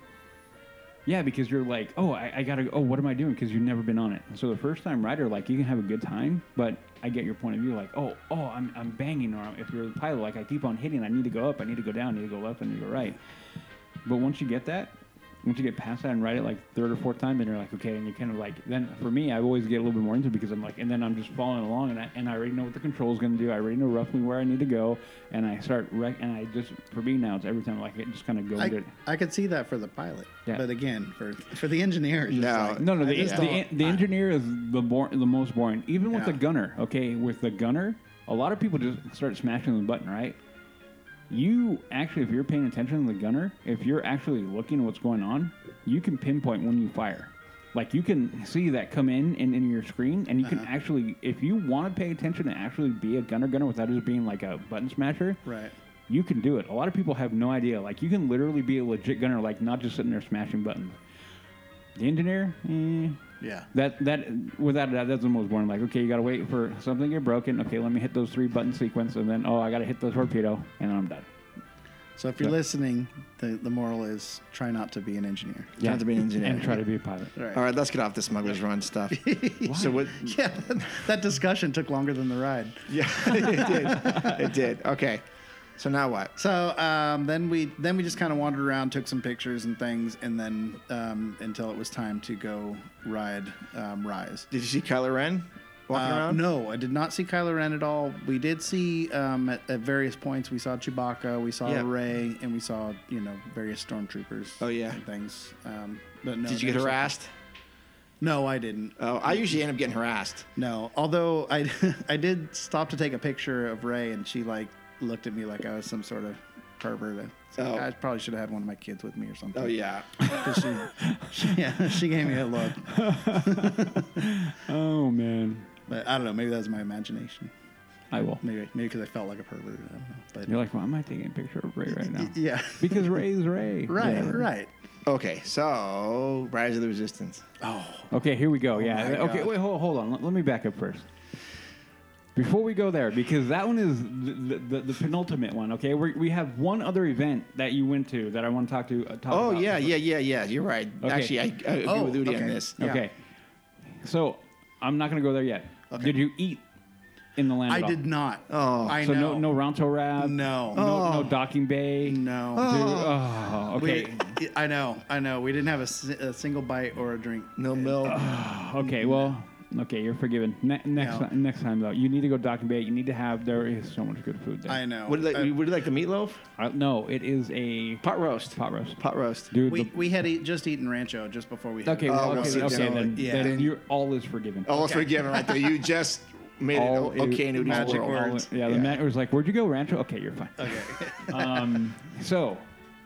Speaker 6: yeah, because you're like, oh, I, I gotta. Oh, what am I doing? Because you've never been on it. So the first time rider, like, you can have a good time, but I get your point of view. Like, oh, oh, I'm, I'm banging, or if you're the pilot, like, I keep on hitting. I need to go up. I need to go down. I need to go left. I need to go right. But once you get that, once you get past that and ride it like third or fourth time, then you're like, okay, and you kind of like, then for me, I always get a little bit more into it because I'm like, and then I'm just following along, and I, and I already know what the control's going to do. I already know roughly where I need to go, and I start rec- and I just for me now, it's every time like it just kind of goes.
Speaker 7: I,
Speaker 6: it.
Speaker 7: I could see that for the pilot,
Speaker 6: Yeah.
Speaker 7: but again, for for the engineer, it's just
Speaker 3: No.
Speaker 7: like-
Speaker 6: No, no, the,
Speaker 7: just
Speaker 6: the,
Speaker 7: don't-
Speaker 6: the engineer is the bor- the most boring. Even with
Speaker 7: Ah. Yeah.
Speaker 6: the gunner, okay, with the gunner, a lot of people just start smashing the button, right? You actually, if you're paying attention to the gunner, if you're actually looking at what's going on, you can pinpoint when you fire. Like you can see that come in and in your screen, and you can
Speaker 7: Uh-huh.
Speaker 6: actually, if you want to pay attention and actually be a gunner gunner without just being like a button smasher,
Speaker 7: Right.
Speaker 6: you can do it. A lot of people have no idea. Like you can literally be a legit gunner, like not just sitting there smashing buttons. The engineer, eh,
Speaker 7: Yeah.
Speaker 6: that that without a doubt, that's the most boring. Like, okay, you gotta wait for something to get broken. Okay, let me hit those three button sequence, and then oh, I gotta hit the torpedo, and then I'm done.
Speaker 7: So if you're listening, the, the moral is try not to be an engineer.
Speaker 3: Yeah. to be an engineer.
Speaker 6: and try to be a pilot.
Speaker 3: All right, let's get off the Smuggler's Run stuff. so what?
Speaker 7: (laughs) Yeah, that, that discussion took longer than the ride.
Speaker 3: Yeah, it did. It did. Okay. So now what?
Speaker 7: So um, then we then we just kind of wandered around, took some pictures and things, and then um, until it was time to go ride um, Rise. Uh,
Speaker 3: Did you see Kylo Ren? Walking around?
Speaker 7: No, I did not see Kylo Ren at all. We did see um, at, at various points. We saw Chewbacca, we saw
Speaker 3: Yeah.
Speaker 7: Ray, and we saw you know various stormtroopers.
Speaker 3: Oh, yeah.
Speaker 7: and things. Um, but no,
Speaker 3: Did you get
Speaker 7: there's-
Speaker 3: harassed?
Speaker 7: No, I didn't.
Speaker 3: Oh, I usually end up getting harassed.
Speaker 7: No, although I (laughs) I did stop to take a picture of Ray, and she like looked at me like I was some sort of pervert. I,
Speaker 3: Oh.
Speaker 7: I probably should have had one of my kids with me or something.
Speaker 3: Oh
Speaker 7: (laughs)
Speaker 3: yeah.
Speaker 7: 'Cause she, she, yeah, she gave me
Speaker 3: (laughs)
Speaker 7: a look.
Speaker 6: Oh man,
Speaker 7: But I don't know. Maybe that was my imagination.
Speaker 6: I will.
Speaker 7: Maybe maybe because I felt like a pervert. I don't know. But
Speaker 6: You're like, well, I'm not taking a picture of Ray right now.
Speaker 7: yeah,
Speaker 6: Because Ray's Ray.
Speaker 7: right,
Speaker 6: Yeah.
Speaker 7: right.
Speaker 3: Okay, so Rise of the Resistance.
Speaker 6: Okay, here we go. yeah.
Speaker 7: my
Speaker 6: Okay,
Speaker 7: God.
Speaker 6: wait, hold, hold on. Let, let me back up first. Before we go there, because that one is the, the, the, the penultimate one. Okay, we we have one other event that you went to that I want to talk to. Uh, talk
Speaker 3: Oh
Speaker 6: about.
Speaker 3: yeah, yeah, yeah, yeah. You're right.
Speaker 6: Okay.
Speaker 3: Actually, I, I agree
Speaker 7: Oh,
Speaker 3: with Udi on
Speaker 7: okay.
Speaker 3: this.
Speaker 7: Yeah.
Speaker 6: Okay. So I'm not gonna go there yet. Did you eat in the land?
Speaker 7: I
Speaker 6: at all?
Speaker 7: did not.
Speaker 3: Oh.
Speaker 7: I
Speaker 6: So
Speaker 7: know.
Speaker 6: no no Ronto Rab.
Speaker 7: No.
Speaker 6: No, no docking bay.
Speaker 7: no.
Speaker 6: Dude, oh, okay.
Speaker 7: We, I know, I know. We didn't have a, si- a single bite or a drink.
Speaker 3: No milk.
Speaker 6: Okay, well, okay, you're forgiven. Ne- next
Speaker 7: No.
Speaker 6: time, next time though, you need to go docking bay. You need to have. There is so much good food there.
Speaker 7: I know.
Speaker 3: Would you like,
Speaker 7: Uh,
Speaker 3: would you like the meatloaf?
Speaker 6: Uh, no, it is a pot,
Speaker 3: Pot roast.
Speaker 6: pot roast.
Speaker 3: Pot roast.
Speaker 6: Dude,
Speaker 7: we Oh,
Speaker 6: the-
Speaker 7: we had eat, just eaten rancho just before we. Had
Speaker 6: okay, well,
Speaker 3: well,
Speaker 6: okay,
Speaker 3: see,
Speaker 6: okay,
Speaker 3: so,
Speaker 6: then,
Speaker 7: yeah.
Speaker 6: then you're all is forgiven.
Speaker 3: Oh, it's forgiven right there. You just made it
Speaker 6: All
Speaker 7: Oh,
Speaker 3: o- okay in
Speaker 6: is-
Speaker 3: Udi's
Speaker 7: magic
Speaker 3: world.
Speaker 7: word.
Speaker 6: all-
Speaker 7: words.
Speaker 6: yeah, the
Speaker 3: Yeah.
Speaker 6: man was like, "Where'd you go, Rancho?" Okay, you're fine.
Speaker 7: Okay.
Speaker 6: (laughs) Um, so,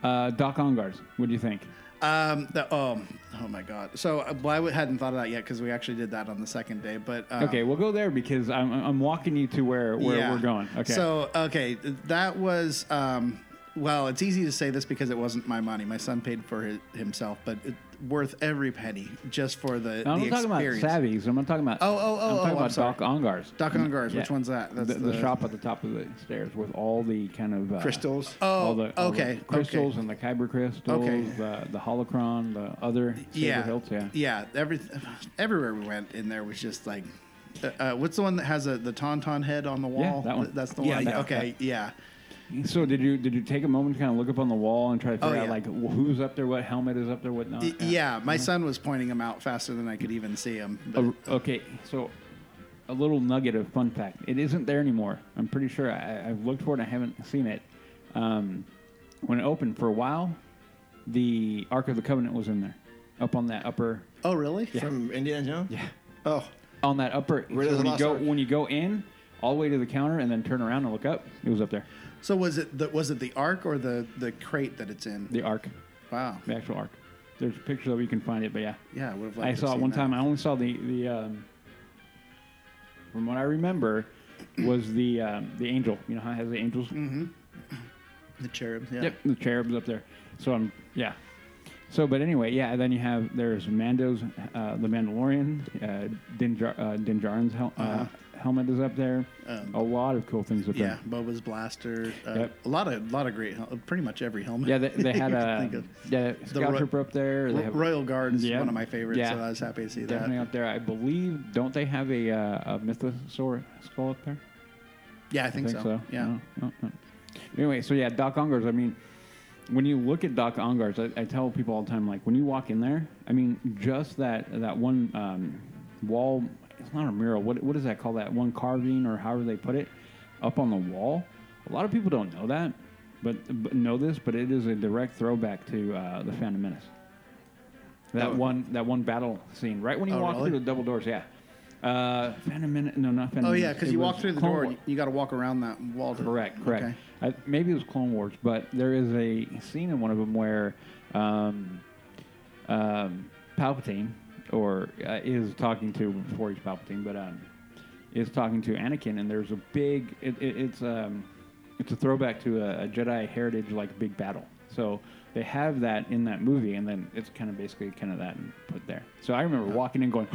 Speaker 6: uh, Doc Ongars, what do you think?
Speaker 7: Um. The, um. Oh my God. So uh, well, I hadn't thought of that yet because we actually did that on the second day. But um,
Speaker 6: Okay, we'll go there because I'm, I'm walking you to where, where
Speaker 7: Yeah.
Speaker 6: we're going. Okay.
Speaker 7: So okay, th- that was um, well. It's easy to say this because it wasn't my money. My son paid for it himself, but it, worth every penny just for the,
Speaker 6: Now, I'm
Speaker 7: the
Speaker 6: not talking
Speaker 7: experience.
Speaker 6: about savvies. I'm not talking about.
Speaker 7: Oh, oh, oh,
Speaker 6: I'm
Speaker 7: oh,
Speaker 6: talking
Speaker 7: I'm
Speaker 6: about
Speaker 7: sorry.
Speaker 6: Doc Ongars.
Speaker 7: Doc Ongars, which one's that?
Speaker 6: The,
Speaker 7: That's
Speaker 6: the
Speaker 7: the-
Speaker 6: shop at the top of the stairs with all the kind of uh,
Speaker 3: Crystals.
Speaker 7: Oh,
Speaker 6: all the, all the
Speaker 7: okay,
Speaker 6: crystals
Speaker 7: okay.
Speaker 6: and the kyber crystals,
Speaker 7: Okay.
Speaker 6: the the holocron, the other saber
Speaker 7: yeah,
Speaker 6: hilts, yeah.
Speaker 7: yeah. Every everywhere we went in there was just like, uh, uh, what's the one that has a, the tauntaun head on the wall?
Speaker 6: that one.
Speaker 7: That's the
Speaker 6: Yeah,
Speaker 7: one.
Speaker 6: yeah.
Speaker 7: okay, yeah.
Speaker 6: So did you did you take a moment to kind of look up on the wall and try to
Speaker 7: Oh,
Speaker 6: figure out
Speaker 7: yeah.
Speaker 6: like wh- who's up there, what helmet is up there, what not?
Speaker 7: Y- Yeah,
Speaker 6: Uh-huh.
Speaker 7: my son was pointing them out faster than I could even see them.
Speaker 6: A- okay, so a little nugget of fun fact. It isn't there anymore. I'm pretty sure I, I've looked for it. I haven't seen it. Um, when it opened for a while, the Ark of the Covenant was in there, up on that upper
Speaker 7: oh, really?
Speaker 3: From Indiana Jones? Yeah. Oh,
Speaker 6: on that upper.
Speaker 3: Where does the
Speaker 6: when you
Speaker 3: Lost
Speaker 6: go
Speaker 3: Ark?
Speaker 6: when you go in, all the way to the counter, and then turn around and look up, it was up there.
Speaker 7: So was it the was it the ark or the the crate that it's in?
Speaker 6: The Ark,
Speaker 7: Wow.
Speaker 6: the actual Ark. There's pictures of it. You can find it, but yeah.
Speaker 7: Yeah, I would have liked
Speaker 6: I
Speaker 7: to
Speaker 6: saw it
Speaker 7: seen
Speaker 6: one
Speaker 7: that.
Speaker 6: time. I only saw the the um, from what I remember was the um, the angel. You know how it has the angels?
Speaker 7: Mm-hmm. The cherubs. Yeah.
Speaker 6: Yep, the cherubs up there. So I'm yeah. So but anyway, yeah. Then you have there's Mando's uh, the Mandalorian, uh, Dinjar, uh, Dinjarin's hel- uh, helmet is up there. a lot of cool things up
Speaker 7: Uh-huh. Um, Yeah,
Speaker 6: there.
Speaker 7: Boba's blaster. Uh,
Speaker 6: Yep.
Speaker 7: A lot of lot of great, hel- pretty much every (laughs) helmet.
Speaker 6: Yeah, they, they had
Speaker 7: you can
Speaker 6: a
Speaker 7: think of.
Speaker 6: the scout
Speaker 7: Ro-
Speaker 6: trooper up there. They
Speaker 7: Ro-
Speaker 6: have,
Speaker 7: Royal Guard is
Speaker 6: Yeah.
Speaker 7: one of my favorites,
Speaker 6: Yeah.
Speaker 7: so I was happy to see
Speaker 6: definitely
Speaker 7: that.
Speaker 6: up there. I believe don't they have a uh, a mythosaur skull up there?
Speaker 7: Yeah, I think, so. Yeah.
Speaker 6: No, no, no. Anyway, so yeah, Doc Ongars. I mean, when you look at Doc Ongars, I, I tell people all the time, like when you walk in there, I mean, just that that one um, wall. It's not a mural. What what is that called? That one carving or however they put it up on the wall. A lot of people don't know that, but, but know this. But it is a direct throwback to uh, the Phantom Menace. That
Speaker 3: Oh.
Speaker 6: one that one battle scene. Right when you
Speaker 7: Oh,
Speaker 6: walk
Speaker 7: really?
Speaker 6: through the double doors, yeah. Uh, Phantom Menace. No, not Phantom.
Speaker 7: Oh yeah,
Speaker 6: Menace.
Speaker 7: because
Speaker 6: It
Speaker 7: you
Speaker 6: was
Speaker 7: walk through the
Speaker 6: Clone
Speaker 7: door,
Speaker 6: War-
Speaker 7: and you got to walk around that wall. to-
Speaker 6: Correct, correct.
Speaker 7: Okay.
Speaker 6: I, maybe it was Clone Wars, but there is a scene in one of them where um, um, Palpatine, or uh, is talking to before he's Palpatine, but um, is talking to Anakin, and there's a big. It, it, it's um, it's a throwback to a, a Jedi heritage like big battle. So they have that in that movie, and then it's kind of basically kind of that put there. So I remember walking in going.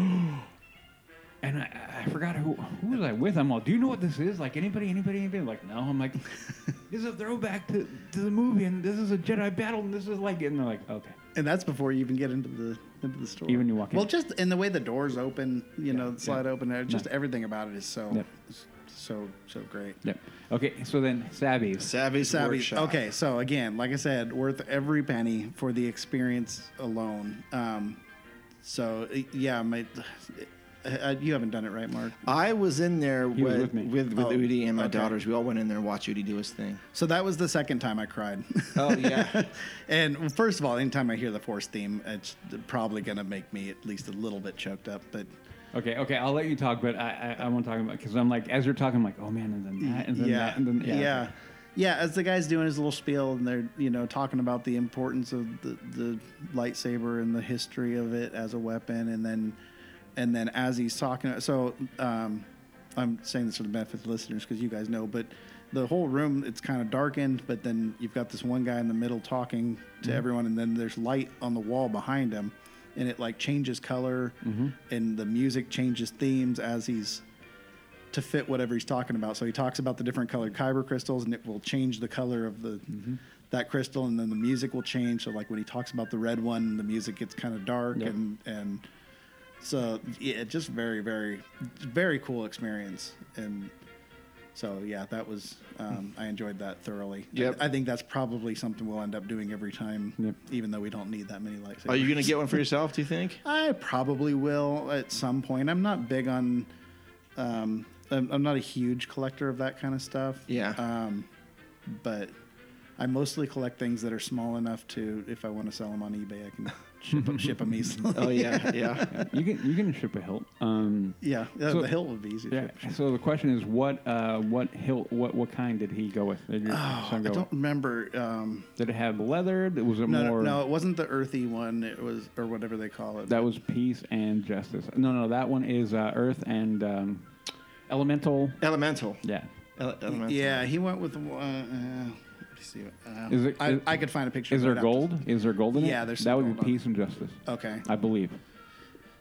Speaker 6: And I, I forgot who who was I with. I'm all, do you know what this is? Like anybody, anybody, anybody? Like no. I'm like, (laughs) this is a throwback to, to the movie, and this is a Jedi battle, and this is like, and they're like, okay.
Speaker 7: And that's before you even get into the into the store.
Speaker 6: Even you walk in.
Speaker 7: Well, just in the way the doors open, you know, slide open, uh, just
Speaker 6: No.
Speaker 7: everything about it is so
Speaker 6: Yep.
Speaker 7: so so great.
Speaker 6: Yep. Okay. So then, Savvy's.
Speaker 3: Savvy
Speaker 7: Savvy.
Speaker 3: Workshop.
Speaker 7: Okay, so again, like I said, worth every penny for the experience alone. Um, so uh, yeah, my, uh, you haven't done it right, Mark.
Speaker 3: I was in there
Speaker 6: was
Speaker 3: with
Speaker 6: with me.
Speaker 3: with, with
Speaker 7: Oh,
Speaker 3: Udi and my
Speaker 7: okay.
Speaker 3: daughters. We all went in there and watched Udi do his thing.
Speaker 7: So that was the second time I cried. (laughs)
Speaker 3: Oh (laughs) yeah,
Speaker 7: and first of all, anytime I hear the Force theme, it's probably going to make me at least a little bit choked up. But
Speaker 6: Okay, okay, I'll let you talk, but I I, I won't talk about because I'm like as you're talking, I'm like, oh man, and then that, and then
Speaker 7: yeah,
Speaker 6: that, and then
Speaker 7: yeah, yeah, As the guy's doing his little spiel, and they're you know talking about the importance of the, the lightsaber and the history of it as a weapon, and then and then as he's talking, so um, I'm saying this for the benefit of the listeners because you guys know, but the whole room it's kind of darkened, but then you've got this one guy in the middle talking
Speaker 6: Mm-hmm.
Speaker 7: to everyone, and then there's light on the wall behind him. And it like changes color,
Speaker 6: Mm-hmm.
Speaker 7: and the music changes themes as he's to fit whatever he's talking about. So he talks about the different colored kyber crystals, and it will change the color of the
Speaker 6: Mm-hmm.
Speaker 7: that crystal, and then the music will change. So like when he talks about the red one, the music gets kind of dark,
Speaker 6: Yep.
Speaker 7: and and so yeah, just very very very cool experience, and so yeah, that was um, I enjoyed that thoroughly.
Speaker 3: Yep.
Speaker 7: I, I think that's probably something we'll end up doing every time,
Speaker 6: Yep.
Speaker 7: even though we don't need that many lightsabers.
Speaker 3: are you gonna get one for yourself? Do you think?
Speaker 7: I probably will at some point. I'm not big on. Um, I'm, I'm not a huge collector of that kind of stuff.
Speaker 3: Yeah. (laughs)
Speaker 7: Um, but I mostly collect things that are small enough to, if I want to sell them on eBay, I
Speaker 6: (laughs)
Speaker 7: can ship, ship them easily.
Speaker 3: Oh yeah, yeah.
Speaker 6: You can you can ship a hilt. Um,
Speaker 7: (laughs) yeah. yeah,
Speaker 6: So-
Speaker 7: the hilt would be easy. to
Speaker 6: yeah.
Speaker 7: ship.
Speaker 6: So the question is, what uh what hilt what what kind did he go with? Did your
Speaker 7: Oh, I
Speaker 6: son go
Speaker 7: don't
Speaker 6: with?
Speaker 7: remember. Um,
Speaker 6: Did it have leather? Was it
Speaker 7: no, no,
Speaker 6: more?
Speaker 7: no, it wasn't the earthy one. It was, or whatever they call it.
Speaker 6: That was peace and justice. No, no, that one is uh, earth and um, elemental.
Speaker 3: Elemental.
Speaker 6: Yeah.
Speaker 3: Ele- elemental.
Speaker 7: Uh, Yeah, he went with. Uh, uh, let me see. Uh,
Speaker 6: Is it?
Speaker 7: I,
Speaker 6: is-
Speaker 7: I could find a picture.
Speaker 6: Is
Speaker 7: of it
Speaker 6: there
Speaker 7: after-
Speaker 6: gold? Is there gold in it?
Speaker 7: Yeah, there's
Speaker 6: That
Speaker 7: some
Speaker 6: would
Speaker 7: gold
Speaker 6: be
Speaker 7: on
Speaker 6: peace and justice.
Speaker 7: Okay.
Speaker 6: I believe.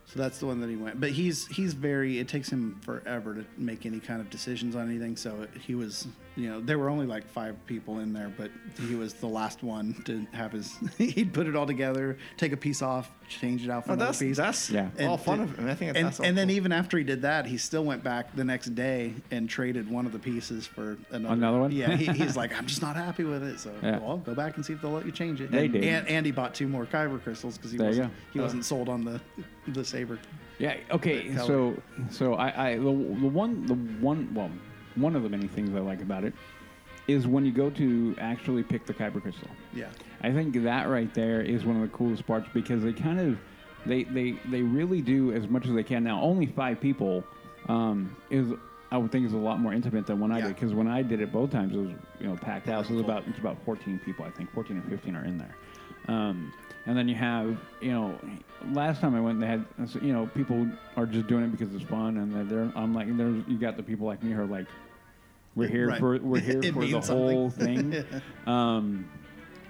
Speaker 7: So that's the one that he went. But he's he's very. It takes him forever to make any kind of decisions on anything. So he was, you know, there were only like five people in there, but he was the last one to have his. (laughs) he'd put it all together, take a piece off, change it out for
Speaker 3: Oh,
Speaker 7: another
Speaker 3: that's
Speaker 7: piece.
Speaker 3: that's
Speaker 6: Yeah.
Speaker 3: all
Speaker 7: And-
Speaker 3: fun of him. I think
Speaker 7: and,
Speaker 3: that's all
Speaker 7: and then
Speaker 3: cool.
Speaker 7: even after he did that, he still went back the next day and traded one of the pieces for another,
Speaker 6: Another one?
Speaker 7: Yeah, he,
Speaker 6: (laughs)
Speaker 7: he's like, I'm just not happy with it, so
Speaker 6: Yeah.
Speaker 7: well, go back and see if they'll let you change it.
Speaker 6: They
Speaker 7: and,
Speaker 6: did.
Speaker 7: And, and he bought two more kyber crystals because he
Speaker 6: There you
Speaker 7: wasn't,
Speaker 6: go.
Speaker 7: he wasn't sold on the the saber.
Speaker 6: Yeah. Okay.
Speaker 7: The color.
Speaker 6: So, so I, I the, the one, the one, well, one of the many things I like about it is when you go to actually pick the kyber crystal.
Speaker 7: Yeah.
Speaker 6: I think that right there is one of the coolest parts because they kind of, they, they, they really do as much as they can. Now, only five people um, is, I would think, is a lot more intimate than when I
Speaker 7: Yeah.
Speaker 6: did because when I did it both times, it was you know packed house. It was about it's about 14 people, I think, 14 or 15 are in there. Um, and then you have, you know, last time I went, they had, you know, people are just doing it because it's fun, and they're- they're, I'm like, there's, you got the people like me who are like, we're here
Speaker 7: Right.
Speaker 6: for, we're here
Speaker 7: (laughs) It
Speaker 6: for the
Speaker 7: means something.
Speaker 6: whole
Speaker 7: (laughs)
Speaker 6: thing. um,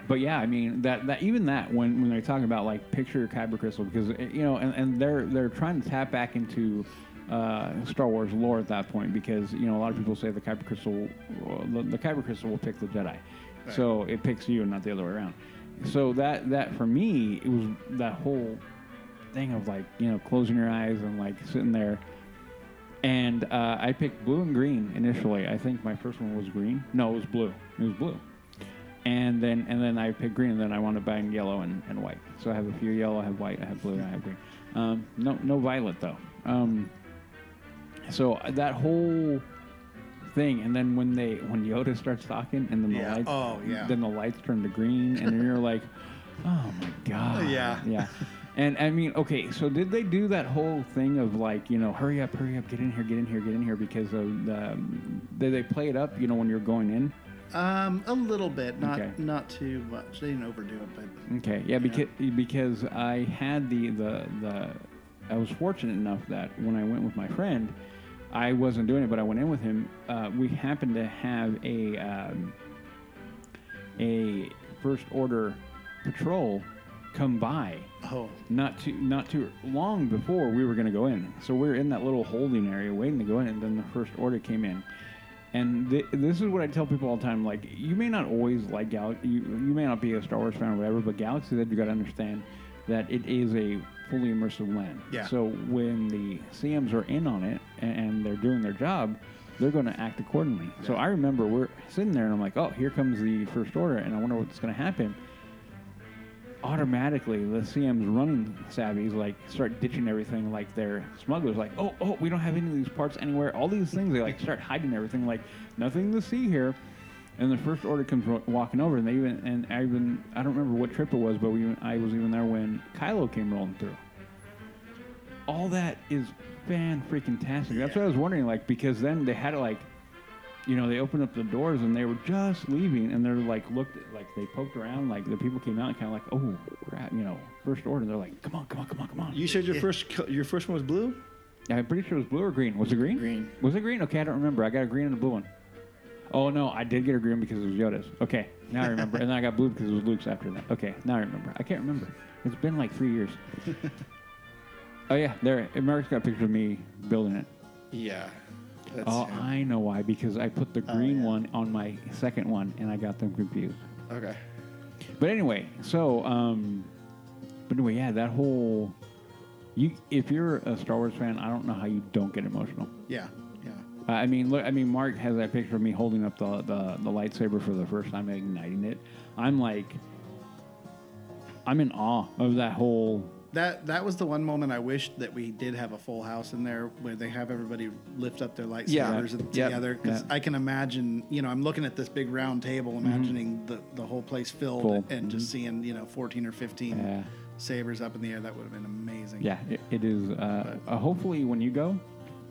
Speaker 6: but yeah, I mean that, that even that when, when they're talking about like picture your kyber crystal because eh, you know and, and they're they're trying to tap back into uh, Star Wars lore at that point because you know a lot of people say the kyber crystal uh, the, the kyber crystal will pick the Jedi, so it picks you and not the other way around. So that that for me it was that whole thing of like you know closing your eyes and like sitting there and uh, I picked blue and green initially. I think my first one was green. No, it was blue. It was blue. And then and then I picked green, and then I wound up buying yellow and, and white. So I have a few yellow, I have white, I have blue, and I have green. Um, no no violet though. Um, so that whole thing, and then when they when Yoda starts talking, and then the
Speaker 7: Yeah.
Speaker 6: lights
Speaker 7: Oh, yeah.
Speaker 6: then the lights turn to green, and then you're
Speaker 7: (laughs)
Speaker 6: like, oh my god,
Speaker 7: Yeah.
Speaker 6: yeah. And I mean, okay, so did they do that whole thing of like, you know, hurry up, hurry up, get in here, get in here, get in here, because of the, did they play it up, you know, when you're going in?
Speaker 7: Um, a little bit, not
Speaker 6: Okay. Mm.
Speaker 7: not too much. They didn't overdo it, but
Speaker 6: Okay, yeah, because because I had the the the I was fortunate enough that when I went with my friend, I wasn't doing it, but I went in with him. Uh, we happened to have a um, a first order patrol come by.
Speaker 7: oh,
Speaker 6: Not too not too long before we were going to go in, so we were in that little holding area waiting to go in, and then the first order came in. And th- this is what I tell people all the time: like, you may not always like Galaxy, you, you may not be a Star Wars fan or whatever, but Galaxy Edge, you got to understand that it is a fully immersive land.
Speaker 7: Yeah.
Speaker 6: So when the CMs are in on it and, and they're doing their job, they're going to act accordingly. So I remember we're sitting there, and I'm like, "Oh, here comes the First Order," and I wonder what's going to happen automatically the CMs running savvies like start ditching everything like they're smugglers like oh oh we don't have any of these parts anywhere all these things they like start hiding everything like nothing to see here and the first order comes wa- walking over and they even and I even I don't remember what trip it was but we I was even there when Kylo came rolling through all that is fan freaking tastic that's what I was wondering like because then they had it like you know, they opened up the doors and they were just leaving, and they're like looked like they poked around, like the people came out and kind of like, oh crap, you know, first order. They're like, come on, come on, come on, come on.
Speaker 10: You said your first co- your first one was blue.
Speaker 6: I'm pretty sure it was blue or green. Was it green?
Speaker 3: Green.
Speaker 6: Was it green? Okay, I don't remember. I got a green and a blue one. Oh no, I did get a green because it was Yoda's. Okay, now I remember. and then I got blue because it was Luke's after that. Okay, now I remember. I can't remember. It's been like three
Speaker 3: (laughs)
Speaker 6: years. oh yeah, there. America's got a picture of me building it.
Speaker 3: Yeah. That's,
Speaker 6: Oh,
Speaker 3: him.
Speaker 6: I know why. Because I put the green
Speaker 3: yeah.
Speaker 6: one on my second one, and I got them confused.
Speaker 3: okay.
Speaker 6: But anyway, so um, but anyway, yeah, that whole you. If you're a Star Wars fan, I don't know how you don't get emotional.
Speaker 7: Yeah, yeah.
Speaker 6: Uh, I mean, look. I mean, Mark has that picture of me holding up the, the the lightsaber for the first time, and igniting it. I'm like, I'm in awe of that whole.
Speaker 7: That that was the one moment I wished that we did have a full house in there where they have everybody lift up their lightsabers
Speaker 3: Yeah.
Speaker 7: and
Speaker 3: Yep.
Speaker 7: together because
Speaker 6: Yeah. Mm-hmm.
Speaker 7: I can imagine you know I'm looking at this big round table imagining the, the whole place filled
Speaker 6: Full. Mm-hmm.
Speaker 7: and just seeing you know 14 or 15
Speaker 6: Yeah.
Speaker 7: sabers up in the air that would have been amazing
Speaker 6: Yeah, it, it is. Uh, uh, hopefully, when you go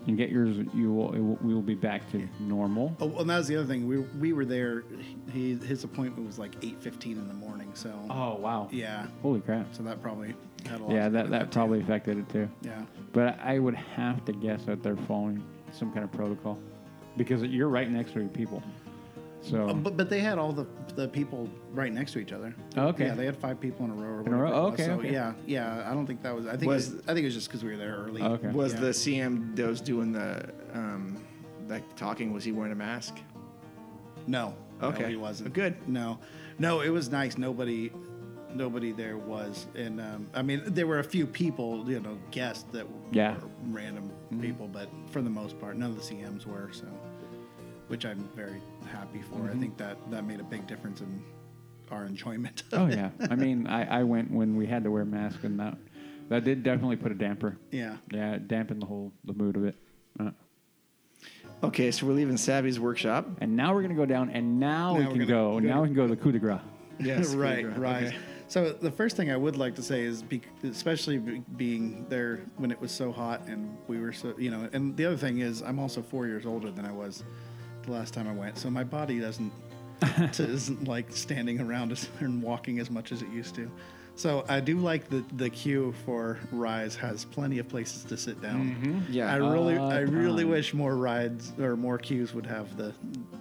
Speaker 6: and get yours, you will, it will we will be back to normal.
Speaker 7: oh and that was the other thing we we were there he his appointment was like 8:15 in the morning so
Speaker 6: Oh wow!
Speaker 7: yeah
Speaker 6: Holy crap!
Speaker 7: so that probably had a lot
Speaker 6: Yeah,
Speaker 7: to do
Speaker 6: that
Speaker 7: with
Speaker 6: that
Speaker 7: too.
Speaker 6: probably affected it too.
Speaker 7: yeah
Speaker 6: But I would have to guess that they're following some kind of protocol because you're right next to your people. So
Speaker 7: Uh, But, but they had all the, the people right next to each other.
Speaker 6: Oh, Okay.
Speaker 7: Yeah, they had five people in a row. Or
Speaker 6: In a row?
Speaker 7: whatever it was.
Speaker 6: Okay,
Speaker 7: So,
Speaker 6: okay.
Speaker 7: Yeah, yeah. I don't think that was. I think
Speaker 3: Was-
Speaker 7: it was, I think it was just because we were there early.
Speaker 6: Oh, Okay.
Speaker 3: Was
Speaker 7: Yeah.
Speaker 3: the CM that was doing the um, like talking? Was he wearing a mask?
Speaker 7: No. No,
Speaker 3: Okay.
Speaker 7: he wasn't.
Speaker 3: Good.
Speaker 7: No, no. It was nice. Nobody, nobody there was, and um, I mean, there were a few people, you know, guests that
Speaker 6: Yeah. Mm-hmm.
Speaker 7: were random people, but for the most part, none of the CMs were. So, which I'm very happy for.
Speaker 6: Mm-hmm.
Speaker 7: I think that that made a big difference in our enjoyment. (laughs)
Speaker 6: oh yeah, I mean I, I went when we had to wear masks and that that did definitely put a damper.
Speaker 7: yeah.
Speaker 6: Yeah, it dampened the whole the mood of it. Uh,
Speaker 3: Okay, so we're leaving Savvy's workshop.
Speaker 6: and now we're gonna go down, and now,
Speaker 7: Now
Speaker 6: we
Speaker 7: we're
Speaker 6: can
Speaker 7: gonna
Speaker 6: go.
Speaker 7: go-
Speaker 6: Now we can go to the coup de grace.
Speaker 7: (laughs)
Speaker 3: Yes.
Speaker 7: right,
Speaker 3: Kudra.
Speaker 7: right.
Speaker 3: Okay.
Speaker 7: So the first thing I would like to say is, bec especially be- being there when it was so hot and we were so, you know, and the other thing is, I'm also four years older than I was the last time I went, so my
Speaker 3: (laughs)
Speaker 7: body doesn't to, isn't like standing around as, (laughs) and walking as much as it used to. So I do like that the queue for rides has plenty of places to sit down.
Speaker 3: Yeah.
Speaker 7: I really,
Speaker 6: Uh,
Speaker 7: I really
Speaker 6: um,
Speaker 7: wish more rides or more queues would have the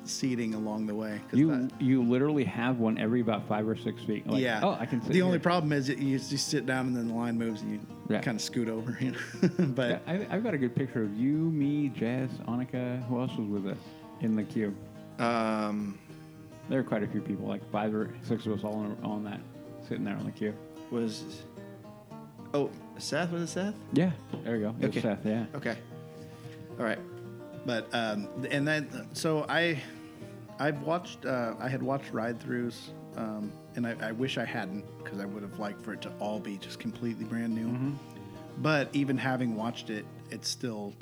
Speaker 7: seating along the way. 'cause
Speaker 6: You
Speaker 7: that-
Speaker 6: you literally have one every about five or six feet. Like,
Speaker 7: yeah.
Speaker 6: Oh, I can. sit
Speaker 7: The only
Speaker 6: here.
Speaker 7: problem is that you just sit down and then the line moves and you
Speaker 6: Yeah.
Speaker 7: kind of scoot over. You know? (laughs) but
Speaker 6: Yeah, I, I've got a good picture of you, me, Jess, Annika. Who else was with us in the queue?
Speaker 3: Um,
Speaker 6: There were quite a few people, like five or six of us all on, on that, sitting there on the queue.
Speaker 3: was oh Seth? Was it Seth?
Speaker 6: Yeah, there we go. It was
Speaker 3: Okay.
Speaker 6: Seth, yeah.
Speaker 3: Okay. All right.
Speaker 7: but um, and then so I I've watched uh, I had watched ride throughs um, and I, I wish I hadn't because I would have liked for it to all be just completely brand new.
Speaker 6: Mm-hmm.
Speaker 7: But even having watched it, it's still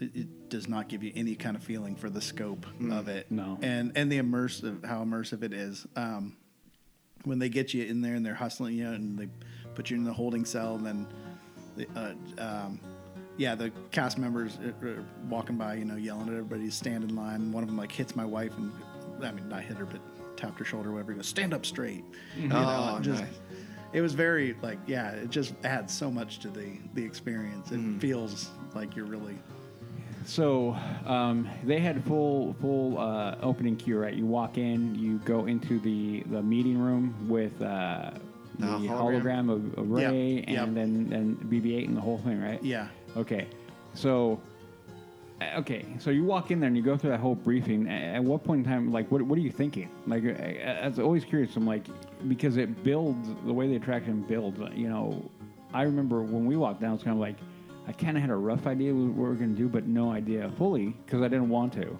Speaker 7: it, it does not give you any kind of feeling for the scope of it.
Speaker 6: Mm. No.
Speaker 7: and and the immersive how immersive it is. Um, when they get you in there and they're hustling you and they put you in the holding cell and then the, uh, um, yeah the cast members uh, uh, walking by you know yelling at everybody stand in line one of them like hits my wife and i mean not hit her but tapped her shoulder or whatever goes stand up straight you know,
Speaker 3: Oh,
Speaker 7: and just,
Speaker 3: nice.
Speaker 7: it was very like yeah it just adds so much to the the experience it
Speaker 3: Mm.
Speaker 7: feels like you're really
Speaker 6: So um, they had full full uh, opening queue, right? You walk in, you go into the, the meeting room with uh,
Speaker 3: The
Speaker 6: the hologram,
Speaker 3: hologram.
Speaker 6: of, of Ray
Speaker 7: Yep,
Speaker 6: and
Speaker 7: yep.
Speaker 6: then and BB-8 and the whole thing, right?
Speaker 7: yeah
Speaker 6: Okay, so uh, okay, so you walk in there and you go through that whole briefing. A- At what point in time, like, what, what are you thinking? Like, I, I was always curious. I'm like, because it builds the way the attraction builds. uh, You know, I remember when we walked down, it's kind of like I kind of had a rough idea what we were going to do, but no idea fully because I didn't want to.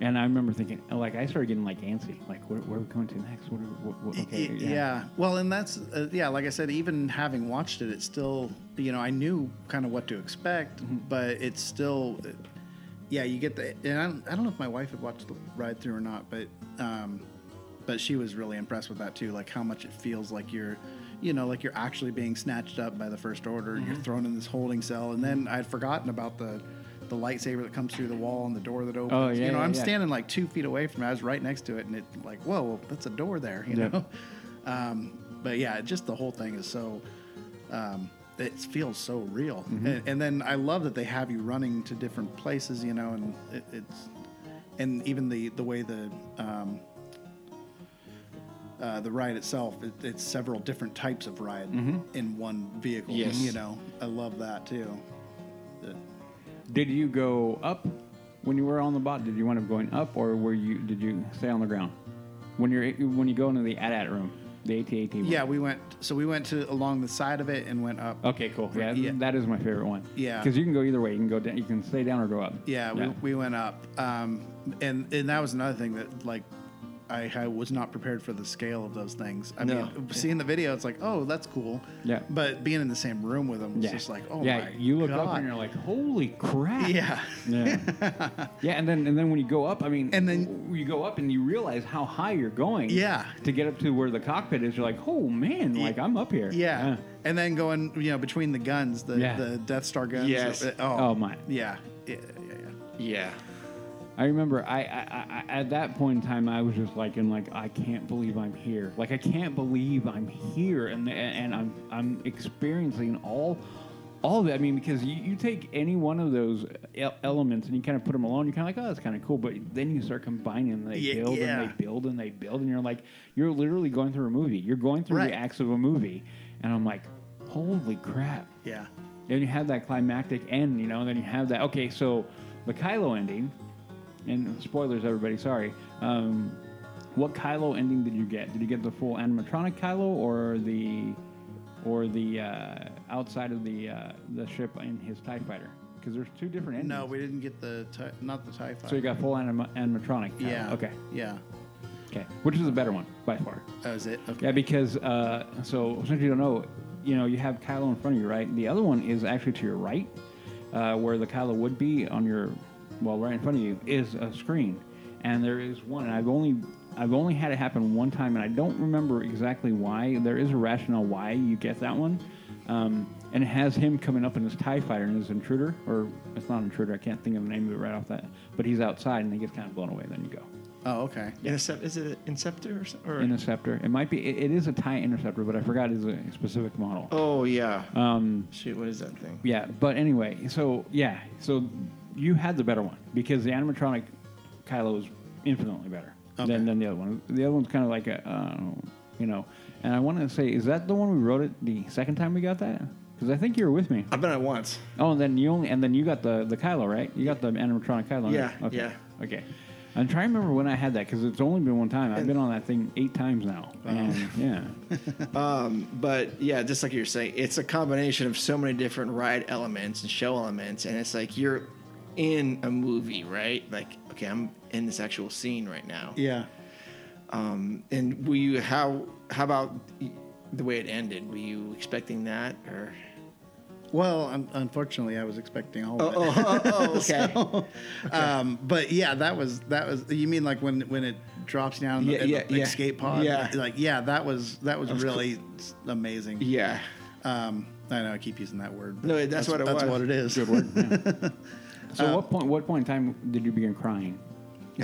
Speaker 6: And I remember thinking, like, I started getting like antsy, like, where, where are we going to next? What, are, what, what okay,
Speaker 7: yeah. yeah. Well, and that's uh, yeah. Like I said, even having watched it, it's still you know I knew kind of what to expect, but it's still uh, yeah. You get the and I don't, I don't know if my wife had watched the ride through or not, but um, but she was really impressed with that too. Like how much it feels like you're. You know, like you're actually being snatched up by the first order. and You're thrown in this holding cell, and then I'd forgotten about the, the lightsaber that comes through the wall and the door that opens.
Speaker 6: Oh, yeah,
Speaker 7: you know,
Speaker 6: yeah, yeah.
Speaker 7: I'm standing standing like two feet away from it. I was right next to it, and it like, whoa, that's a door there, you
Speaker 6: Yeah.
Speaker 7: know. (laughs) Um, but yeah, just the whole thing is so. Um, it feels so real,
Speaker 6: Mm-hmm.
Speaker 7: and, and then I love that they have you running to different places, you know, and it, it's, and even the the way the um, uh, the ride itself, it, it's several different types of ride
Speaker 6: Mm-hmm.
Speaker 7: in one vehicle.
Speaker 3: Yes.
Speaker 7: you know, I love that too.
Speaker 6: Did you go up when you were on the bot? Did you wind up going up, or were you? Did you stay on the ground when you're when you go into the AT-AT room, the AT-AT room?
Speaker 7: Yeah, we went. So we went to along the side of it and went up.
Speaker 6: Okay, cool. Yeah,
Speaker 7: Yeah.
Speaker 6: that is my favorite one.
Speaker 7: Yeah.
Speaker 6: because you can go either way. You can go down. You can stay down or go up.
Speaker 7: Yeah, we, we went up, um, and and that was another thing that like I, I was not prepared for the scale of those things. I
Speaker 3: No.
Speaker 7: mean, seeing the video, it's like, oh, that's cool.
Speaker 6: Yeah.
Speaker 7: But being in the same room with them was just like, oh
Speaker 6: yeah.
Speaker 7: my
Speaker 6: you look
Speaker 7: God.
Speaker 6: up and you're like, holy crap.
Speaker 7: yeah, (laughs)
Speaker 6: Yeah. yeah, and then and then when you go up, I mean,
Speaker 7: And then-
Speaker 6: you go up and you realize how high you're going.
Speaker 7: Yeah.
Speaker 6: To get up to where the cockpit is, you're like, oh man, like I'm up here.
Speaker 7: yeah. And then going, you know, between the guns, the
Speaker 6: Yeah.
Speaker 7: the Death Star guns.
Speaker 3: Yes.
Speaker 7: uh,
Speaker 6: Oh,
Speaker 7: Oh,
Speaker 6: my.
Speaker 7: Yeah. Yeah. Yeah. yeah.
Speaker 3: Yeah.
Speaker 6: I remember I, I, I at that point in time I was just like in like I can't believe I'm here. Like I can't believe I'm here and and I'm I'm experiencing all all of it. I mean because you, you take any one of those el- elements and you kind of put them alone, you're kind of like oh that's kind of cool, but then you start combining them. They
Speaker 7: Yeah,
Speaker 6: build
Speaker 7: yeah.
Speaker 6: and they build and they build and you're like you're literally going through a movie. You're going through
Speaker 7: Right.
Speaker 6: the acts of a movie and I'm like holy crap.
Speaker 7: yeah.
Speaker 6: Then you have that climactic end, you know, and then you have that. Okay, so the Kylo ending, and spoilers, everybody, sorry. Um, what Kylo ending did you get? Did you get the full animatronic Kylo, or the, or the uh, outside of the uh, the ship in his Tie Fighter? Because there's two different endings.
Speaker 7: No, we didn't get the ti- not the Tie Fighter.
Speaker 6: So you got full anima- animatronic. Kylo.
Speaker 7: yeah.
Speaker 6: Okay.
Speaker 7: Yeah.
Speaker 6: Okay. Which is the better one by far?
Speaker 7: That was it. Okay.
Speaker 6: Yeah, because uh, so since you don't know, you know you have Kylo in front of you, right? The other one is actually to your right, uh, where the Kylo would be on your, well, right in front of you is a screen, and there is one. And I've only I've only had it happen one time, and I don't remember exactly why. There is a rationale why you get that one, um, and it has him coming up in his Tie Fighter and his intruder, or it's not an intruder. I can't think of the name of it right off that, but he's outside and he gets kind of blown away. Then you go.
Speaker 7: Oh, okay.
Speaker 3: Intercept, is it an Inceptor or something? Or?
Speaker 6: Interceptor. It might be. It, it is a tie interceptor, but I forgot it's a specific model.
Speaker 3: oh, yeah. Um, Shoot, what is that thing?
Speaker 6: Yeah, but anyway, so yeah, so you had the better one because the animatronic Kylo is infinitely better
Speaker 7: Okay.
Speaker 6: than, than the other one. The other one's kind of like a, uh, you know. And I want to say, is that the one we wrote it the second time we got that? Because I think you were with me.
Speaker 3: I've been at once.
Speaker 6: Oh, and then you only, and then you got the the Kylo, right? You got the animatronic Kylo. right?
Speaker 3: Yeah,
Speaker 6: Okay.
Speaker 3: yeah.
Speaker 6: Okay. I'm trying to remember when I had that because it's only been one time. I've been on that thing eight times now.
Speaker 3: Oh.
Speaker 6: And, yeah.
Speaker 3: But yeah, just like you're saying, it's a combination of so many different ride elements and show elements, and it's like you're in a movie, right? Like, okay, I'm in this actual scene right now.
Speaker 7: Yeah.
Speaker 3: And were you how how about the way it ended? Were you expecting that or?
Speaker 7: Well, un unfortunately, I was expecting all of it. (laughs)
Speaker 3: okay.
Speaker 7: Um, but yeah, that was that was. You mean like when when it drops down in the,
Speaker 3: Yeah,
Speaker 7: in the
Speaker 3: yeah, yeah.
Speaker 7: escape pod?
Speaker 3: Yeah.
Speaker 7: Like yeah, that was that was,
Speaker 3: was
Speaker 7: really amazing.
Speaker 3: yeah.
Speaker 7: Um, I know I keep using that word. but
Speaker 3: No, that's what it
Speaker 7: that's
Speaker 3: was.
Speaker 7: what it is.
Speaker 6: So
Speaker 7: Uh,
Speaker 6: what point? What point in time did you begin crying?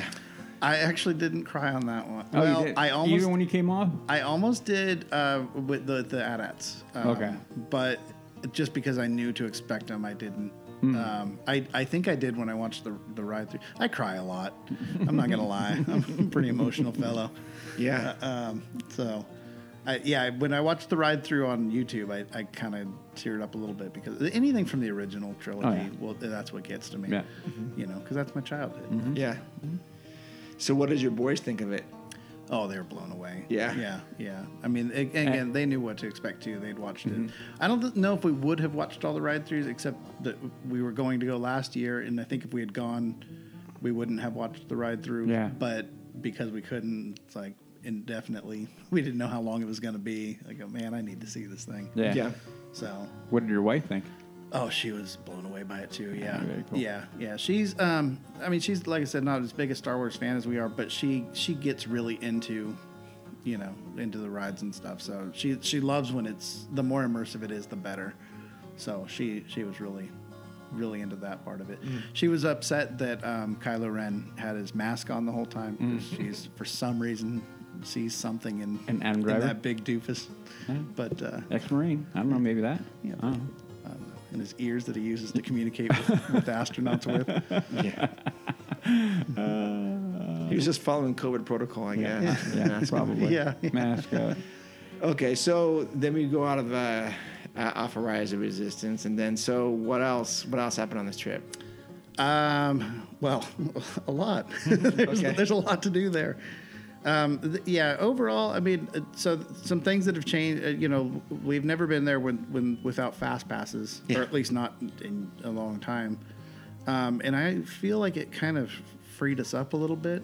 Speaker 7: (laughs) I actually didn't cry on that one.
Speaker 6: Oh, you
Speaker 7: well,
Speaker 6: did.
Speaker 7: I almost
Speaker 6: even when you came off.
Speaker 7: I almost did uh, with the the AT-ATs. Um,
Speaker 6: Okay.
Speaker 7: But just because I knew to expect them, I didn't.
Speaker 3: Hmm.
Speaker 7: Um, I I think I did when I watched the the ride through. I cry a lot. I'm not gonna lie. (laughs) I'm a pretty emotional fellow. (laughs)
Speaker 3: Yeah.
Speaker 7: Um, so, I, yeah, when I watched the ride through on YouTube, I, I kind of teared up a little bit because anything from the original trilogy,
Speaker 6: Oh, yeah.
Speaker 7: well, that's what gets to me.
Speaker 6: Yeah. Mm-hmm.
Speaker 7: You know, because that's my childhood.
Speaker 3: Yeah. So what does your boys think of it?
Speaker 7: Oh, they were blown away.
Speaker 3: Yeah.
Speaker 7: yeah, yeah. I mean, a- again, they knew what to expect too. They'd watched it.
Speaker 6: Mm-hmm.
Speaker 7: I don't th- know if we would have watched all the ride throughs, except that we were going to go last year, and I think if we had gone we wouldn't have watched the ride through.
Speaker 6: Yeah.
Speaker 7: But because we couldn't, it's like indefinitely. (laughs) We didn't know how long it was going to be. I go, man, I need to see this thing.
Speaker 6: Yeah.
Speaker 3: Yeah.
Speaker 7: So
Speaker 6: What did your wife think?
Speaker 7: Oh, she was blown away by it too. Yeah,
Speaker 6: very cool.
Speaker 7: yeah, yeah. She's, um, I mean, she's like I said, not as big a Star Wars fan as we are, but she she gets really into, you know, into the rides and stuff. So she she loves when it's the more immersive it is, the better. So she she was really, really into that part of it.
Speaker 6: Mm.
Speaker 7: She was upset that um, Kylo Ren had his mask on the whole time. 'cause She's for some reason sees something in
Speaker 6: Mm. An Adam
Speaker 7: in
Speaker 6: Driver?
Speaker 7: that big doofus,
Speaker 6: Yeah.
Speaker 7: but uh,
Speaker 6: Ex-marine. I don't know. Maybe that.
Speaker 7: Yeah.
Speaker 6: I don't know.
Speaker 7: um, and his ears that he uses to communicate with, with astronauts with.
Speaker 6: (laughs)
Speaker 3: Yeah. he was just following COVID protocol, I
Speaker 6: Yeah.
Speaker 3: guess.
Speaker 6: Yeah,
Speaker 3: (laughs)
Speaker 6: probably.
Speaker 7: Yeah, yeah.
Speaker 6: Mask up.
Speaker 3: Okay, so then we go out of uh, uh, off a rise of resistance, and then so what else? What else happened on this trip?
Speaker 7: Um, well, (laughs) a lot. (laughs) there's,
Speaker 3: Okay.
Speaker 7: there's a lot to do there. Um, th- yeah, overall, I mean, uh, so th- some things that have changed. Uh, you know, we've never been there when, when without fast passes, or at least not in a long time. Um, and I feel like it kind of freed us up a little bit.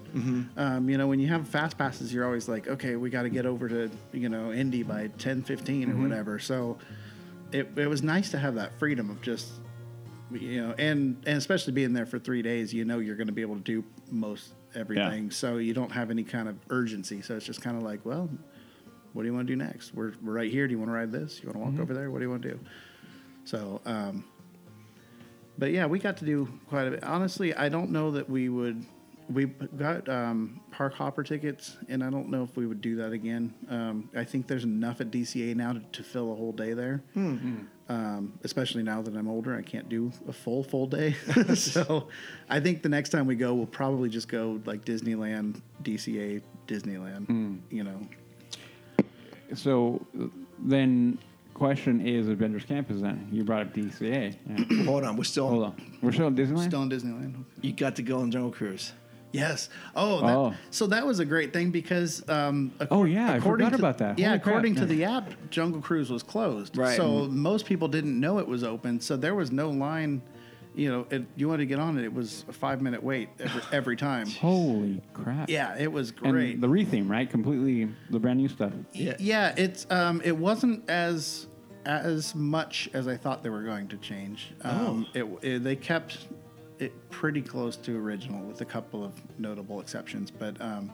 Speaker 7: Um, you know, when you have fast passes, you're always like, okay, we got to get over to you know Indy by ten fifteen or whatever. So it it was nice to have that freedom of just you know, and and especially being there for three days, you know, you're going to be able to do most everything. So you don't have any kind of urgency. So it's just kind of like, well, what do you want to do next? We're, we're right here. Do you want to ride this? You want to walk over there? What do you want to do? So, um, but yeah, we got to do quite a bit. Honestly, I don't know that we would. We got um, park hopper tickets, and I don't know if we would do that again. Um, I think there's enough at DCA now to, to fill a whole day there. Um, especially now that I'm older, I can't do a full full day. (laughs) so, I think the next time we go, we'll probably just go like Disneyland, DCA, Disneyland.
Speaker 6: Hmm.
Speaker 7: You know,
Speaker 6: So then, question is Avengers Campus. Then you brought up DCA. Yeah.
Speaker 3: Hold on, we're still.
Speaker 6: Hold on. We're still at Disneyland.
Speaker 7: still in Disneyland.
Speaker 3: You got to go on Jungle Cruise.
Speaker 7: Yes. Oh, that,
Speaker 6: Oh.
Speaker 7: so that was a great thing because. Um, ac-
Speaker 6: Oh, yeah, I
Speaker 7: according
Speaker 6: forgot
Speaker 7: to-
Speaker 6: about that.
Speaker 7: Yeah,
Speaker 6: Holy crap.
Speaker 7: according
Speaker 6: Yeah. Mm-hmm.
Speaker 7: to the app, Jungle Cruise was closed.
Speaker 3: Right.
Speaker 7: So most people didn't know it was open. So there was no line. You know, it, you wanted to get on it. It was a five minute wait every, every time.
Speaker 6: Holy crap.
Speaker 7: yeah, it was
Speaker 6: And
Speaker 7: great.
Speaker 6: the retheme, right? Completely the brand new stuff.
Speaker 7: yeah. yeah it's um it wasn't as as much as i thought they were going to change
Speaker 6: Oh.
Speaker 7: um it, it- they kept it pretty close to original with a couple of notable exceptions but um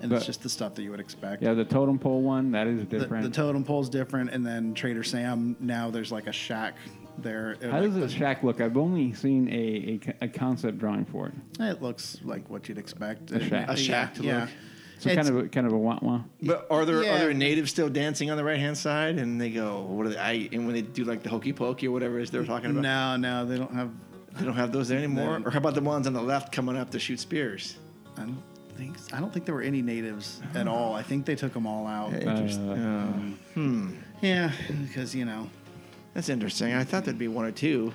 Speaker 7: and
Speaker 6: But-
Speaker 7: it's just the stuff that you would expect
Speaker 6: Yeah, the totem pole one that is
Speaker 7: the,
Speaker 6: different.
Speaker 7: the totem pole's different and then trader sam now there's like a shack there It-
Speaker 6: How does the shack look? I've only seen a, a, a concept drawing for it.
Speaker 7: it looks like what you'd expect a
Speaker 6: shack. A
Speaker 3: shack to
Speaker 7: yeah,
Speaker 3: look.
Speaker 6: So
Speaker 7: It's-
Speaker 6: kind of a, kind of a wah wah.
Speaker 3: But are there
Speaker 7: Yeah.
Speaker 3: are there natives still dancing on the right hand side? And they go, what are they? I, and when they do like the hokey pokey or whatever it is they're talking about,
Speaker 7: no no they don't have
Speaker 3: they don't have those there anymore.
Speaker 7: No.
Speaker 3: Or how about the ones on the left coming up to shoot spears?
Speaker 7: i don't think i don't think there were any natives
Speaker 6: Oh.
Speaker 7: at all i think they took them all out
Speaker 6: Uh,
Speaker 3: Interesting.
Speaker 7: Yeah, because you know,
Speaker 3: That's interesting. I thought there'd be one or two.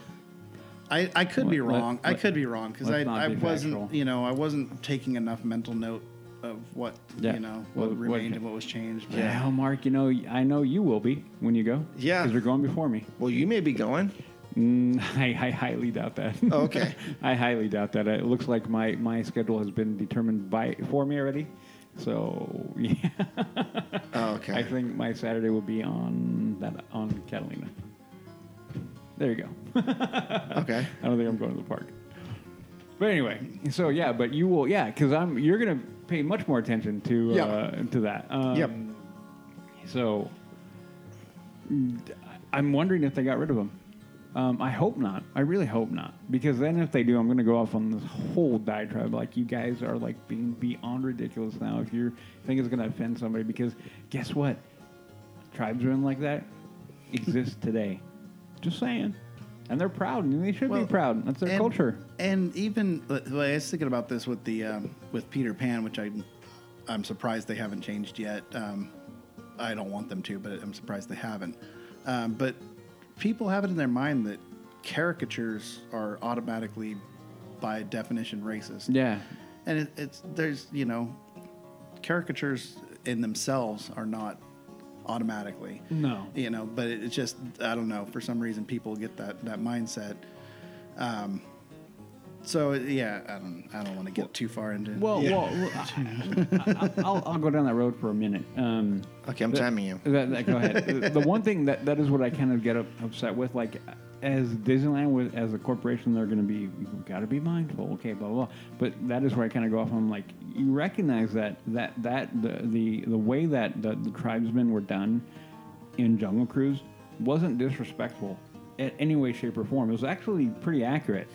Speaker 7: I, I could be
Speaker 6: Let-
Speaker 7: wrong. I
Speaker 6: let-
Speaker 7: could be wrong because I,
Speaker 6: let's not
Speaker 7: I
Speaker 6: be
Speaker 7: wasn't
Speaker 6: factual.
Speaker 7: you know I wasn't taking enough mental note of what
Speaker 6: Yeah.
Speaker 7: you know what,
Speaker 6: What- what-
Speaker 7: remained and what was changed. But
Speaker 6: Yeah. Well, Mark, you know, I know you will be when you go.
Speaker 3: Yeah.
Speaker 6: Because you're going before me.
Speaker 3: Well, you may be going.
Speaker 6: Mm, (laughs) I, I highly doubt that.
Speaker 3: Oh, okay.
Speaker 6: (laughs) I highly doubt that. It looks like my, my schedule has been determined by for me already. So (laughs) yeah,
Speaker 3: Oh, okay.
Speaker 6: I think my Saturday will be on that on Catalina. There you go. (laughs)
Speaker 3: okay.
Speaker 6: I don't think I'm going to the park. But anyway, so yeah, but you will, yeah, because I'm you're gonna pay much more attention to uh, to that. Um,
Speaker 3: Yep.
Speaker 6: So d- I'm wondering if they got rid of them. Um, I hope not. I really hope not, because then if they do, I'm gonna go off on this whole diatribe. Like you guys are like being beyond ridiculous now. If you think it's gonna offend somebody, because guess what, tribesmen like that exist today. Just saying. And they're proud, and they should
Speaker 7: Well,
Speaker 6: be proud. That's their
Speaker 7: and-
Speaker 6: culture.
Speaker 7: And even like, I was thinking about this with the um, with Peter Pan, which I I'm surprised they haven't changed yet. Um, I don't want them to, but I'm surprised they haven't. Um, but people have it in their mind that caricatures are automatically, by definition, racist.
Speaker 6: Yeah.
Speaker 7: and it, it's there's you know caricatures in themselves are not automatically
Speaker 6: No.
Speaker 7: you know but it, it's just i don't know for some reason people get that that mindset um So yeah, I don't I don't want to get too far into.
Speaker 6: Well, well, well, I, will I'll go down that road for a minute. Um,
Speaker 3: Okay, I'm
Speaker 6: the-
Speaker 3: timing you.
Speaker 6: that- that- go ahead. the one thing that that is what I kind of get up, upset with, like as Disneyland was as a corporation, they're going to be you got to be mindful. Okay, blah blah. blah. But that is where I kind of go off. I'm like, you recognize that that that the the, the way that the, the tribesmen were done in Jungle Cruise wasn't disrespectful in any way, shape, or form. It was actually pretty accurate.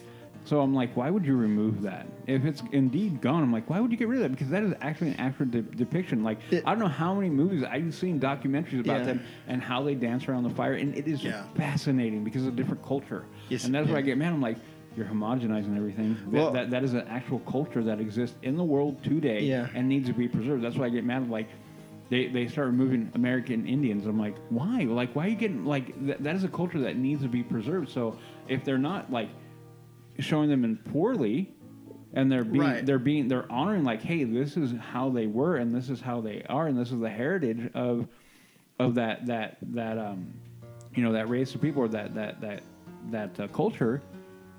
Speaker 6: So I'm like, why would you remove that? If it's indeed gone, I'm like, why would you get rid of that? Because that is actually an accurate de- depiction. Like, I don't know how many movies I've seen documentaries about
Speaker 3: Yeah.
Speaker 6: them and how they dance around the fire, and it is
Speaker 7: Yeah.
Speaker 6: fascinating because of different culture.
Speaker 3: Yes,
Speaker 6: and that's where I
Speaker 3: yeah.
Speaker 6: get mad. I'm like, you're homogenizing everything. That,
Speaker 3: Well-
Speaker 6: that, that is an actual culture that exists in the world today
Speaker 3: Yeah.
Speaker 6: and needs to be preserved. That's why I get mad. Like, they, they start removing American Indians. I'm like, why? Like, why are you getting like th- that? Is a culture that needs to be preserved. So if they're not like showing them in poorly, and they're being
Speaker 7: Right.
Speaker 6: they're being they're honoring like, hey, this is how they were, and this is how they are, and this is the heritage of of that that that um you know that race of people or that that that that uh, culture.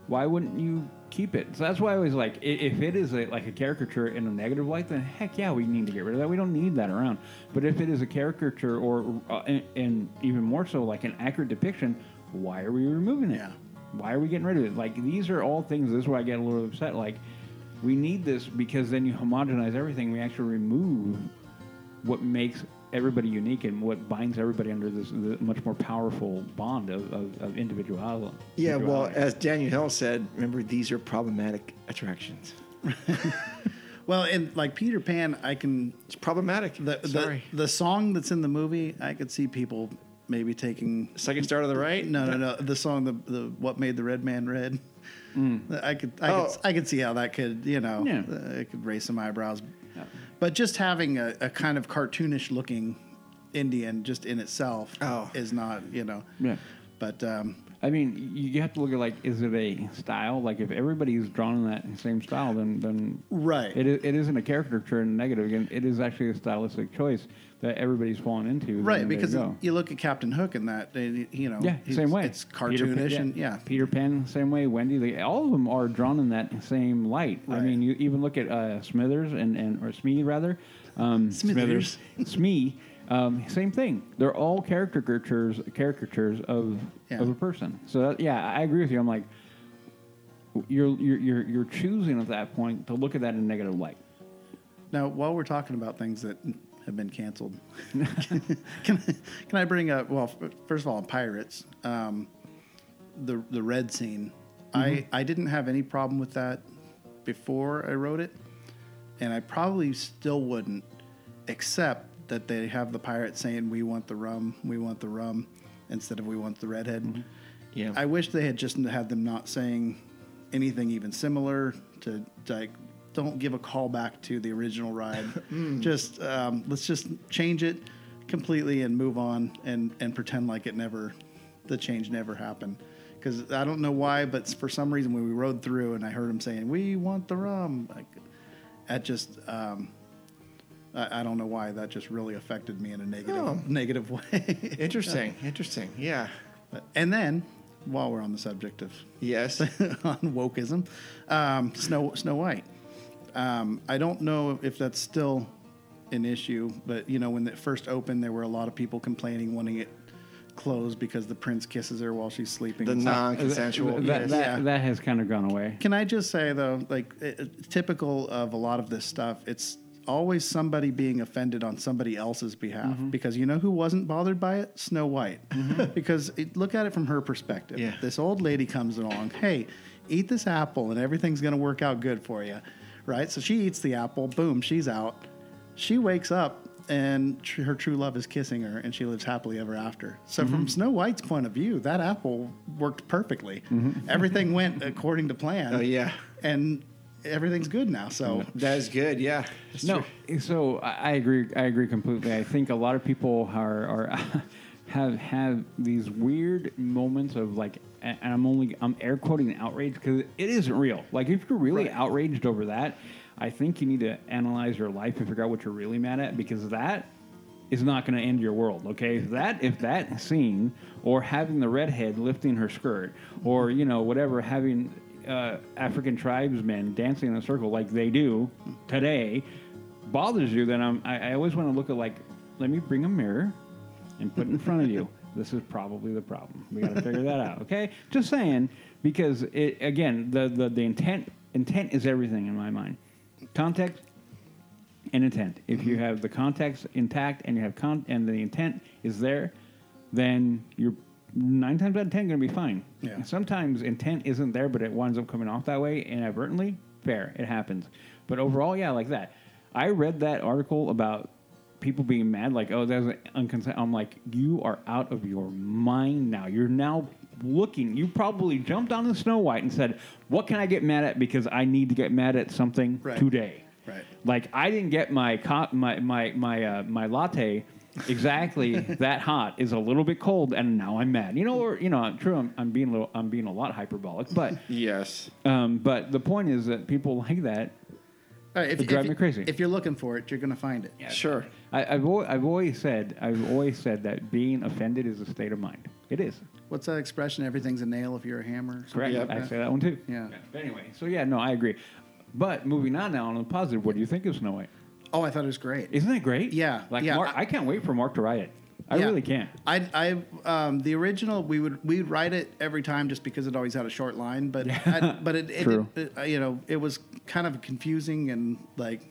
Speaker 6: Why wouldn't you keep it? So that's why I was like, i- if it is a, like a caricature in a negative light, then heck yeah, we need to get rid of that. We don't need that around. But if it is a caricature or uh, and, and even more so like an accurate depiction, why are we removing it?
Speaker 7: Yeah.
Speaker 6: Why are we getting rid of it? Like these are all things. This is why I get a little upset. Like we need this because then you homogenize everything. We actually remove what makes everybody unique and what binds everybody under this, the much more powerful bond of, of, of individual.
Speaker 3: Yeah, well,
Speaker 6: individuality.
Speaker 3: as Daniel Hill said, remember these are problematic attractions.
Speaker 7: well, and like Peter Pan, I can
Speaker 3: It's problematic.
Speaker 7: the the,
Speaker 3: Sorry.
Speaker 7: the song that's in the movie. I could see people maybe taking
Speaker 3: Second star to the right.
Speaker 7: No, no, no. The song, the, the what made the red man red. I could, I
Speaker 3: Oh.
Speaker 7: could, I could see how that could, you know,
Speaker 6: Mm. Yeah.
Speaker 7: uh, it could raise some eyebrows. But just having a, a kind of cartoonish looking Indian just in itself
Speaker 3: Oh.
Speaker 7: is not, you know.
Speaker 6: Yeah.
Speaker 7: But um,
Speaker 6: I mean, you have to look at like, is it a style? Like, if everybody's drawn in that same style, then then
Speaker 7: Right.
Speaker 6: it, i- it isn't a caricature and negative. Again, it is actually a stylistic choice that everybody's fallen into. then
Speaker 7: right,
Speaker 6: there
Speaker 7: because
Speaker 6: you go.
Speaker 7: you look at Captain Hook and that, and, you know,
Speaker 6: Yeah,
Speaker 7: he's-
Speaker 6: same way.
Speaker 7: It's
Speaker 6: Peter Pan-
Speaker 7: cartoonish and yeah,
Speaker 6: Peter Pan, same way. Wendy, they, all of them are drawn in that same light. I
Speaker 7: Right.
Speaker 6: mean, you even look at uh, Smithers and, and or Smee rather, um,
Speaker 7: Smithers.
Speaker 6: Smee. Um, same thing. They're all caricatures, caricatures of
Speaker 7: Yeah.
Speaker 6: of a person. So that, yeah, I agree with you. I'm like, you're you're you're, you're choosing at that point to look at that in a negative light.
Speaker 7: Now, while we're talking about things that have been canceled, (laughs) can, I, can I bring up? Well, f- first of all, on pirates, um, the the red scene. I I didn't have any problem with that before I wrote it, and I probably still wouldn't, except that they have the pirate saying, "We want the rum, we want the rum," instead of "We want the redhead."
Speaker 3: Yeah.
Speaker 7: I wish they had just had them not saying anything even similar to like don't give a call back to the original ride. Just um, let's just change it completely and move on and and pretend like it never the change never happened. Because I don't know why, but for some reason when we rode through and I heard him saying we want the rum, like that just um, I, I don't know why that just really affected me in a negative
Speaker 3: Oh.
Speaker 7: (laughs) negative way.
Speaker 3: Interesting. Interesting. Yeah.
Speaker 7: And then, while we're on the subject of (laughs)
Speaker 3: Yes.
Speaker 7: on wokeism, um, Snow Snow White. Um, I don't know if that's still an issue, but you know, when it first opened, there were a lot of people complaining, wanting it closed because the prince kisses her while she's sleeping.
Speaker 3: The
Speaker 7: and stuff.
Speaker 3: non-consensual.
Speaker 6: That
Speaker 3: yes.
Speaker 6: that,
Speaker 7: Yeah.
Speaker 6: that has kind of gone away.
Speaker 7: Can I just say though, like it, it- typical of a lot of this stuff, it's always somebody being offended on somebody else's behalf because you know who wasn't bothered by it? Snow White. (laughs) because it, look at it from her perspective.
Speaker 3: Yeah.
Speaker 7: This old lady comes along, hey, eat this apple and everything's going to work out good for you. Right? So she eats the apple, boom, she's out. She wakes up and tr- her true love is kissing her and she lives happily ever after. So from Snow White's point of view, that apple worked perfectly. Everything went according to plan
Speaker 3: Oh, yeah.
Speaker 7: and everything's good now. So
Speaker 3: That is good. Yeah. That's
Speaker 6: no, eh,
Speaker 3: true.
Speaker 6: so I I agree. I agree completely. I think a lot of people are are (laughs) have have these weird moments of like, and I'm only I'm air quoting outrage because it isn't real. Like if you're really outraged over that, I think you need to analyze your life and figure out what you're really mad at because that is not going to end your world. Okay, if that if that scene or having the redhead lifting her skirt or you know whatever having uh, African tribesmen dancing in a circle like they do today bothers you, then I'm, I, I always want to look at like, let me bring a mirror and put it in front of you. This is probably the problem. We got to figure that out. Okay, just saying because it again the, the the intent intent is everything in my mind. Context and intent. If you have the context intact and you have con- and the intent is there, then you're nine times out of ten going to be fine.
Speaker 7: Yeah.
Speaker 6: And Sometimes intent isn't there, but it winds up coming off that way inadvertently. Fair, it happens. But overall, yeah, like that. I read that article about people being mad, like, oh, that's unconsent. I'm like, you are out of your mind now. You're now looking. You probably jumped on the Snow White and said, what can I get mad at? Because I need to get mad at something
Speaker 7: Right.
Speaker 6: today.
Speaker 7: Right.
Speaker 6: Like I didn't get my co- my my my uh, my latte
Speaker 7: (laughs)
Speaker 6: exactly that hot is a little bit cold and now I'm mad. You know, or you know, true. I'm, I'm being a little, I'm being a lot hyperbolic,
Speaker 7: (laughs)
Speaker 6: but
Speaker 3: Yes.
Speaker 6: um, but the point is that people like that.
Speaker 7: All right, if,
Speaker 6: It'd drive
Speaker 7: if-
Speaker 6: me crazy.
Speaker 7: If you're looking for it, you're going to find it.
Speaker 3: Sure.
Speaker 6: I, I've al- I've always said I've always said that being offended is a state of mind. It is
Speaker 7: What's that expression? Everything's a nail if you're a hammer. or something
Speaker 6: correct.
Speaker 7: like
Speaker 6: I
Speaker 7: that?
Speaker 6: say that one too.
Speaker 7: Yeah.
Speaker 6: But anyway, so yeah, no, I agree. But moving on now on the positive, what do you think of Snow White?
Speaker 7: Oh, I thought it was great.
Speaker 6: Isn't that great?
Speaker 7: Yeah,
Speaker 6: Like
Speaker 7: yeah,
Speaker 6: Mark, I,
Speaker 7: I-
Speaker 6: can't wait for Mark to write it. I
Speaker 7: Yeah.
Speaker 6: really can't.
Speaker 7: I, I, um, the original we would we would write it every time just because it always had a short line, but I, but it, it,
Speaker 6: True.
Speaker 7: it- uh, you know it was kind of confusing and like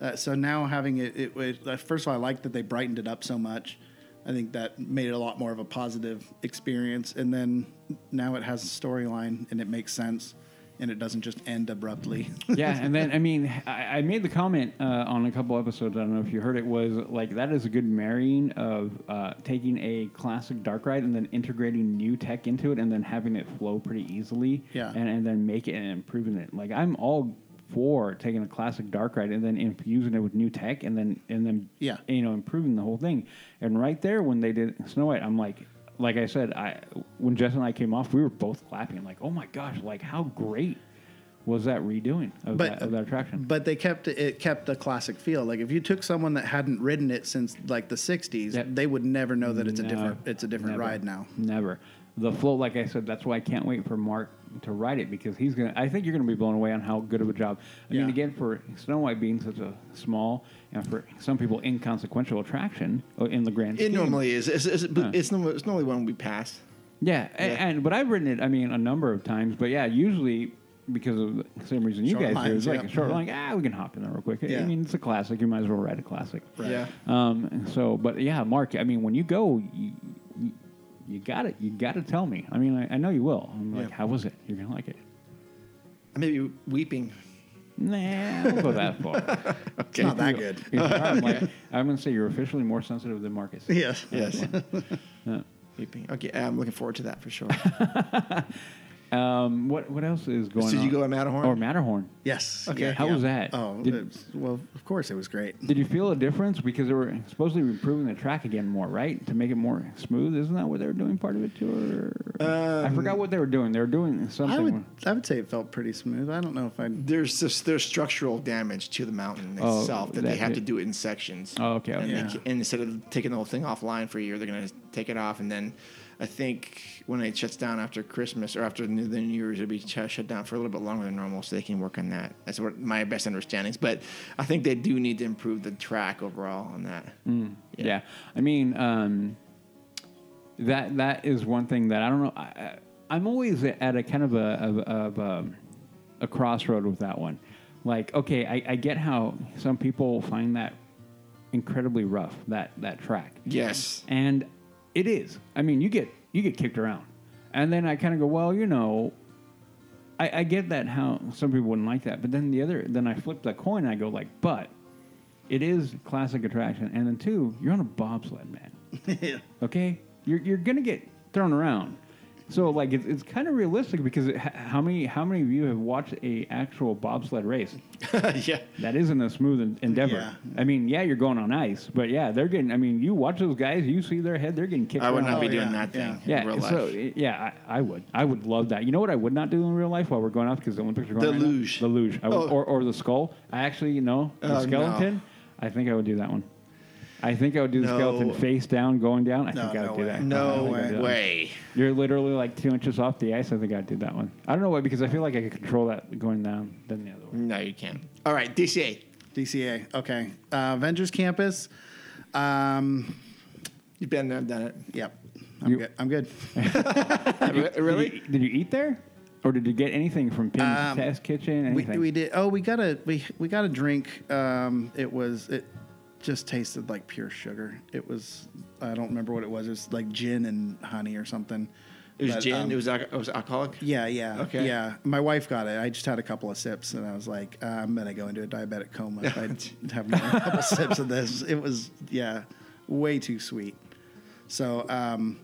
Speaker 7: uh, so now having it, it, it uh, first of all I like that they brightened it up so much. I think that made it a lot more of a positive experience, and then now it has a storyline and it makes sense, and it doesn't just end abruptly. (laughs)
Speaker 6: yeah, and then I mean, I, I made the comment uh, on a couple episodes. I don't know if you heard it. Was like that is a good marrying of uh, taking a classic dark ride and then integrating new tech into it, and then having it flow pretty easily.
Speaker 7: Yeah.
Speaker 6: and, and then make it and improving it. Like I'm all for taking a classic dark ride and then infusing it with new tech, and then and then
Speaker 7: Yeah.
Speaker 6: you know improving the whole thing. And right there when they did Snow White, I'm like. Like I said, I when Jess and I came off, we were both clapping. Like, oh my gosh! Like, how great was that redoing of,
Speaker 7: But-
Speaker 6: that, of that attraction.
Speaker 7: But they kept it kept the classic feel. Like if you took someone that hadn't ridden it since like the '60s,
Speaker 6: Yep.
Speaker 7: they would never know that it's a
Speaker 6: No,
Speaker 7: different it's a different
Speaker 6: never.
Speaker 7: ride now.
Speaker 6: Never. The float, like I said, that's why I can't wait for Mark to write it because he's gonna. I think you're gonna be blown away on how good of a job. I mean,
Speaker 7: Yeah.
Speaker 6: again, for Snow White being such a small and for some people inconsequential attraction uh, in the grand.
Speaker 3: It
Speaker 6: scheme.
Speaker 3: normally is. It's, it's, but it's, normally, it's normally one we pass.
Speaker 6: Yeah, a-
Speaker 3: Yeah.
Speaker 6: and but I've written it. I mean, a number of times. But yeah, usually because of the same reason you
Speaker 7: Short
Speaker 6: guys do,
Speaker 7: lines,
Speaker 6: it's like
Speaker 7: yeah.
Speaker 6: a short line. Ah, we can hop in there real quick. I
Speaker 7: Yeah.
Speaker 6: mean, it's a classic. You might as well write a classic.
Speaker 7: Right. (laughs)
Speaker 3: Yeah.
Speaker 6: Um. and So, but yeah, Mark. I mean, when you go, you, you, you got to You got to tell me. I mean, I, I know you will. I'm like,
Speaker 3: Yeah.
Speaker 6: how was it? You're gonna like it.
Speaker 3: I may be weeping.
Speaker 6: Nah, I won't go that far.
Speaker 7: It's not that good.
Speaker 6: You are, I'm, like, I'm gonna say you're officially more sensitive than Marcus.
Speaker 7: (laughs) Yes.
Speaker 3: Yes. Weeping. Okay, I'm looking forward to that for sure.
Speaker 6: Um. What What else is going on?
Speaker 3: did you go to Matterhorn?
Speaker 6: Or Matterhorn.
Speaker 7: Yes.
Speaker 3: Okay.
Speaker 6: How was that?
Speaker 7: Oh,
Speaker 6: Did-
Speaker 7: it's- well, of course it was great.
Speaker 6: Did you feel a difference because they were supposedly improving the track again more, right? To make it more smooth, isn't that what they were doing part of it too? Or I forgot what they were doing. They were doing something.
Speaker 7: I would I would say it felt pretty smooth. I don't know if I. would
Speaker 3: there's this, there's structural damage to the mountain
Speaker 6: Oh,
Speaker 3: itself that, they
Speaker 6: that
Speaker 3: have
Speaker 6: it-
Speaker 3: to do it in sections.
Speaker 6: Oh, okay,
Speaker 3: And, they
Speaker 7: okay.
Speaker 3: ca- and instead of taking the whole thing offline for a year, they're gonna take it off, and then I think when it shuts down after Christmas or after New, the New Year's, it'll be ch- shut down for a little bit longer than normal, so they can work on that. That's what my best understandings. But I think they do need to improve the track overall on that.
Speaker 6: yeah. I mean, um, that that is one thing that I don't know. I, I, I'm always at a kind of a of, of um, a crossroad with that one. Like, okay, I, I get how some people find that incredibly rough that that track.
Speaker 3: Yes.
Speaker 7: (laughs)
Speaker 3: (laughs)
Speaker 6: and it is. I mean, you get you get kicked around, and then I kind of go, well, you know, I, I get that how some people wouldn't like that, but then the other, then I flip that coin and I go like, but it is classic attraction, and then two, you're on a bobsled, man. Okay, you're you're gonna get thrown around. So like it's, it's kind of realistic because it, h- how many how many of you have watched a actual bobsled race?
Speaker 3: yeah.
Speaker 6: That isn't a smooth en- endeavor.
Speaker 7: Yeah.
Speaker 6: I mean, yeah, you're going on ice, but yeah, they're getting. I mean, you watch those guys, you see their head, they're getting kicked.
Speaker 3: I would
Speaker 6: around.
Speaker 3: not be
Speaker 7: Oh,
Speaker 3: doing
Speaker 7: yeah,
Speaker 3: that thing
Speaker 6: Yeah,
Speaker 3: in real life.
Speaker 6: so eh, yeah, I, I would, I would love that. You know what I would not do in real life while we're going off because the Olympics are going
Speaker 3: The
Speaker 6: right now?
Speaker 3: luge.
Speaker 6: the luge, I would,
Speaker 3: Oh.
Speaker 6: or or the skull. I actually, you know, the
Speaker 3: Oh, no.
Speaker 6: skeleton. I think I would do that one. I think I would do the
Speaker 3: No.
Speaker 6: skeleton face down, going down. I
Speaker 7: No,
Speaker 6: think I would
Speaker 7: no
Speaker 6: do
Speaker 7: way.
Speaker 6: that. I
Speaker 3: No
Speaker 6: think I'd do that.
Speaker 3: way.
Speaker 6: You're literally like two inches off the ice. I think I did that one. I don't know why, because I feel like I could control that going down than the other one.
Speaker 3: No, you can't. All right, DCA.
Speaker 7: DCA. Okay. Uh, Avengers Campus. Um,
Speaker 3: You've been there, done it.
Speaker 7: yep. I'm
Speaker 6: You-
Speaker 7: good. I'm good.
Speaker 3: Re- Really?
Speaker 6: Did you, did you eat there, or did you get anything from Pim's Test Kitchen?
Speaker 7: Um, We,
Speaker 6: Anything?
Speaker 7: we did. Oh, we got a we we got a drink. Um, it was it just tasted like pure sugar. It was I don't remember what it was. It was like gin and honey or something.
Speaker 3: It was
Speaker 7: But,
Speaker 3: gin.
Speaker 7: um,
Speaker 3: it was alco- it was alcoholic.
Speaker 7: Yeah, yeah.
Speaker 3: Okay.
Speaker 7: Yeah. My wife got it. I just had a couple of sips and I was like, uh, I'm going to go into a diabetic coma
Speaker 3: (laughs)
Speaker 7: if I have more than a couple sips of this. It was, yeah, way too sweet. So, um,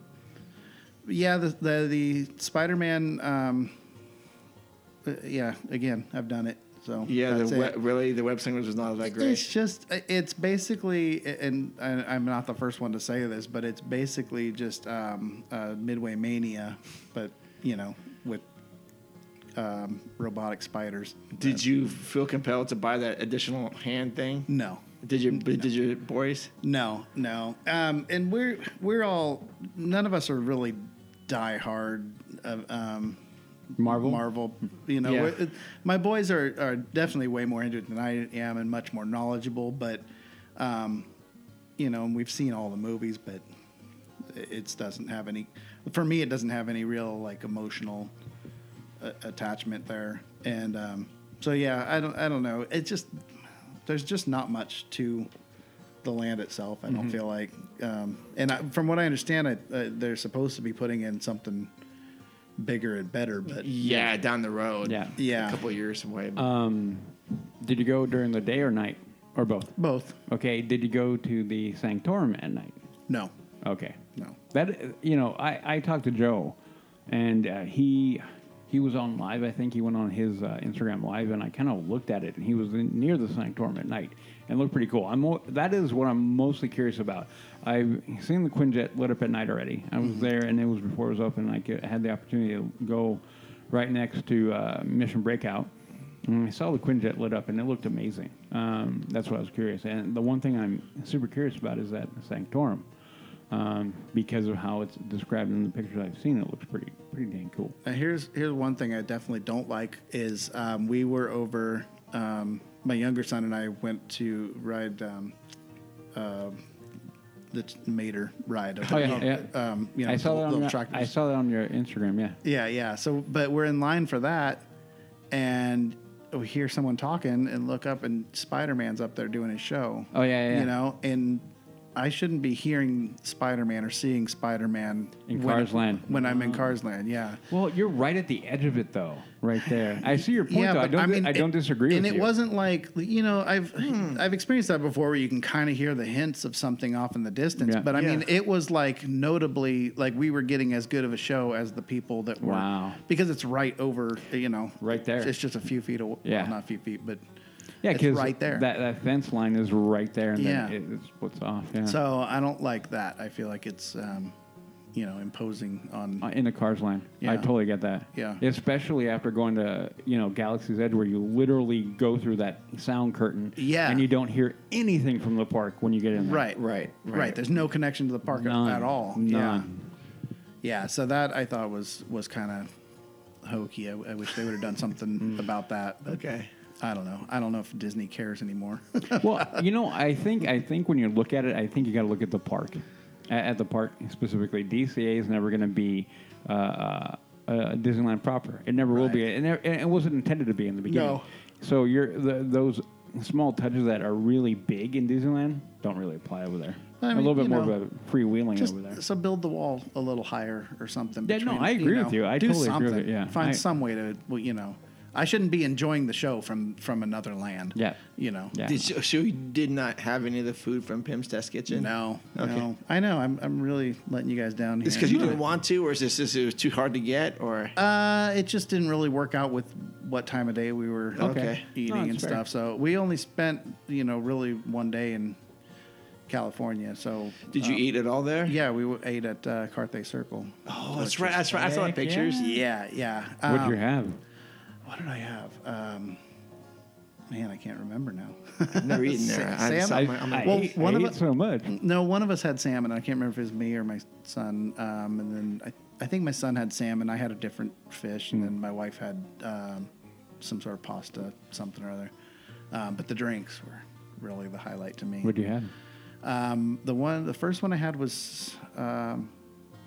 Speaker 7: yeah, the, the, the Spider Man, um, uh, yeah, again, I've done it. So,
Speaker 3: Yeah,
Speaker 7: that's
Speaker 3: the
Speaker 7: it.
Speaker 3: we- really the web singers was not that
Speaker 7: It's
Speaker 3: great.
Speaker 7: just, uh, it's basically, and I- I'm not the first one to say this, but it's basically just um, uh, Midway Mania, but, you know, with um, robotic spiders.
Speaker 3: Did you feel compelled to buy that additional hand thing?
Speaker 7: No,
Speaker 3: Did your did your boys?
Speaker 7: no, no. Um, and we're we're all none of us are really diehard uh, um,
Speaker 6: Marvel.
Speaker 7: Marvel. You know,
Speaker 3: Yeah.
Speaker 7: we're- my boys are, are definitely way more into it than I am and much more knowledgeable. But, um, you know, and we've seen all the movies, but it- it doesn't have any. For me, it doesn't have any real like emotional uh, attachment there. And um, so, yeah, I don't, I don't know. It just there's just not much to the land itself. I don't feel like, um, and I, from what I understand, I, uh, they're supposed to be putting in something bigger and better, but
Speaker 3: Yeah, down the road.
Speaker 6: Yeah.
Speaker 7: Yeah.
Speaker 3: a couple of years away.
Speaker 6: Um, did you go during the day or night, or both?
Speaker 7: Both.
Speaker 6: Okay. Did you go to the Sanctorum at night?
Speaker 7: No.
Speaker 6: Okay.
Speaker 7: No.
Speaker 6: That you know, I, I talked to Joe, and uh, he he was on live. I think he went on his uh, Instagram live, and I kind of looked at it, and he was in, near the Sanctorum at night, and looked pretty cool. I'm mo- that is what I'm mostly curious about. I've seen the Quinjet lit up at night already. I was there, and it was before it was open. I get- had the opportunity to go right next to uh, Mission Breakout. And I saw the Quinjet lit up, and it looked amazing. Um, that's what I was curious. And the one thing I'm super curious about is that Sanctorum um, because of how it's described in the pictures I've seen. It looks pretty pretty dang cool.
Speaker 7: Now, here's here's one thing I definitely don't like is um, we were over. Um, my younger son and I went to ride um, uh, the t- Mater ride.
Speaker 6: (laughs) Oh yeah, yeah.
Speaker 7: Um, you know,
Speaker 6: I saw that on
Speaker 7: little
Speaker 6: your,
Speaker 7: tractors.
Speaker 6: I saw that on your Instagram. Yeah.
Speaker 7: Yeah, yeah. So, but we're in line for that, and we hear someone talking and look up, and Spider Man's up there doing his show.
Speaker 6: Oh, yeah, yeah, yeah.
Speaker 7: You know, and I shouldn't be hearing Spider Man or seeing Spider Man
Speaker 6: In Cars Land. Mm-hmm.
Speaker 7: when I'm in Cars Land. Yeah.
Speaker 6: Well, you're right at the edge of it though, right there. I see your point. though. I
Speaker 7: but
Speaker 6: don't. I
Speaker 7: it-
Speaker 6: don't disagree.
Speaker 7: And
Speaker 6: with
Speaker 7: it
Speaker 6: you. Hmm.
Speaker 7: wasn't like you know I've I've experienced that before where you can kind of hear the hints of something off in the distance.
Speaker 6: Yeah.
Speaker 7: But I
Speaker 3: Yeah.
Speaker 7: mean, it was like notably like we were getting as good of a show as the people that were
Speaker 6: Wow.
Speaker 7: because it's right over you know
Speaker 6: Right there.
Speaker 7: It's just a few feet away.
Speaker 6: Yeah.
Speaker 7: well, not a few feet, but
Speaker 6: Yeah,
Speaker 7: it's
Speaker 6: because
Speaker 7: right there.
Speaker 6: That, that fence line is right there, and
Speaker 7: Yeah.
Speaker 6: then it, it splits off. Yeah.
Speaker 7: so I don't like that. I feel like it's um, you know imposing on
Speaker 6: Uh, in the cars line. I
Speaker 7: Yeah.
Speaker 6: totally get that.
Speaker 7: Yeah.
Speaker 6: Especially after going to you know Galaxy's Edge, where you literally go through that sound curtain.
Speaker 7: Yeah.
Speaker 6: And you don't hear anything from the park when you get in there.
Speaker 7: right, right, right, There's no connection to the park
Speaker 6: None.
Speaker 7: at all. Yeah.
Speaker 6: None.
Speaker 7: Yeah, so that I thought was was kind of hokey. I, I wish they would have done
Speaker 6: Mm.
Speaker 7: something about that. But
Speaker 3: Okay.
Speaker 7: I don't know. I don't know if Disney cares anymore.
Speaker 6: well, you know, I think I think when you look at it, I think you got to look at the park, at, at the park specifically. DCA is never going to be uh, uh, uh, Disneyland proper. It never will be, and it, it wasn't intended to be in the beginning.
Speaker 7: No.
Speaker 6: So you're the, those small touches that are really big in Disneyland don't really apply over there.
Speaker 7: I
Speaker 6: a
Speaker 7: mean,
Speaker 6: little bit
Speaker 7: you
Speaker 6: more
Speaker 7: know,
Speaker 6: of a freewheeling
Speaker 7: (laughs) Just
Speaker 6: over there.
Speaker 7: so build the wall a little higher or something.
Speaker 6: Yeah, no,
Speaker 7: between
Speaker 6: I
Speaker 7: it,
Speaker 6: agree
Speaker 7: know.
Speaker 6: with you. I
Speaker 7: Do
Speaker 6: totally agree
Speaker 7: something.
Speaker 6: with it, yeah.
Speaker 7: find
Speaker 6: I-
Speaker 7: some way to well, you know. I shouldn't be enjoying the show from from another land.
Speaker 6: Yeah.
Speaker 7: you know.
Speaker 6: Yeah.
Speaker 3: Did you, so you did not have any of the food from Pim's Test Kitchen?
Speaker 7: No,
Speaker 3: Okay.
Speaker 7: no. I know. I'm I'm really letting you guys down here.
Speaker 3: It's because you didn't want to, or is this is it was too hard to get, or
Speaker 7: Uh, it just didn't really work out with what time of day we were
Speaker 3: Okay.
Speaker 7: eating
Speaker 6: No,
Speaker 7: and
Speaker 6: that's fair.
Speaker 7: stuff. So we only spent, you know, really one day in California. So
Speaker 3: did you eat at all there?
Speaker 7: yeah, we w- ate at uh, Carthay Circle.
Speaker 3: Oh, that's right. That's right. I saw the
Speaker 6: Heck
Speaker 3: pictures.
Speaker 7: Yeah, Uh, yeah.
Speaker 6: What'd
Speaker 7: Um,
Speaker 6: you have?
Speaker 7: What did I have? Um, Man, I can't remember now. (laughs)
Speaker 3: I've never eaten there. I
Speaker 7: Salmon?
Speaker 3: just- I'm like- I'm
Speaker 6: I,
Speaker 3: like-
Speaker 7: Well,
Speaker 6: ate,
Speaker 7: one
Speaker 6: I
Speaker 7: of
Speaker 6: ate
Speaker 7: it-
Speaker 6: so much.
Speaker 7: No, one of us had salmon. I can't remember if it was me or my son. Um, and then I, I think my son had salmon. I had a different fish, and then my wife had um, some sort of pasta, something or other. Um, but the drinks were really the highlight to me.
Speaker 6: What'd you have?
Speaker 7: Um, the one, the first one I had was, um,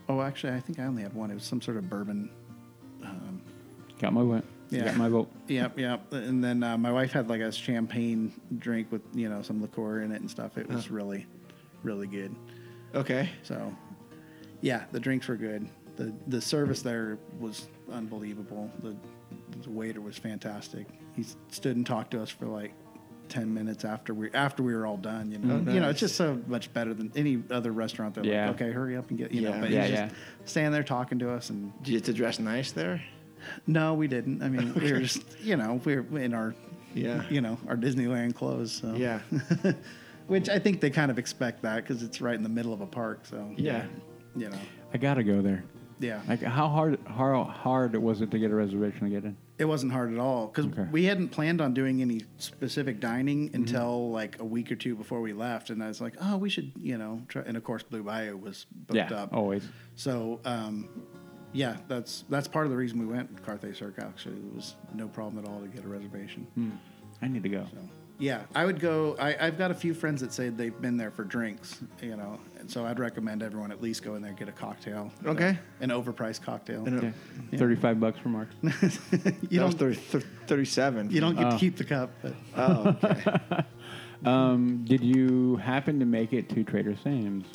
Speaker 7: oh, actually, I think I only had one. It was some sort of bourbon.
Speaker 6: Got my vote.
Speaker 7: Yeah.
Speaker 6: Got my vote.
Speaker 7: Yep, yep. And then uh, my wife had like a champagne drink with you know some liqueur in it and stuff. It
Speaker 6: Uh-huh.
Speaker 7: was really, really good.
Speaker 3: okay.
Speaker 7: So, yeah, the drinks were good. the The service there was unbelievable. The, the waiter was fantastic. He s- stood and talked to us for like ten minutes after we after we were all done. You know,
Speaker 3: Oh,
Speaker 7: you know,
Speaker 3: nice.
Speaker 7: it's just so much better than any other restaurant. They're
Speaker 6: Yeah.
Speaker 7: like, okay, hurry up and get you
Speaker 3: Yeah.
Speaker 7: know. But
Speaker 6: Yeah,
Speaker 7: he's just
Speaker 6: yeah.
Speaker 7: standing there talking to us, and
Speaker 3: Did you get to dress nice there?
Speaker 7: no, we didn't. I mean, we were just you know we were in our
Speaker 3: Yeah.
Speaker 7: you know our Disneyland clothes. So. (laughs)
Speaker 3: Yeah.
Speaker 7: Which I think they kind of expect that because it's right in the middle of a park. So
Speaker 3: Yeah.
Speaker 7: you know,
Speaker 6: I gotta go there.
Speaker 7: yeah.
Speaker 6: Like, how hard how hard was it to get a reservation to get in?
Speaker 7: It wasn't hard at all because
Speaker 6: Okay.
Speaker 7: we hadn't planned on doing any specific dining until like a week or two before we left, and I was like, "Oh, we should, you know." Try. And of course, Blue Bayou was booked
Speaker 6: yeah,
Speaker 7: up.
Speaker 6: always.
Speaker 7: So, um, yeah, that's that's part of the reason we went to Carthay Cirque. Actually, it was no problem at all to get a reservation.
Speaker 6: I need to go.
Speaker 7: So, yeah, I would go. I, I've got a few friends that say they've been there for drinks, you know, and so I'd recommend everyone at least go in there and get a cocktail.
Speaker 3: Okay.
Speaker 7: an overpriced cocktail.
Speaker 6: Yeah. Thirty-five bucks for
Speaker 7: (laughs)
Speaker 6: Mark.
Speaker 7: uh, you
Speaker 3: that was
Speaker 7: don't
Speaker 3: 30, 37.
Speaker 7: you don't get to keep the cup, but.
Speaker 6: Um, did you happen to make it to Trader Sam's?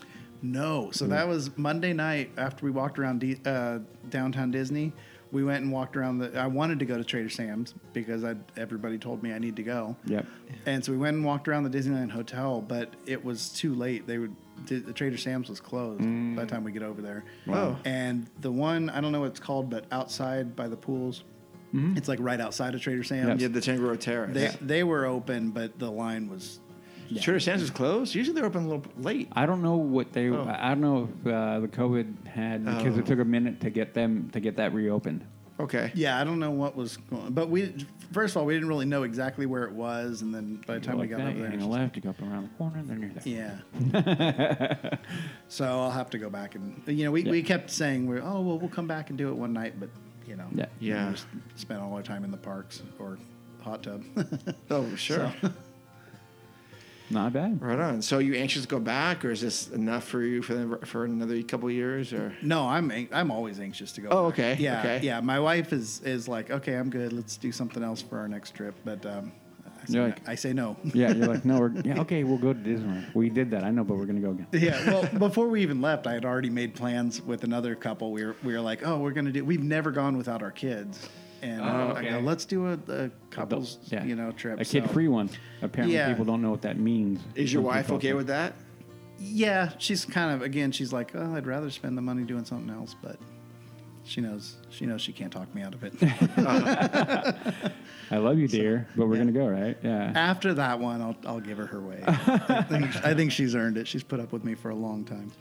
Speaker 7: No. So that was Monday night after we walked around D- uh, downtown Disney. We went and walked around the. I wanted to go to Trader Sam's because I everybody told me I need to go.
Speaker 6: Yep.
Speaker 7: And so we went and walked around the Disneyland Hotel, but it was too late. They would the the Trader Sam's was closed by the time we get over there.
Speaker 3: Wow. Oh.
Speaker 7: And the one I don't know what it's called, but outside by the pools, it's like right outside of Trader Sam's.
Speaker 3: Yeah, the Tango Terrace.
Speaker 7: They they were open, but the line was
Speaker 3: Trader Sam's is closed. Usually they're open a little late.
Speaker 6: I don't know what they.
Speaker 7: Oh.
Speaker 6: I don't know if uh, the COVID had because
Speaker 3: Oh.
Speaker 6: it took a minute to get them to get that reopened.
Speaker 3: Okay.
Speaker 7: Yeah, I don't know what was going But we, first of all, we didn't really know exactly where it was. And then by the time we
Speaker 6: like
Speaker 7: got
Speaker 6: that,
Speaker 7: over
Speaker 6: you're
Speaker 7: there,
Speaker 6: gonna left, you go up around the corner, then you're there.
Speaker 7: yeah.
Speaker 6: (laughs)
Speaker 7: so I'll have to go back and, you know, we, we kept saying, we're, oh, well, we'll come back and do it one night. But, you know,
Speaker 6: Yeah.
Speaker 7: we
Speaker 3: Yeah.
Speaker 7: just spent all our time in the parks or hot tub. (laughs)
Speaker 3: Oh, sure. (laughs)
Speaker 6: Not bad.
Speaker 3: Right on. So, are you anxious to go back, or is this enough for you for the, for another couple of years? Or
Speaker 7: no, I'm an- I'm always anxious to go.
Speaker 3: Oh,
Speaker 7: back.
Speaker 3: okay,
Speaker 7: Yeah.
Speaker 3: okay.
Speaker 7: Yeah. My wife is, is like, okay, I'm good. Let's do something else for our next trip. But um, I, say,
Speaker 6: You're like-
Speaker 7: I say no.
Speaker 6: Yeah, you're like, no, we're yeah, okay. We'll go to Disneyland. We did that. I know, but we're gonna go again.
Speaker 7: Yeah, well, before we even left, I had already made plans with another couple. We were, we were like, oh, we're going to do, we've never gone without our kids. And uh, I go,
Speaker 6: Oh, okay.
Speaker 7: let's do a, a couples,
Speaker 6: Yeah.
Speaker 7: you know, trip.
Speaker 6: A kid-free one. Apparently,
Speaker 7: Yeah.
Speaker 6: people don't know what that means.
Speaker 3: is your
Speaker 6: Some
Speaker 3: wife
Speaker 6: people
Speaker 3: okay
Speaker 6: say-
Speaker 3: with that?
Speaker 7: Yeah, she's kind of, again, she's like, oh, I'd rather spend the money doing something else, but she knows, she knows she can't talk me out of
Speaker 6: (laughs)
Speaker 7: it.
Speaker 6: I love you, dear, but we're gonna go, right? Yeah.
Speaker 7: After that one, I'll, I'll give her
Speaker 6: (laughs)
Speaker 7: her way. I think, I think she's earned it. She's put up with me for a long time.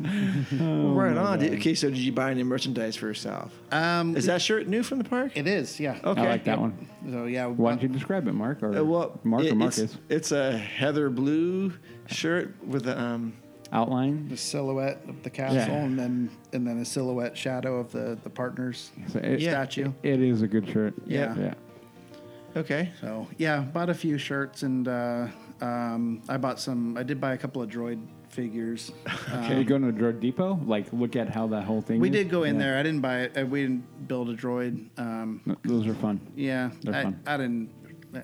Speaker 3: Well, right on. Did- Okay. So, did you buy any merchandise for yourself?
Speaker 7: Um,
Speaker 3: Is that shirt new from the park?
Speaker 7: it is, yeah.
Speaker 3: Okay.
Speaker 6: I like that one.
Speaker 7: So, yeah.
Speaker 6: Why don't you describe it, Mark or
Speaker 3: Uh, well,
Speaker 6: Mark
Speaker 3: it-
Speaker 6: or
Speaker 3: it's-
Speaker 6: Marcus?
Speaker 3: It's, a heather blue shirt with a um.
Speaker 6: Outline.
Speaker 7: the silhouette of the castle
Speaker 6: Yeah.
Speaker 7: and then and then a silhouette shadow of the the partners
Speaker 6: So it-
Speaker 3: Yeah.
Speaker 7: statue
Speaker 6: It is a good shirt.
Speaker 7: Yeah.
Speaker 6: Yeah.
Speaker 3: Okay.
Speaker 7: so yeah bought a few shirts and uh um i bought some i did buy a couple of droid
Speaker 6: (laughs)
Speaker 7: figures
Speaker 6: Can you go to the drug depot? Like, look at how that whole thing.
Speaker 7: we
Speaker 6: is?
Speaker 7: did go in
Speaker 6: Yeah.
Speaker 7: there i didn't buy it uh, we didn't build a droid um
Speaker 6: No, Those are fun.
Speaker 7: yeah
Speaker 6: They're
Speaker 7: I,
Speaker 6: fun.
Speaker 7: I didn't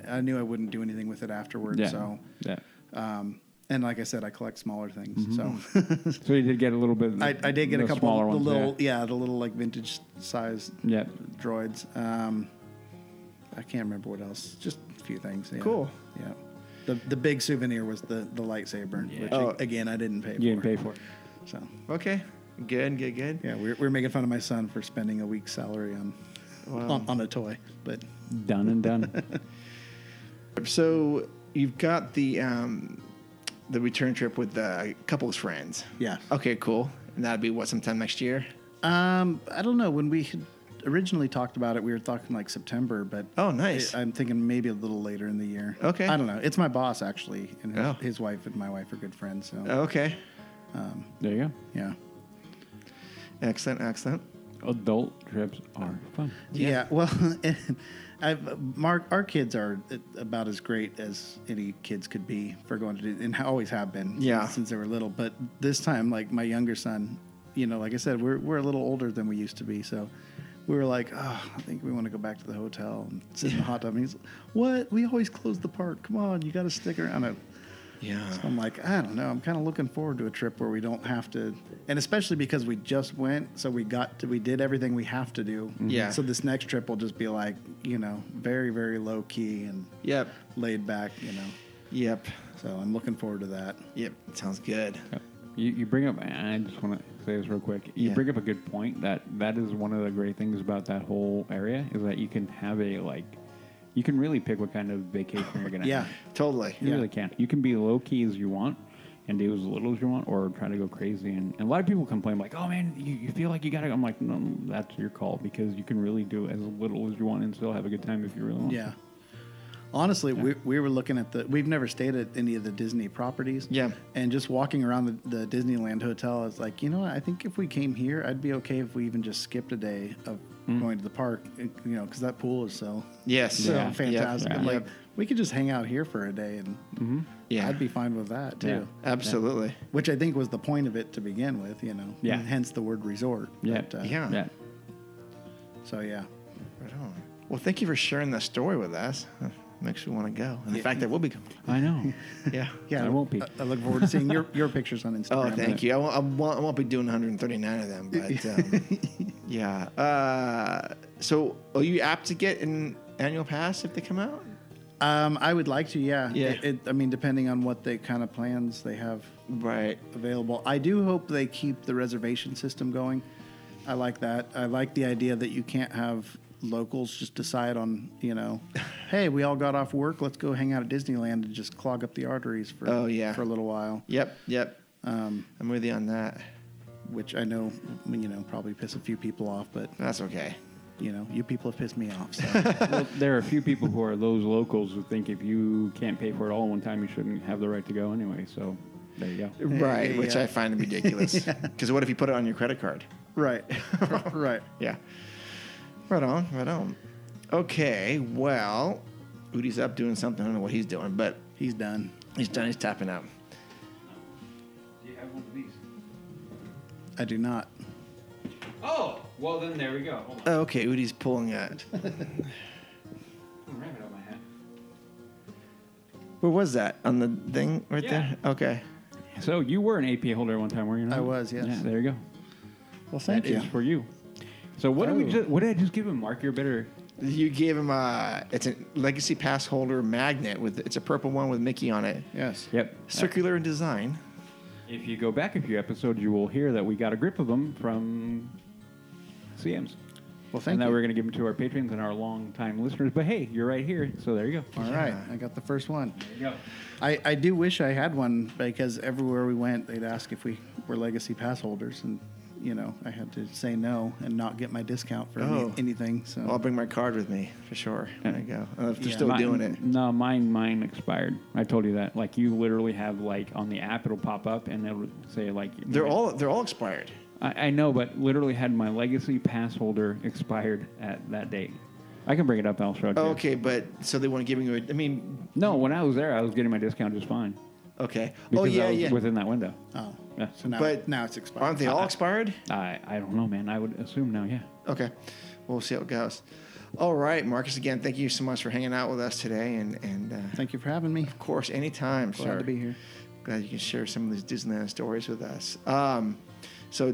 Speaker 7: i knew i wouldn't do anything with it afterward
Speaker 6: Yeah.
Speaker 7: so (laughs)
Speaker 6: yeah.
Speaker 7: um and like i said i collect smaller things so
Speaker 6: (laughs) So you did get a little bit.
Speaker 7: I, I did get a
Speaker 6: the
Speaker 7: couple
Speaker 6: smaller
Speaker 7: the
Speaker 6: ones.
Speaker 7: little
Speaker 6: yeah.
Speaker 7: yeah. the little like vintage size
Speaker 6: Yeah.
Speaker 7: droids. Um, I can't remember what else. Just a few things. Yeah.
Speaker 3: Cool.
Speaker 7: Yeah. The the big souvenir was the the lightsaber, which
Speaker 3: Oh.
Speaker 7: again I didn't pay.
Speaker 6: You didn't
Speaker 7: for.
Speaker 6: pay for it.
Speaker 7: So
Speaker 3: Okay. Good. Good. Good.
Speaker 7: yeah, we were, we were making fun of my son for spending a week's salary on on, on a toy, but
Speaker 6: Done and done.
Speaker 7: (laughs)
Speaker 3: So you've got the um, the return trip with uh, the couple's friends.
Speaker 7: Yeah.
Speaker 3: Okay, cool. And that'd be what sometime next year.
Speaker 7: um, I don't know when we had originally talked about it. We were talking like September, but
Speaker 3: Oh, nice.
Speaker 7: I, am thinking maybe a little later in the year.
Speaker 3: Okay.
Speaker 7: I don't know. It's my boss actually, and his,
Speaker 3: Oh.
Speaker 7: his wife and my wife are good friends. So
Speaker 3: Okay.
Speaker 6: There you
Speaker 7: yeah.
Speaker 3: Excellent. Excellent.
Speaker 6: go. Adult trips are fun.
Speaker 7: Yeah. well, (laughs) I've, our, our kids are about as great as any kids could be for going to do, and always have been.
Speaker 3: Yeah.
Speaker 7: Since they were little, but this time, like my younger son, you know, like I said, we're we're a little older than we used to be, so. We were like, oh, I think we want to go back to the hotel and sit in the hot tub. And he's, what? We always close the park. Come on, you got to stick around. I-
Speaker 3: Yeah.
Speaker 7: so I'm like, I don't know. I'm kind of looking forward to a trip where we don't have to, and especially because we just went, so we got to, we did everything we have to do.
Speaker 3: Yeah.
Speaker 7: So this next trip will just be like, you know, very, very low key and
Speaker 3: Yep.
Speaker 7: laid back, you know.
Speaker 3: Yep.
Speaker 7: So I'm looking forward to that.
Speaker 3: Yep. Sounds good.
Speaker 6: You, you bring up, and I just want to say this real quick. You
Speaker 3: Yeah.
Speaker 6: bring up a good point that that is one of the great things about that whole area is that you can have a like, you can really pick what kind of vacation you're gonna.
Speaker 7: (coughs) Yeah.
Speaker 6: have.
Speaker 3: Totally.
Speaker 6: you really can. You can be low key as you want. And do as little as you want, or try to go crazy. And, and a lot of people complain, like, "Oh man, you, you feel like you gotta." go." I'm like, "No, that's your call because you can really do as little as you want and still have a good time if you really want."
Speaker 7: Yeah. Honestly, we, we were looking at the. We've never stayed at any of the Disney properties.
Speaker 3: Yeah.
Speaker 7: And just walking around the, the Disneyland hotel, it's like, you know what? I think if we came here, I'd be okay if we even just skipped a day of
Speaker 6: Mm.
Speaker 7: going to the park, eh, you know, because that pool is so,
Speaker 3: Yes.
Speaker 7: so
Speaker 6: Yeah.
Speaker 7: fantastic.
Speaker 6: Yeah. Mm-hmm.
Speaker 7: I'm Like,
Speaker 3: Yep.
Speaker 7: we could just hang out here for a day and
Speaker 3: Yeah.
Speaker 7: I'd be fine with that too.
Speaker 6: Yeah.
Speaker 3: Absolutely.
Speaker 7: Which I think was the point of it to begin with, you know.
Speaker 6: Yeah.
Speaker 7: Hence the word resort.
Speaker 6: yeah,
Speaker 7: But, uh,
Speaker 3: Yeah.
Speaker 6: yeah.
Speaker 7: So, yeah.
Speaker 3: Right on. Well, thank you for sharing that story with us. Uh, Makes me want to go. And the fact that we'll be going.
Speaker 6: I
Speaker 7: (laughs)
Speaker 6: know.
Speaker 3: (laughs) Yeah.
Speaker 7: Yeah.
Speaker 6: I won't be.
Speaker 7: I, I look forward to seeing your, your
Speaker 6: (laughs)
Speaker 7: pictures on
Speaker 3: Oh,
Speaker 7: Instagram.
Speaker 3: thank you. I won't, I, won't, I won't be doing 139 of them, but um, (laughs) yeah. Uh, so, are you apt to get an annual pass if they come out?
Speaker 7: Um, I would like to, yeah.
Speaker 3: Yeah.
Speaker 7: It, it, I mean, depending on what they kind of plans they have
Speaker 3: Right.
Speaker 7: available. I do hope they keep the reservation system going. I like that. I like the idea that you can't have locals just decide on,
Speaker 3: (laughs)
Speaker 7: you know, hey, we all got off work, let's go hang out at Disneyland and just clog up the arteries for
Speaker 3: Oh, yeah.
Speaker 7: for a little while,
Speaker 3: Yep. Yep. I'm with you on that.
Speaker 7: which I know, you know, probably piss a few people off, but
Speaker 3: That's okay.
Speaker 7: you know, you people have pissed me
Speaker 3: (laughs)
Speaker 7: off. So.
Speaker 6: well, there are a few people who are those locals who think if you can't pay for it all in one time, you shouldn't have the right to go anyway. So there you go.
Speaker 3: Right.
Speaker 7: yeah,
Speaker 3: which
Speaker 7: yeah.
Speaker 3: I find ridiculous. (laughs) Because what if you put it on your credit card?
Speaker 7: right. (laughs) right.
Speaker 3: Yeah. Right on, right on. Okay, well, Udi's up doing something. I don't know what he's doing, but
Speaker 7: He's done.
Speaker 3: he's done. He's tapping out.
Speaker 6: Do you have one of these?
Speaker 7: I do not.
Speaker 6: Oh, well then there we go. Hold on.
Speaker 3: Oh, okay, Udi's pulling it.
Speaker 6: I'm wrapping up my hat.
Speaker 3: Where was that on the thing right
Speaker 6: Yeah.
Speaker 3: there? Okay.
Speaker 6: So you were an APA holder one time, were you not?
Speaker 7: I was, yes.
Speaker 6: Yeah, there you go.
Speaker 7: Well, thank
Speaker 6: That
Speaker 7: you.
Speaker 6: is for you. So what did
Speaker 7: Oh.
Speaker 6: we just? What did I just give him? Mark, you're better.
Speaker 3: You gave him a it's a legacy pass holder magnet with it's a purple one with Mickey on it.
Speaker 7: yes.
Speaker 6: Yep.
Speaker 3: Circular in design.
Speaker 6: If you go back a few episodes, you will hear that we got a grip of them from CMs.
Speaker 7: Well,
Speaker 6: and
Speaker 7: thank
Speaker 6: now
Speaker 7: you.
Speaker 6: we're going to give them to our patrons and our long-time listeners. But hey, you're right here, so there you go.
Speaker 7: All right, I got the first one.
Speaker 6: There you go.
Speaker 7: I, I do wish I had one because everywhere we went, they'd ask if we were legacy pass holders, and you know I had to say no and not get my discount for any-
Speaker 3: Oh.
Speaker 7: anything. So
Speaker 3: I'll bring my card with me for sure. There you go. I don't know if they're
Speaker 7: Yeah.
Speaker 3: still
Speaker 6: Mine-
Speaker 3: doing it.
Speaker 6: No, mine mine expired. I told you that. Like you literally have like on the app, it'll pop up and it'll say like
Speaker 3: They're all they're all expired.
Speaker 6: I, I know, but literally had my legacy pass holder expired at that date. I can bring it up. I'll show it. to you.
Speaker 3: Okay, but so they weren't giving you. A, I mean,
Speaker 6: No, when I was there, I was getting my discount just fine.
Speaker 3: okay.
Speaker 6: Because
Speaker 3: oh yeah,
Speaker 6: I was
Speaker 3: yeah.
Speaker 6: Within that window.
Speaker 7: oh,
Speaker 6: Yeah.
Speaker 7: so now
Speaker 3: But-
Speaker 7: now it's expired.
Speaker 3: Aren't they all expired? Uh-uh.
Speaker 6: I I don't know, man. I would assume now. Yeah.
Speaker 3: Okay. We'll see how it goes. All right, Marcus. Again, thank you so much for hanging out with us today, and and uh,
Speaker 7: Thank you for having me.
Speaker 3: of course, anytime.
Speaker 7: Glad
Speaker 3: sir.
Speaker 7: to be here.
Speaker 3: Glad you can share some of these Disneyland stories with us. Um, so, uh,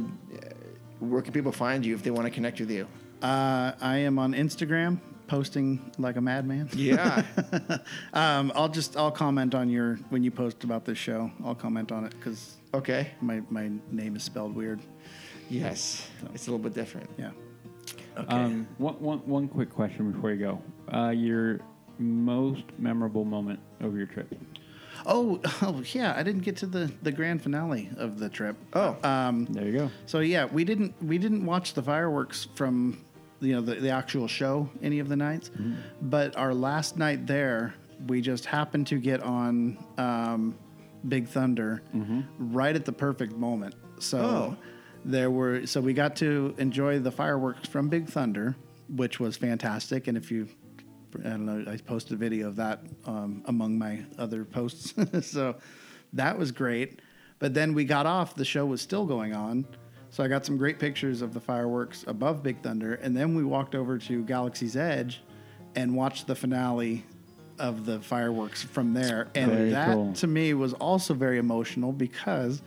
Speaker 3: where can people find you if they want to connect with you?
Speaker 7: Uh, I am on Instagram posting like a madman.
Speaker 3: Yeah.
Speaker 7: Um, I'll just I'll comment on your when you post about this show. I'll comment on it because
Speaker 3: (laughs) okay.
Speaker 7: my my name is spelled weird.
Speaker 3: Yes. It's a little bit different.
Speaker 7: Yeah.
Speaker 6: Um, one, one, one quick question before you go. Uh, your most memorable moment of your trip.
Speaker 7: Oh, (laughs) oh yeah, I didn't get to the the grand finale of the trip.
Speaker 3: Oh.
Speaker 7: Um,
Speaker 6: There you go.
Speaker 7: So yeah, we didn't we didn't watch the fireworks from you know the, the actual show any of the nights. But our last night there, we just happened to get on um, Big Thunder right at the perfect moment. So
Speaker 3: Oh.
Speaker 7: there were so we got to enjoy the fireworks from Big Thunder, which was fantastic. And if you I don't know. I posted a video of that um, among my other posts. (laughs) so that was great. But then we got off, the show was still going on. So I got some great pictures of the fireworks above Big Thunder. And then we walked over to Galaxy's Edge and watched the finale of the fireworks from there. And
Speaker 6: Very
Speaker 7: that
Speaker 6: cool.
Speaker 7: to me was also very emotional because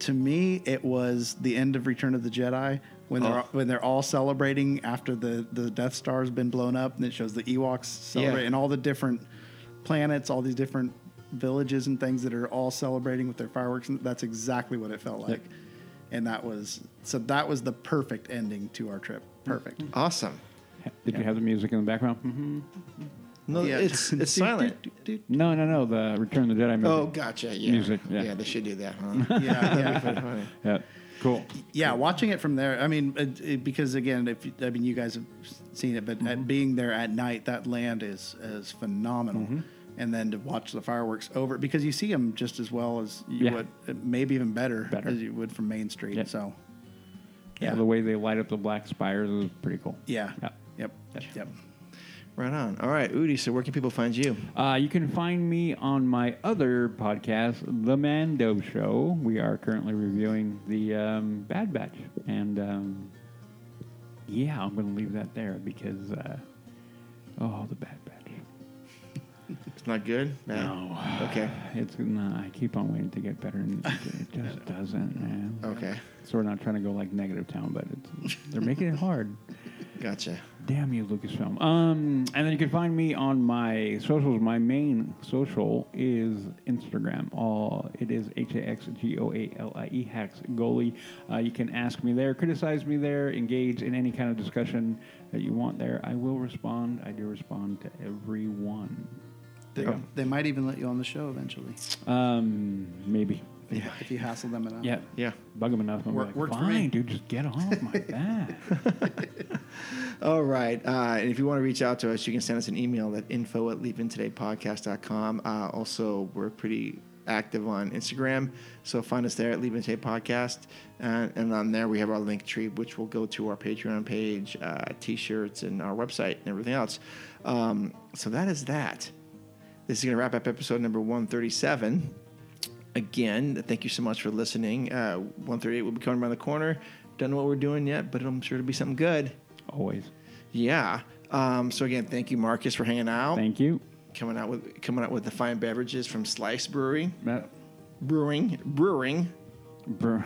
Speaker 7: to me it was the end of Return of the Jedi when
Speaker 3: Oh.
Speaker 7: they're when they're all celebrating after the the Death Star has been blown up and it shows the Ewoks celebrating and all the different planets, all these different villages and things that are all celebrating with their fireworks and that's exactly what it felt like. And that was so that was the perfect ending to our trip.
Speaker 3: Mm.
Speaker 7: Perfect.
Speaker 3: Awesome.
Speaker 6: Did you have the music in the background?
Speaker 3: Mm-hmm. No,
Speaker 7: Yeah.
Speaker 3: it's
Speaker 7: (laughs)
Speaker 3: it's silent.
Speaker 6: No, no, no. The Return of the Jedi music.
Speaker 3: Oh, gotcha. Yeah.
Speaker 6: Music, yeah.
Speaker 3: yeah. they should do that,
Speaker 7: (laughs)
Speaker 3: huh?
Speaker 7: Yeah, yeah.
Speaker 3: (laughs)
Speaker 6: Yeah. Cool.
Speaker 7: yeah, watching it from there. I mean, it, it- because again, if you, I mean, you guys have seen it, but
Speaker 6: Mm-hmm.
Speaker 7: uh being there at night, that land is is phenomenal.
Speaker 6: Mm-hmm.
Speaker 7: And then to watch the fireworks over, because you see them just as well as you
Speaker 6: Yeah.
Speaker 7: would, uh, maybe even better,
Speaker 6: Better.
Speaker 7: as you would from Main Street.
Speaker 6: Yeah.
Speaker 7: So,
Speaker 6: Yeah.
Speaker 7: yeah,
Speaker 6: the way they light up the black spires is pretty cool.
Speaker 7: yeah,
Speaker 6: Yeah.
Speaker 7: yep, yep.
Speaker 3: right on. All right, Udi. So where can people find you?
Speaker 6: Uh, you can find me on my other podcast, The Mando Show. We are currently reviewing the um, Bad Batch, and um, yeah, I'm going to leave that there because uh, oh, the Bad Batch.
Speaker 3: It's not good.
Speaker 6: No.
Speaker 3: Okay.
Speaker 6: It's nah, I keep on waiting to get better, and it just doesn't, man.
Speaker 3: Okay.
Speaker 6: So we're not trying to go like negative town, but it's, they're making it hard.
Speaker 3: Gotcha.
Speaker 6: Damn you, Lucasfilm. Um, and then you can find me on my socials. My main social is Instagram. All it is H A X G O A L I E hacks goalie. Uh, you can ask me there, criticize me there, engage in any kind of discussion that you want there. I will respond. I do respond to everyone.
Speaker 7: They, they might even let you on the show eventually
Speaker 6: Um, maybe.
Speaker 7: if you hassle them enough.
Speaker 6: Yeah.
Speaker 3: Yeah.
Speaker 6: Bug them enough. I'm
Speaker 7: Work-
Speaker 6: like,
Speaker 7: worked for me.
Speaker 6: fine, dude. Just get off
Speaker 7: (laughs)
Speaker 6: my back.
Speaker 3: All right. Uh, and if you want to reach out to us, you can send us an email at info at leapintodaypodcast.com. Uh, also, we're pretty active on Instagram. So find us there at Leap In Today Podcast. Uh, and on there, we have our link tree, which will go to our Patreon page, uh, t shirts, and our website and everything else. Um, so that is that. This is going to wrap up episode number 137 again, thank you so much for listening. Uh, 138 will be coming around the corner. Don't know what we're doing yet, but I'm sure it'll be something good.
Speaker 6: Always.
Speaker 3: Yeah. Um, so again, thank you, Marcus, for hanging out,
Speaker 6: Thank you.
Speaker 3: coming out with coming out with the fine beverages from Slice Brewery,
Speaker 6: Matt,
Speaker 3: brewing, brewing,
Speaker 6: Brew-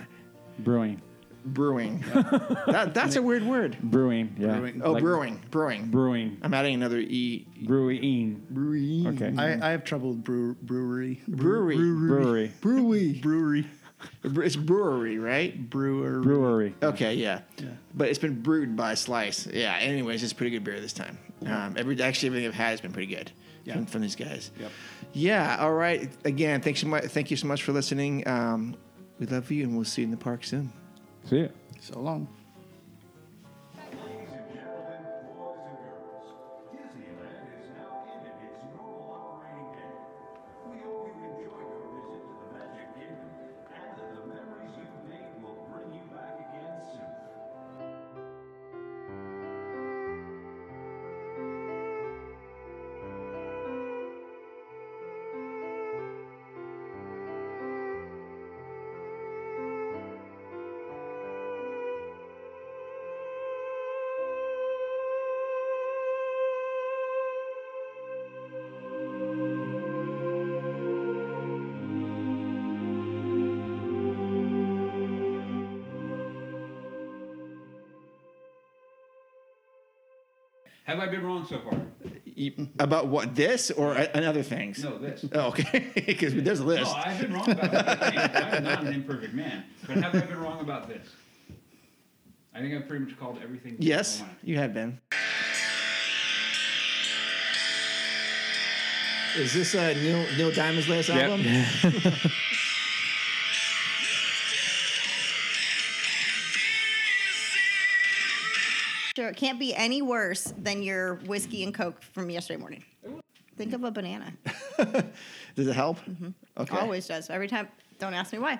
Speaker 6: brewing.
Speaker 3: brewing. (laughs) that, that's a weird word.
Speaker 6: Brewing. Yeah.
Speaker 7: Brewing.
Speaker 3: Oh,
Speaker 6: Like-
Speaker 3: brewing, brewing,
Speaker 6: Brewing.
Speaker 3: I'm adding another e.
Speaker 6: Brewing.
Speaker 3: Brewery.
Speaker 6: Okay.
Speaker 7: I, I have trouble with brew, brewery,
Speaker 3: Brewery.
Speaker 6: brewery.
Speaker 3: Brewery.
Speaker 7: brewery,
Speaker 3: It's brewery, right?
Speaker 7: brewer,
Speaker 6: Brewery.
Speaker 3: Okay, yeah. But it's been brewed by Slice. Yeah. Anyways, it's pretty good beer this time. Um, every actually everything I've had has been pretty good
Speaker 7: Yeah.
Speaker 3: from, from these guys.
Speaker 7: Yep.
Speaker 3: Yeah. All right. Again, thanks so much. Thank you so much for listening. Um, we love you, and we'll see you in the park soon.
Speaker 6: See ya.
Speaker 7: So long.
Speaker 2: Ladies and gentlemen, boys and girls, Disneyland is now ended its normal operating day. We hope you enjoyed your visit to the Magic Kingdom and that the memories you've made will bring you back again soon.
Speaker 6: Have I been wrong so far?
Speaker 3: You- about what this or a- another things?
Speaker 6: No, this.
Speaker 3: Oh, okay. (laughs) Because there's a
Speaker 6: No,
Speaker 3: list.
Speaker 6: I've been wrong about other things. I'm not an imperfect man. But have I been wrong about this? I think I've pretty much called everything.
Speaker 3: yes,
Speaker 6: I wanted.
Speaker 3: you have been. Is this uh, Neil Neil Diamond's last album?
Speaker 11: after. It can't be any worse than your whiskey and coke from yesterday morning. Think of a banana.
Speaker 3: Does it help? Okay.
Speaker 11: Always does. Every time. Don't ask me why.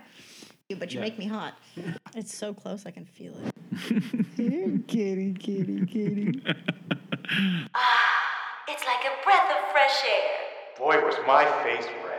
Speaker 11: But you
Speaker 3: Yeah.
Speaker 11: make me hot. It's so close, I can feel it.
Speaker 12: kitty, kitty, kitty.
Speaker 13: It's like a breath of fresh air.
Speaker 14: Boy, was my face